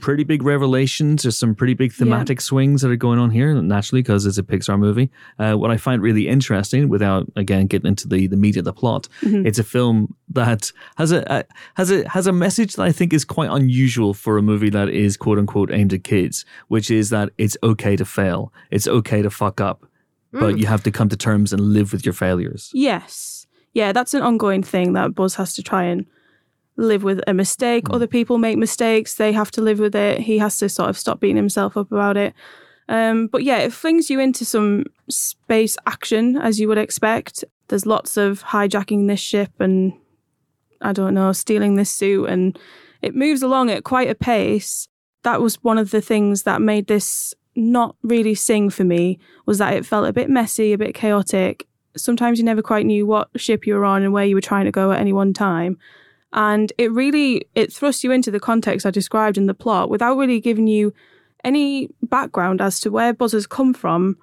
[SPEAKER 1] pretty big revelations. There's some pretty big thematic swings that are going on here, naturally, because it's a Pixar movie. Uh, what I find really interesting, without, again, getting into the, the meat of the plot, it's a film that has a, a, has, a, has a message that I think is quite unusual for a movie that is, quote unquote, aimed at kids, which is that it's okay to fail, it's okay to fuck up. But you have to come to terms and live with your failures.
[SPEAKER 7] Yes. Yeah, that's an ongoing thing that Buzz has to try and live with a mistake. Other people make mistakes, they have to live with it. He has to sort of stop beating himself up about it. Um, but yeah, it flings you into some space action as you would expect. There's lots of hijacking this ship and I don't know, stealing this suit, and it moves along at quite a pace. That was one of the things that made this not really sing for me was that it felt a bit messy, a bit chaotic. Sometimes you never quite knew what ship you were on and where you were trying to go at any one time. And it really it thrusts you into the context I described in the plot without really giving you any background as to where Buzz has come from,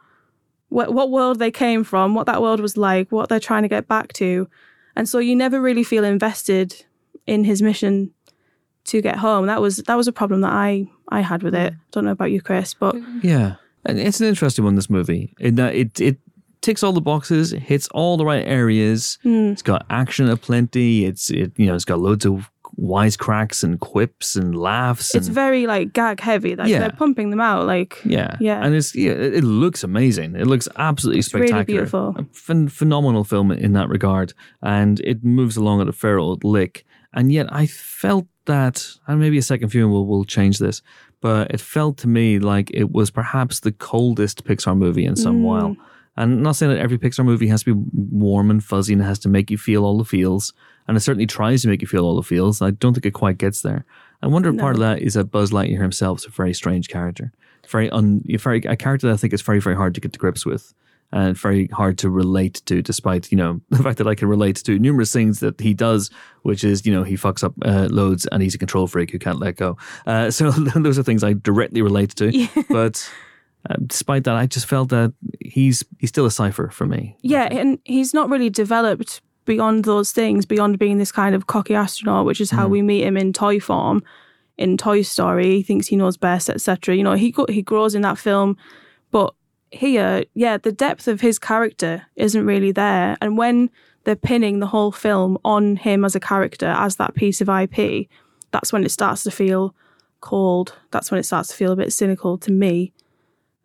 [SPEAKER 7] wh- what world they came from, what that world was like, what they're trying to get back to. And so you never really feel invested in his mission to get home. That was that was a problem that I I had with it. Don't know about you, Chris, but
[SPEAKER 1] Yeah, and it's an interesting one. This movie, in that it it ticks all the boxes, it hits all the right areas. It's got action aplenty. It's it you know it's got loads of wisecracks and quips and laughs.
[SPEAKER 7] it's
[SPEAKER 1] and,
[SPEAKER 7] very like gag heavy. Like
[SPEAKER 1] Mm-hmm. Yeah.
[SPEAKER 7] they're pumping them out. Like
[SPEAKER 1] yeah,
[SPEAKER 7] yeah.
[SPEAKER 1] and it's yeah, it it looks amazing. It looks absolutely
[SPEAKER 7] really
[SPEAKER 1] spectacular.
[SPEAKER 7] beautiful.
[SPEAKER 1] A phen- phenomenal film in that regard, and it moves along at a fair old lick. And yet, I felt that, and maybe a second viewing will will change this, but it felt to me like it was perhaps the coldest Pixar movie in
[SPEAKER 7] Mm.
[SPEAKER 1] some while. And I'm not saying that every Pixar movie has to be warm and fuzzy and has to make you feel all the feels, and it certainly tries to make you feel all the feels. And I don't think it quite gets there. I wonder if part of that is that Buzz Lightyear himself is a very strange character, very un, very a character that I think is very very hard to get to grips with and very hard to relate to, despite you know the fact that I can relate to numerous things that he does, which is you know he fucks up uh, loads and he's a control freak who can't let go. Uh, so those are things I directly relate to. But uh, despite that, I just felt that he's he's still a cipher for me.
[SPEAKER 7] yeah, and he's not really developed beyond those things, beyond being this kind of cocky astronaut, which is how we meet him in toy form, in Toy Story. He thinks he knows best, etc. You know, he go- he grows in that film, but here, yeah, the depth of his character isn't really there. And when they're pinning the whole film on him as a character, as that piece of IP, that's when it starts to feel cold. That's when it starts to feel a bit cynical to me.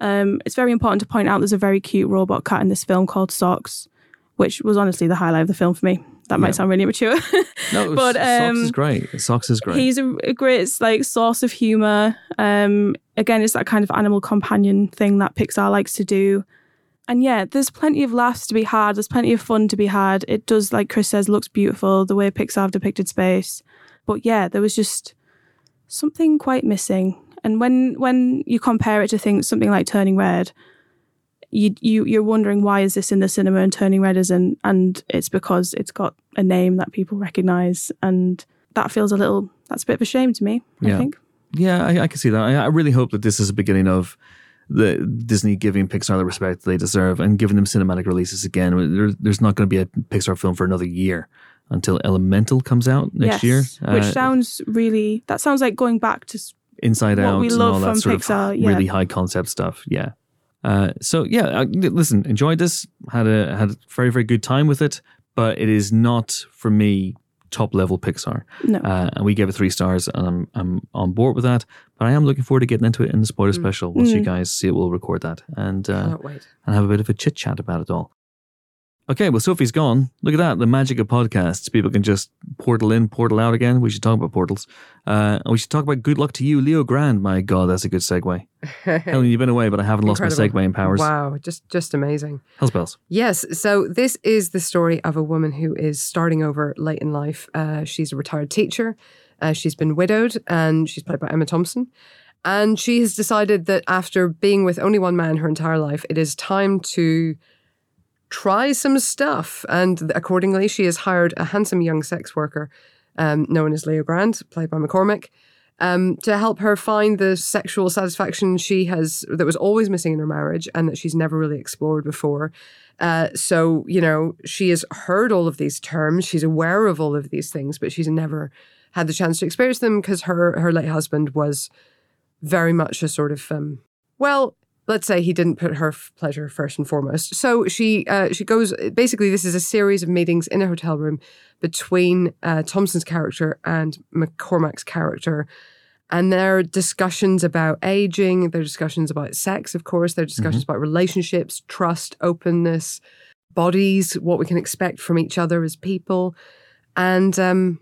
[SPEAKER 7] Um, it's very important to point out there's a very cute robot cat in this film called Socks, which was honestly the highlight of the film for me. That might sound really immature.
[SPEAKER 1] No,
[SPEAKER 7] But,
[SPEAKER 1] Socks is
[SPEAKER 7] um,
[SPEAKER 1] great. Socks is great.
[SPEAKER 7] He's a, a great like source of humor. Um, again, it's that kind of animal companion thing that Pixar likes to do. And yeah, there's plenty of laughs to be had. There's plenty of fun to be had. It does, like Chris says, looks beautiful the way Pixar have depicted space. But yeah, there was just something quite missing. And when when you compare it to things something like Turning Red, you you you're wondering why is this in the cinema and Turning Red isn't, and it's because it's got a name that people recognise, and that feels a little that's a bit of a shame to me.
[SPEAKER 1] Yeah.
[SPEAKER 7] I think.
[SPEAKER 1] Yeah, I, I can see that. I, I really hope that this is the beginning of the Disney giving Pixar the respect they deserve and giving them cinematic releases again. There, there's not going to be a Pixar film for another year until Elemental comes out next
[SPEAKER 7] Yes,
[SPEAKER 1] year.
[SPEAKER 7] which
[SPEAKER 1] Uh,
[SPEAKER 7] sounds really that sounds like going back to s-
[SPEAKER 1] Inside
[SPEAKER 7] what
[SPEAKER 1] Out
[SPEAKER 7] we
[SPEAKER 1] and
[SPEAKER 7] love
[SPEAKER 1] all that
[SPEAKER 7] from
[SPEAKER 1] sort
[SPEAKER 7] Pixar,
[SPEAKER 1] of
[SPEAKER 7] yeah.
[SPEAKER 1] really high concept stuff. Yeah. Uh, so yeah, uh, listen, enjoyed this. Had a had a very very good time with it, but it is not for me top level Pixar.
[SPEAKER 7] no.
[SPEAKER 1] Uh, and we gave it three stars, and I'm I'm on board with that. But I am looking forward to getting into it in the spoiler special. Once you
[SPEAKER 7] Mm.
[SPEAKER 1] guys see it, we'll record that and uh,
[SPEAKER 3] Cannot wait.
[SPEAKER 1] and have a bit of a chit chat about it all. Okay, well, Sophie's gone. Look at that—the magic of podcasts. People can just portal in, portal out again. We should talk about portals. Uh, and we should talk about good luck to you, Leo Grand. My God, that's a good segue. Helen, you've been away, but I haven't lost
[SPEAKER 3] Incredible.
[SPEAKER 1] my segueing powers.
[SPEAKER 3] Wow, just just amazing.
[SPEAKER 1] Hell's bells.
[SPEAKER 3] Yes, so this is the story of a woman who is starting over late in life. Uh, she's a retired teacher. Uh, she's been widowed, and she's played by Emma Thompson. And she has decided that after being with only one man her entire life, it is time to try some stuff. And accordingly, she has hired a handsome young sex worker um, known as Leo Grand, played by McCormick, um, to help her find the sexual satisfaction she has that was always missing in her marriage and that she's never really explored before. Uh, so you know she has heard all of these terms, she's aware of all of these things, but she's never had the chance to experience them because her her late husband was very much a sort of um, well. Let's say he didn't put her f- pleasure first and foremost. So she uh, she goes. Basically, this is a series of meetings in a hotel room between uh, Thompson's character and McCormack's character, and there are discussions about aging, there are discussions about sex, of course, there are discussions about relationships, trust, openness, bodies, what we can expect from each other as people. And um,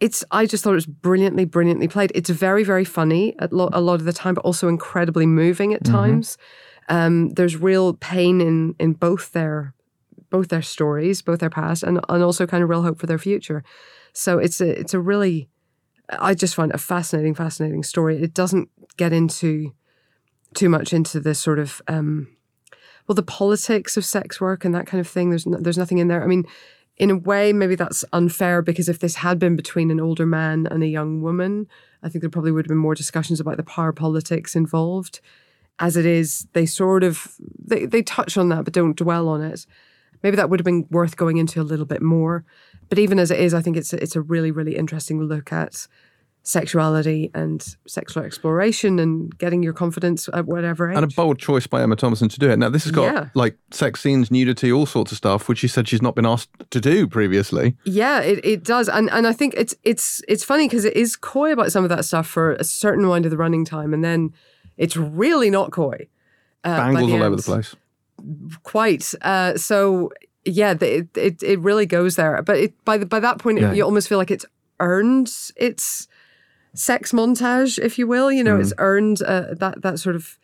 [SPEAKER 3] it's, I just thought it was brilliantly, brilliantly played. It's very, very funny at lo- a lot of the time, but also incredibly moving at times. Um, there's real pain in, in both their both their stories, both their past, and, and also kind of real hope for their future. So it's a it's a really I just find it a fascinating, fascinating story. It doesn't get into too much into the sort of um, well, the politics of sex work and that kind of thing. There's no, there's nothing in there. I mean, in a way, maybe that's unfair because if this had been between an older man and a young woman, I think there probably would have been more discussions about the power politics involved. As it is, they sort of they, they touch on that but don't dwell on it. Maybe that would have been worth going into a little bit more. But even as it is, I think it's a, it's a really really interesting look at sexuality and sexual exploration and getting your confidence at whatever age.
[SPEAKER 2] And a bold choice by Emma Thompson to do it. Now, this has got
[SPEAKER 3] Yeah.
[SPEAKER 2] like sex scenes, nudity, all sorts of stuff, which she said she's not been asked to do previously.
[SPEAKER 3] Yeah, it, it does, and and I think it's it's it's funny because it is coy about some of that stuff for a certain amount of the running time, and then it's really not coy. Uh, by
[SPEAKER 2] Bangles all over
[SPEAKER 3] end.
[SPEAKER 2] the place.
[SPEAKER 3] Quite. Uh, so yeah, the, it, it it really goes there, but it by the, by that point
[SPEAKER 1] Yeah.
[SPEAKER 3] you almost feel like it's earned its sex montage, if you will. You know, it's
[SPEAKER 2] Mm-hmm.
[SPEAKER 3] earned uh, that that sort of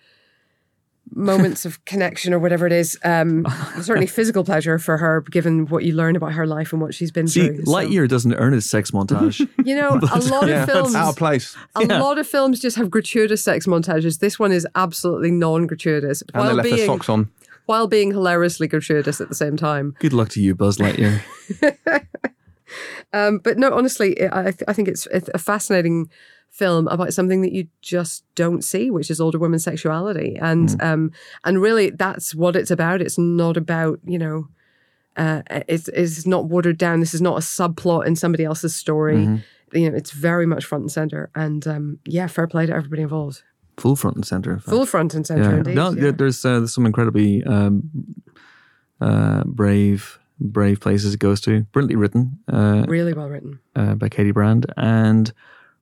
[SPEAKER 3] moments of connection or whatever it is. Um, certainly physical pleasure for her, given what you learn about her life and what she's been
[SPEAKER 1] See,
[SPEAKER 3] through. So-
[SPEAKER 1] Lightyear doesn't earn his sex montage.
[SPEAKER 3] you know, a lot
[SPEAKER 2] Yeah,
[SPEAKER 3] of films,
[SPEAKER 2] out of place.
[SPEAKER 3] a lot of films just have gratuitous sex montages. This one is absolutely non-gratuitous,
[SPEAKER 2] And they
[SPEAKER 3] while
[SPEAKER 2] left their
[SPEAKER 3] being
[SPEAKER 2] socks on.
[SPEAKER 3] while being hilariously gratuitous at the same time.
[SPEAKER 1] good luck to you, Buzz Lightyear.
[SPEAKER 3] Um, but no, honestly, I, I th- I think it's it's a fascinating film about something that you just don't see, which is older women's sexuality, and
[SPEAKER 1] Mm.
[SPEAKER 3] um, and really that's what it's about. It's not about you know. Uh, it's, it's not watered down. This is not a subplot in somebody else's story.
[SPEAKER 1] Mm-hmm.
[SPEAKER 3] You know, it's very much front and center. And um, yeah, fair play to everybody involved.
[SPEAKER 1] Full front and center. in fact.
[SPEAKER 3] Full front and center, indeed.
[SPEAKER 1] no,
[SPEAKER 3] yeah.
[SPEAKER 1] there- there's uh, there's some incredibly um, uh, brave brave places it goes to. Brilliantly written uh,
[SPEAKER 3] really well written.
[SPEAKER 1] uh, by Katie Brand and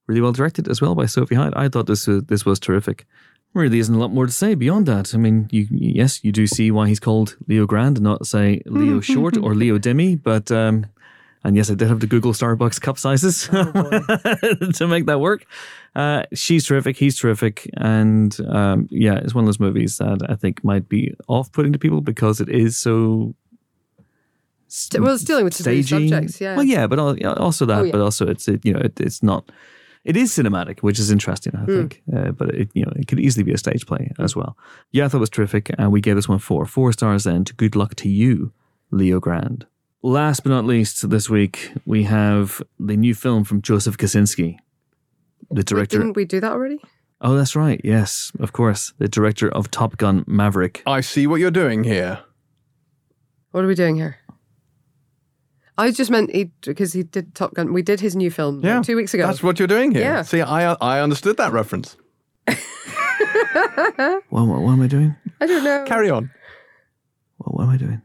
[SPEAKER 1] really well directed as well by Sophie Hyde. I thought this was, this was terrific. Really, isn't a lot more to say beyond that. I mean, you yes, you do see why he's called Leo Grand and not say Leo Short or Leo Demi, but. Um, and yes, I did have to Google Starbucks cup sizes
[SPEAKER 3] Oh,
[SPEAKER 1] to make that work. Uh, she's terrific. He's terrific. And um, yeah, it's one of those movies that I think might be off putting to people because it is so.
[SPEAKER 3] St- well, it's dealing with severe
[SPEAKER 1] stagey.
[SPEAKER 3] subjects, yeah.
[SPEAKER 1] Well, yeah, but al- yeah, also that,
[SPEAKER 3] Oh, yeah.
[SPEAKER 1] but also it's, it, you know, it, it's not. It is cinematic, which is interesting,
[SPEAKER 3] Hmm.
[SPEAKER 1] I think. Uh, but it, you know, it could easily be a stage play as well. Yeah, I thought it was terrific, and we gave this one four, four stars. Then to good luck to you, Leo Grand. Last but not least, this week we have the new film from Joseph Kaczynski, the director.
[SPEAKER 3] Didn't we do that already?
[SPEAKER 1] Oh, that's right. Yes, of course, the director of Top Gun
[SPEAKER 3] Oh.
[SPEAKER 1] Maverick.
[SPEAKER 2] I see what you're doing here.
[SPEAKER 3] What are we doing here? I just meant he because he did Top Gun. We did his new film like, two weeks ago.
[SPEAKER 2] That's what you're doing here.
[SPEAKER 3] Yeah.
[SPEAKER 2] See, I I understood that reference.
[SPEAKER 1] What, what, what am I doing?
[SPEAKER 3] I don't know.
[SPEAKER 2] Carry on.
[SPEAKER 1] What, what am I doing?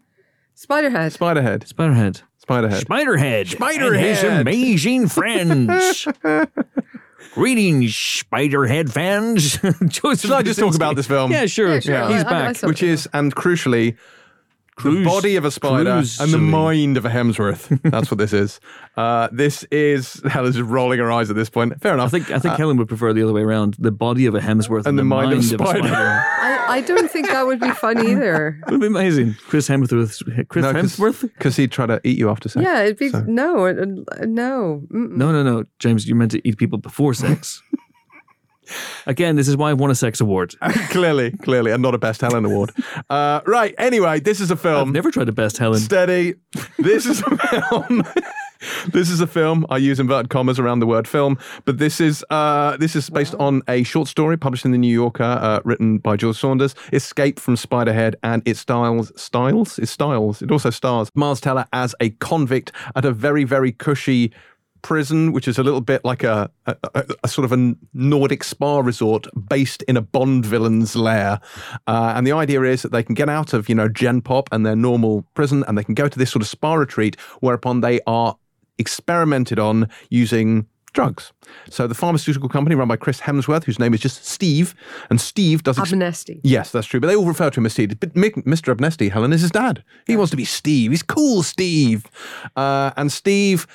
[SPEAKER 3] Spiderhead.
[SPEAKER 2] Spiderhead.
[SPEAKER 1] Spiderhead.
[SPEAKER 2] Spiderhead.
[SPEAKER 1] Spiderhead. And his
[SPEAKER 2] Spiderhead.
[SPEAKER 1] amazing friends. Greetings, Spiderhead fans. Joseph
[SPEAKER 2] Should I just talk about this film?
[SPEAKER 1] Yeah, sure.
[SPEAKER 3] Yeah, sure.
[SPEAKER 1] Yeah. He's
[SPEAKER 3] I- I- I
[SPEAKER 1] back.
[SPEAKER 3] saw-
[SPEAKER 2] Which is, and crucially, the
[SPEAKER 1] Cruise-
[SPEAKER 2] body of a spider and the
[SPEAKER 1] cruising.
[SPEAKER 2] mind of a Hemsworth. That's what this is. Uh, this is Helen's just rolling her eyes at this point. Fair enough.
[SPEAKER 1] I think I think Helen would prefer the other way around. The body of a Hemsworth and,
[SPEAKER 2] Uh, the mind of a spider.
[SPEAKER 3] I, I don't think that would be fun either.
[SPEAKER 1] it would be amazing. Chris Hemsworth. Chris Hemsworth?
[SPEAKER 2] because he'd try to eat you after sex.
[SPEAKER 3] Yeah, it'd be
[SPEAKER 2] So-
[SPEAKER 3] no, it- uh, no. Mm-mm.
[SPEAKER 1] No, no, no. James, you meant to eat people before sex. Again, this is why I won a sex award.
[SPEAKER 2] Um, clearly, clearly, and not a Best Helen award. Uh, right. Anyway, this is a
[SPEAKER 1] I've
[SPEAKER 2] film.
[SPEAKER 1] never tried to best Helen.
[SPEAKER 2] Steady. This is a film. this is a film. I use inverted commas around the word film, but this is uh, this is based on a short story published in the New Yorker, uh, written by George Saunders. Escape from Spiderhead, and it styles styles it styles. It also stars Miles Teller as a convict at a very very cushy. Prison, which is a little bit like a, a, a- a sort of a Nordic spa resort based in a Bond villain's lair. Uh, and the idea is that they can get out of, you know, Gen Pop and their normal prison and they can go to this sort of spa retreat, whereupon they are experimented on using drugs. So the pharmaceutical company run by Chris Hemsworth, whose name is just Steve, and Steve does ex-
[SPEAKER 3] Amnesty.
[SPEAKER 2] Yes, that's true. But they all refer to him as Steve. But Mick- Mr. Abnesti, Helen, is his dad. He wants to be Steve. He's cool, Steve. Uh, and Steve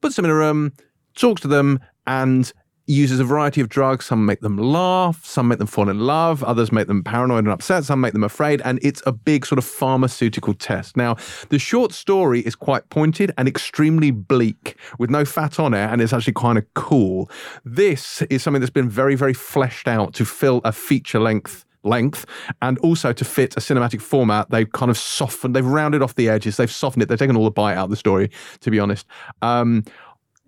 [SPEAKER 2] puts them in a room, talks to them, and uses a variety of drugs. Some make them laugh, some make them fall in love, others make them paranoid and upset, some make them afraid. And it's a big sort of pharmaceutical test. Now, the short story is quite pointed and extremely bleak with no fat on it, and it's actually kind of cool. This is something that's been very, very fleshed out to fill a feature length length and also to fit a cinematic format they've kind of softened they've rounded off the edges they've softened it they've taken all the bite out of the story to be honest um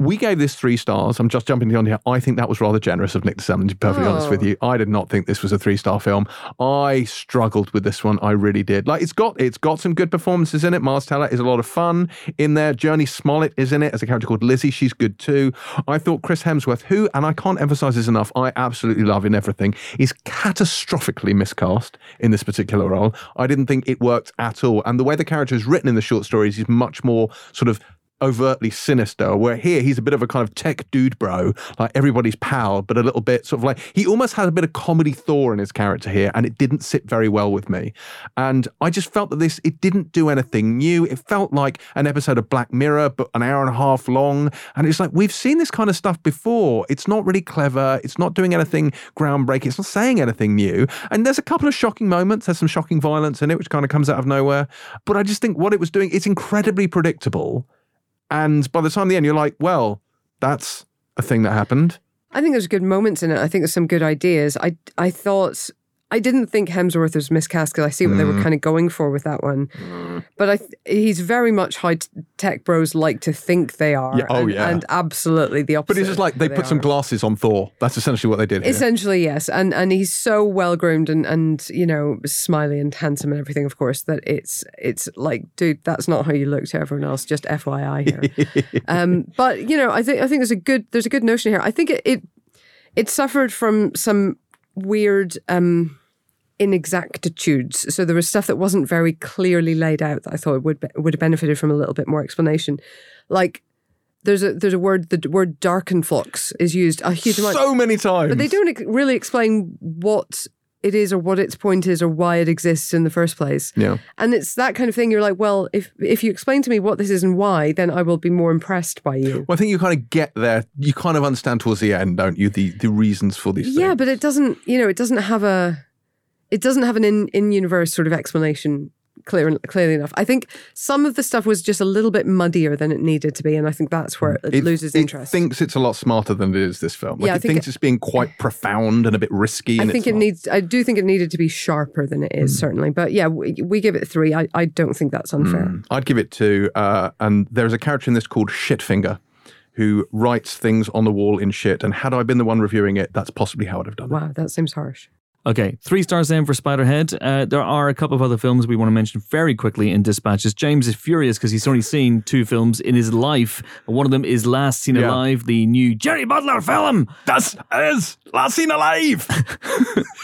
[SPEAKER 2] we gave this three stars. I'm just jumping on here. I think that was rather generous of Nick DeSalmon, to be perfectly honest
[SPEAKER 3] Oh.
[SPEAKER 2] with you. I did not think this was a three star film. I struggled with this one. I really did. Like it's got it's got some good performances in it. Mars Teller is a lot of fun in there. Journey Smollett is in it as a character called Lizzie. She's good too. I thought Chris Hemsworth, who, and I can't emphasize this enough, I absolutely love in everything, is catastrophically miscast in this particular role. I didn't think it worked at all. And the way the character is written in the short stories is much more sort of overtly sinister. Where here he's a bit of a kind of tech dude bro, like everybody's pal, but a little bit sort of like he almost had a bit of comedy Thor in his character here, and it didn't sit very well with me. And I just felt that this it didn't do anything new. It felt like an episode of Black Mirror, but an hour and a half long. And it's like we've seen this kind of stuff before. It's not really clever. It's not doing anything groundbreaking. It's not saying anything new. And there's a couple of shocking moments. There's some shocking violence in it, which kind of comes out of nowhere. But I just think what it was doing, it's incredibly predictable. And by the time the end, you're like, well, that's a thing that happened.
[SPEAKER 3] I think there's good moments in it. I think there's some good ideas. I I thought I didn't think Hemsworth was miscast because I see what they
[SPEAKER 2] Mm.
[SPEAKER 3] were kind of going for with that one. But I th- he's very much how t- tech bros like to think they are.
[SPEAKER 2] Yeah, oh,
[SPEAKER 3] and,
[SPEAKER 2] yeah.
[SPEAKER 3] and absolutely the opposite.
[SPEAKER 2] But it's just like
[SPEAKER 3] of
[SPEAKER 2] they
[SPEAKER 3] who
[SPEAKER 2] put some
[SPEAKER 3] are.
[SPEAKER 2] glasses on Thor. That's essentially what they did. Here.
[SPEAKER 3] Essentially, yes, and and he's so well groomed and and you know smiley and handsome and everything, of course, that it's it's like, dude, that's not how you look to everyone else. Just FYI here. um, but you know, I think I think there's a good there's a good notion here. I think it it, it suffered from some weird. Um, inexactitudes. So there was stuff that wasn't very clearly laid out that I thought would be, would have benefited from a little bit more explanation. Like there's a there's a word the word darkenflux is used a huge amount.
[SPEAKER 2] so many times.
[SPEAKER 3] But they don't ex- really explain what it is or what its point is or why it exists in the first place.
[SPEAKER 2] Yeah.
[SPEAKER 3] And it's that kind of thing you're like, well, if if you explain to me what this is and why, then I will be more impressed by you.
[SPEAKER 2] Well, I think you kind of get there. You kind of understand towards the end, don't you? The the reasons for these
[SPEAKER 3] Yeah,
[SPEAKER 2] things.
[SPEAKER 3] but it doesn't, you know, it doesn't have a it doesn't have an in in universe sort of explanation clear clearly enough. I think some of the stuff was just a little bit muddier than it needed to be, and I think that's where it, loses interest.
[SPEAKER 2] It thinks it's a lot smarter than it is this film. Like
[SPEAKER 3] Yeah, I
[SPEAKER 2] it
[SPEAKER 3] think
[SPEAKER 2] thinks it's being quite profound and a bit risky.
[SPEAKER 3] I
[SPEAKER 2] And
[SPEAKER 3] think
[SPEAKER 2] it's
[SPEAKER 3] it
[SPEAKER 2] not.
[SPEAKER 3] needs. I do think it needed to be sharper than it is, certainly. But yeah, we, we give it three. I, I don't think that's unfair.
[SPEAKER 2] Hmm. I'd give it two. Uh, and there's a character in this called Shitfinger who writes things on the wall in shit. And had I been the one reviewing it, that's possibly how I'd have done it.
[SPEAKER 3] Wow, that seems harsh.
[SPEAKER 1] Okay, three stars then for Spiderhead. Uh, there are a couple of other films we want to mention very quickly in Dispatches. James is furious because he's only seen two films in his life. One of them is Last Seen
[SPEAKER 2] Yeah.
[SPEAKER 1] Alive, the new Jerry Butler film.
[SPEAKER 2] That's is last seen alive.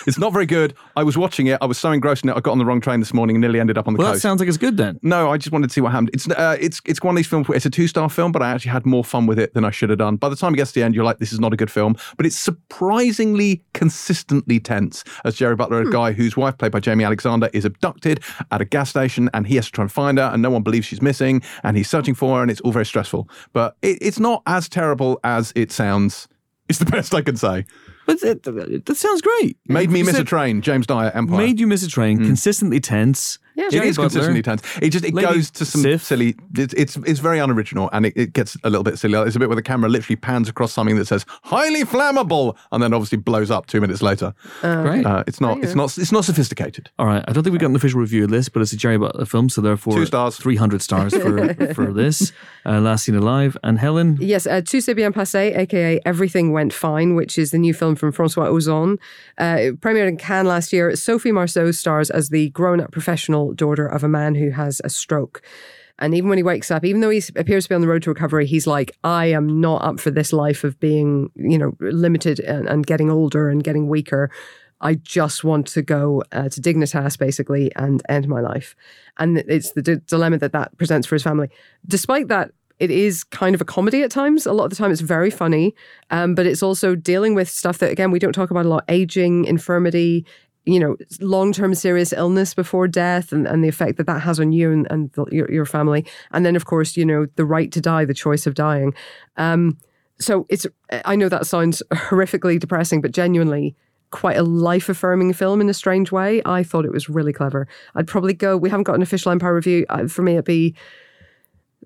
[SPEAKER 2] it's not very good. I was watching it. I was so engrossed in it. I got on the wrong train this morning and nearly ended up on the
[SPEAKER 1] Well, that
[SPEAKER 2] coast.
[SPEAKER 1] sounds like it's good then.
[SPEAKER 2] No, I just wanted to see what happened. It's uh, it's it's one of these films. Where it's a two star film, but I actually had more fun with it than I should have done. By the time it gets to the end, you're like, this is not a good film. But it's surprisingly consistently tense as Jerry Butler, a guy whose wife, played by Jamie Alexander, is abducted at a gas station, and he has to try and find her, and no one believes she's missing, and he's searching for her, and it's all very stressful. But it, it's not as terrible as it sounds. It's the best I can say.
[SPEAKER 1] But it, that sounds great.
[SPEAKER 2] Made me
[SPEAKER 1] You
[SPEAKER 2] miss a
[SPEAKER 1] said-
[SPEAKER 2] train. James Dyer, Empire.
[SPEAKER 1] Made you miss a train, consistently tense.
[SPEAKER 3] Yeah. It
[SPEAKER 2] It
[SPEAKER 1] Jerry
[SPEAKER 2] is
[SPEAKER 1] Butler.
[SPEAKER 2] consistently tense. It just it
[SPEAKER 1] Lady
[SPEAKER 2] goes to some
[SPEAKER 1] Sif.
[SPEAKER 2] silly. It's, it's it's very unoriginal and it, it gets a little bit silly. It's a bit where the camera literally pans across something that says highly flammable and then obviously blows up two minutes later.
[SPEAKER 1] Great.
[SPEAKER 2] Uh, it's not it's not it's not sophisticated.
[SPEAKER 1] All right, I don't think we've got an official review of this, but it's a Jerry Butler film, so therefore
[SPEAKER 2] Two stars.
[SPEAKER 1] 300 stars for, for this. Uh, Last Seen Alive. And Helen,
[SPEAKER 3] Yes, uh, Tout s'est bien passé, aka Everything Went Fine, which is the new film from Francois Ozon. Uh, it premiered in Cannes last year. Sophie Marceau stars as the grown up professional daughter of a man who has a stroke. And even when he wakes up, even though he s- appears to be on the road to recovery, he's like, I am not up for this life of being, you know, limited and, and getting older and getting weaker. I just want to go uh, to Dignitas, basically, and end my life. And it's the d- dilemma that that presents for his family. Despite that, it is kind of a comedy at times. A lot of the time, it's very funny, um, but it's also dealing with stuff that, again, we don't talk about a lot aging, infirmity, you know, long term serious illness before death and, and the effect that that has on you and, and the, your, your family. And then, of course, you know, the right to die, the choice of dying. Um, so it's, I know that sounds horrifically depressing, but genuinely quite a life affirming film in a strange way. I thought it was really clever. I'd probably go, we haven't got an official Empire review. Uh, For me, it'd be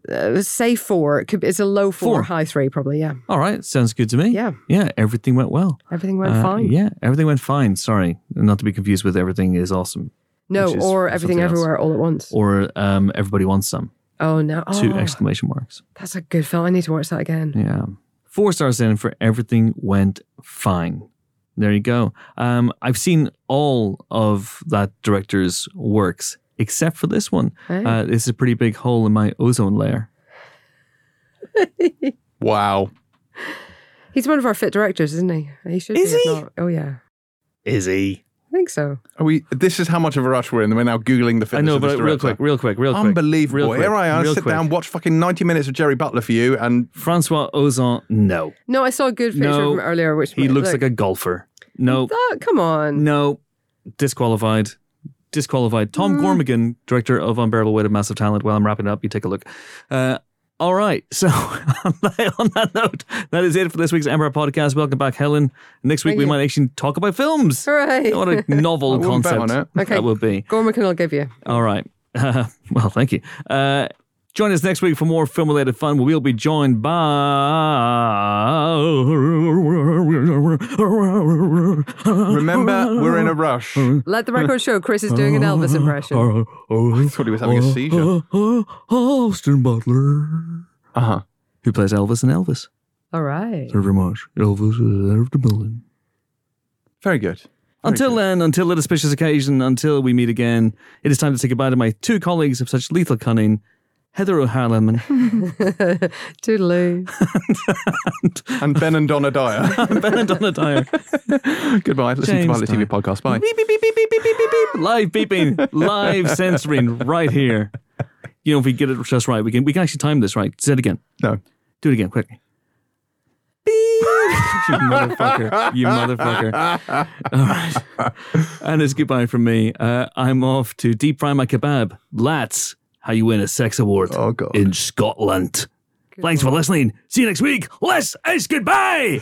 [SPEAKER 3] uh, say four. It could, it's a low four,
[SPEAKER 1] Four.
[SPEAKER 3] high three, probably. Yeah.
[SPEAKER 1] all right, sounds good to me.
[SPEAKER 3] Yeah.
[SPEAKER 1] Yeah, everything went well.
[SPEAKER 3] Everything went
[SPEAKER 1] Uh,
[SPEAKER 3] fine.
[SPEAKER 1] Yeah, everything went fine. Sorry, not to be confused with everything is awesome
[SPEAKER 3] no,
[SPEAKER 1] which is
[SPEAKER 3] or everything
[SPEAKER 1] something else.
[SPEAKER 3] everywhere all at once.
[SPEAKER 1] or um, everybody wants some.
[SPEAKER 3] oh, no. Oh,
[SPEAKER 1] Two exclamation marks.
[SPEAKER 3] That's a good film. I need to watch that again.
[SPEAKER 1] Yeah, four stars in for everything went fine. There you go. Um, I've seen all of that director's works except for this one.
[SPEAKER 3] Hey.
[SPEAKER 1] Uh, this is a pretty big hole in my ozone layer.
[SPEAKER 2] Wow.
[SPEAKER 3] He's one of our fit directors, isn't he? He should
[SPEAKER 1] Is
[SPEAKER 3] be. if
[SPEAKER 1] he?
[SPEAKER 3] not- Oh, yeah.
[SPEAKER 1] Is he?
[SPEAKER 3] I think so.
[SPEAKER 2] Are we this is how much of a rush we're in. We're now googling the fitness
[SPEAKER 1] I know,
[SPEAKER 2] of this
[SPEAKER 1] but real quick,
[SPEAKER 2] director.
[SPEAKER 1] real quick, real quick.
[SPEAKER 2] Unbelievable.
[SPEAKER 1] Real quick,
[SPEAKER 2] Here I am.
[SPEAKER 1] real
[SPEAKER 2] Sit
[SPEAKER 1] quick.
[SPEAKER 2] down, watch fucking 90 minutes of Jerry Butler for you and
[SPEAKER 1] Francois Ozon, no.
[SPEAKER 3] No, I saw a good picture
[SPEAKER 1] No,
[SPEAKER 3] from earlier, which
[SPEAKER 1] He looks like a golfer. No,
[SPEAKER 3] Oh, come on.
[SPEAKER 1] no. Disqualified. Disqualified. Tom
[SPEAKER 3] Mm.
[SPEAKER 1] Gormigan, director of Unbearable Weight of Massive Talent. While I'm wrapping up, you take a look. Uh, all right. So on that, on that note, that is it for this week's Emperor podcast. Welcome back, Helen. Next week
[SPEAKER 3] Thank
[SPEAKER 1] we
[SPEAKER 3] you.
[SPEAKER 1] might actually talk about films.
[SPEAKER 3] Hooray.
[SPEAKER 1] What a novel
[SPEAKER 2] I wouldn't bet
[SPEAKER 1] concept
[SPEAKER 2] on it.
[SPEAKER 3] Okay.
[SPEAKER 1] that would be.
[SPEAKER 3] Gorman can all give you.
[SPEAKER 1] All right. Uh, well, thank you. Uh, join us next week for more film related fun. where We'll be joined by.
[SPEAKER 2] remember we're in a rush. I
[SPEAKER 3] Let the record show Chris is doing an Elvis impression.
[SPEAKER 2] thought he was having a seizure.
[SPEAKER 1] Austin Butler.
[SPEAKER 2] Uh-huh.
[SPEAKER 1] Who plays Elvis and Elvis?
[SPEAKER 3] All right.
[SPEAKER 1] Thank you very much. Elvis is out of the building.
[SPEAKER 2] Very good.
[SPEAKER 1] Until then, until an auspicious occasion, until we meet again, it is time to say goodbye to my two colleagues of such lethal cunning, Heather O'Hanlon
[SPEAKER 3] Toodaloo.
[SPEAKER 2] And Ben and Donna Dyer.
[SPEAKER 1] and Ben and Donna Dyer.
[SPEAKER 2] Goodbye. Listen
[SPEAKER 1] James
[SPEAKER 2] to Violet
[SPEAKER 1] Dyer.
[SPEAKER 2] TV podcast. Bye.
[SPEAKER 1] Beep, beep, beep, beep, beep, beep, beep, beep, beep. Live beeping, live censoring right here. You know, if we get it just right, we can we can actually time this right. Say it again.
[SPEAKER 2] No.
[SPEAKER 1] Do it again, quick. you motherfucker. You motherfucker. All right. And it's goodbye from me. Uh, I'm off to deep fry my kebab. That's how you win a sex award
[SPEAKER 2] Oh, God.
[SPEAKER 1] in Scotland. Thanks for listening. See you next week. Let's ace goodbye.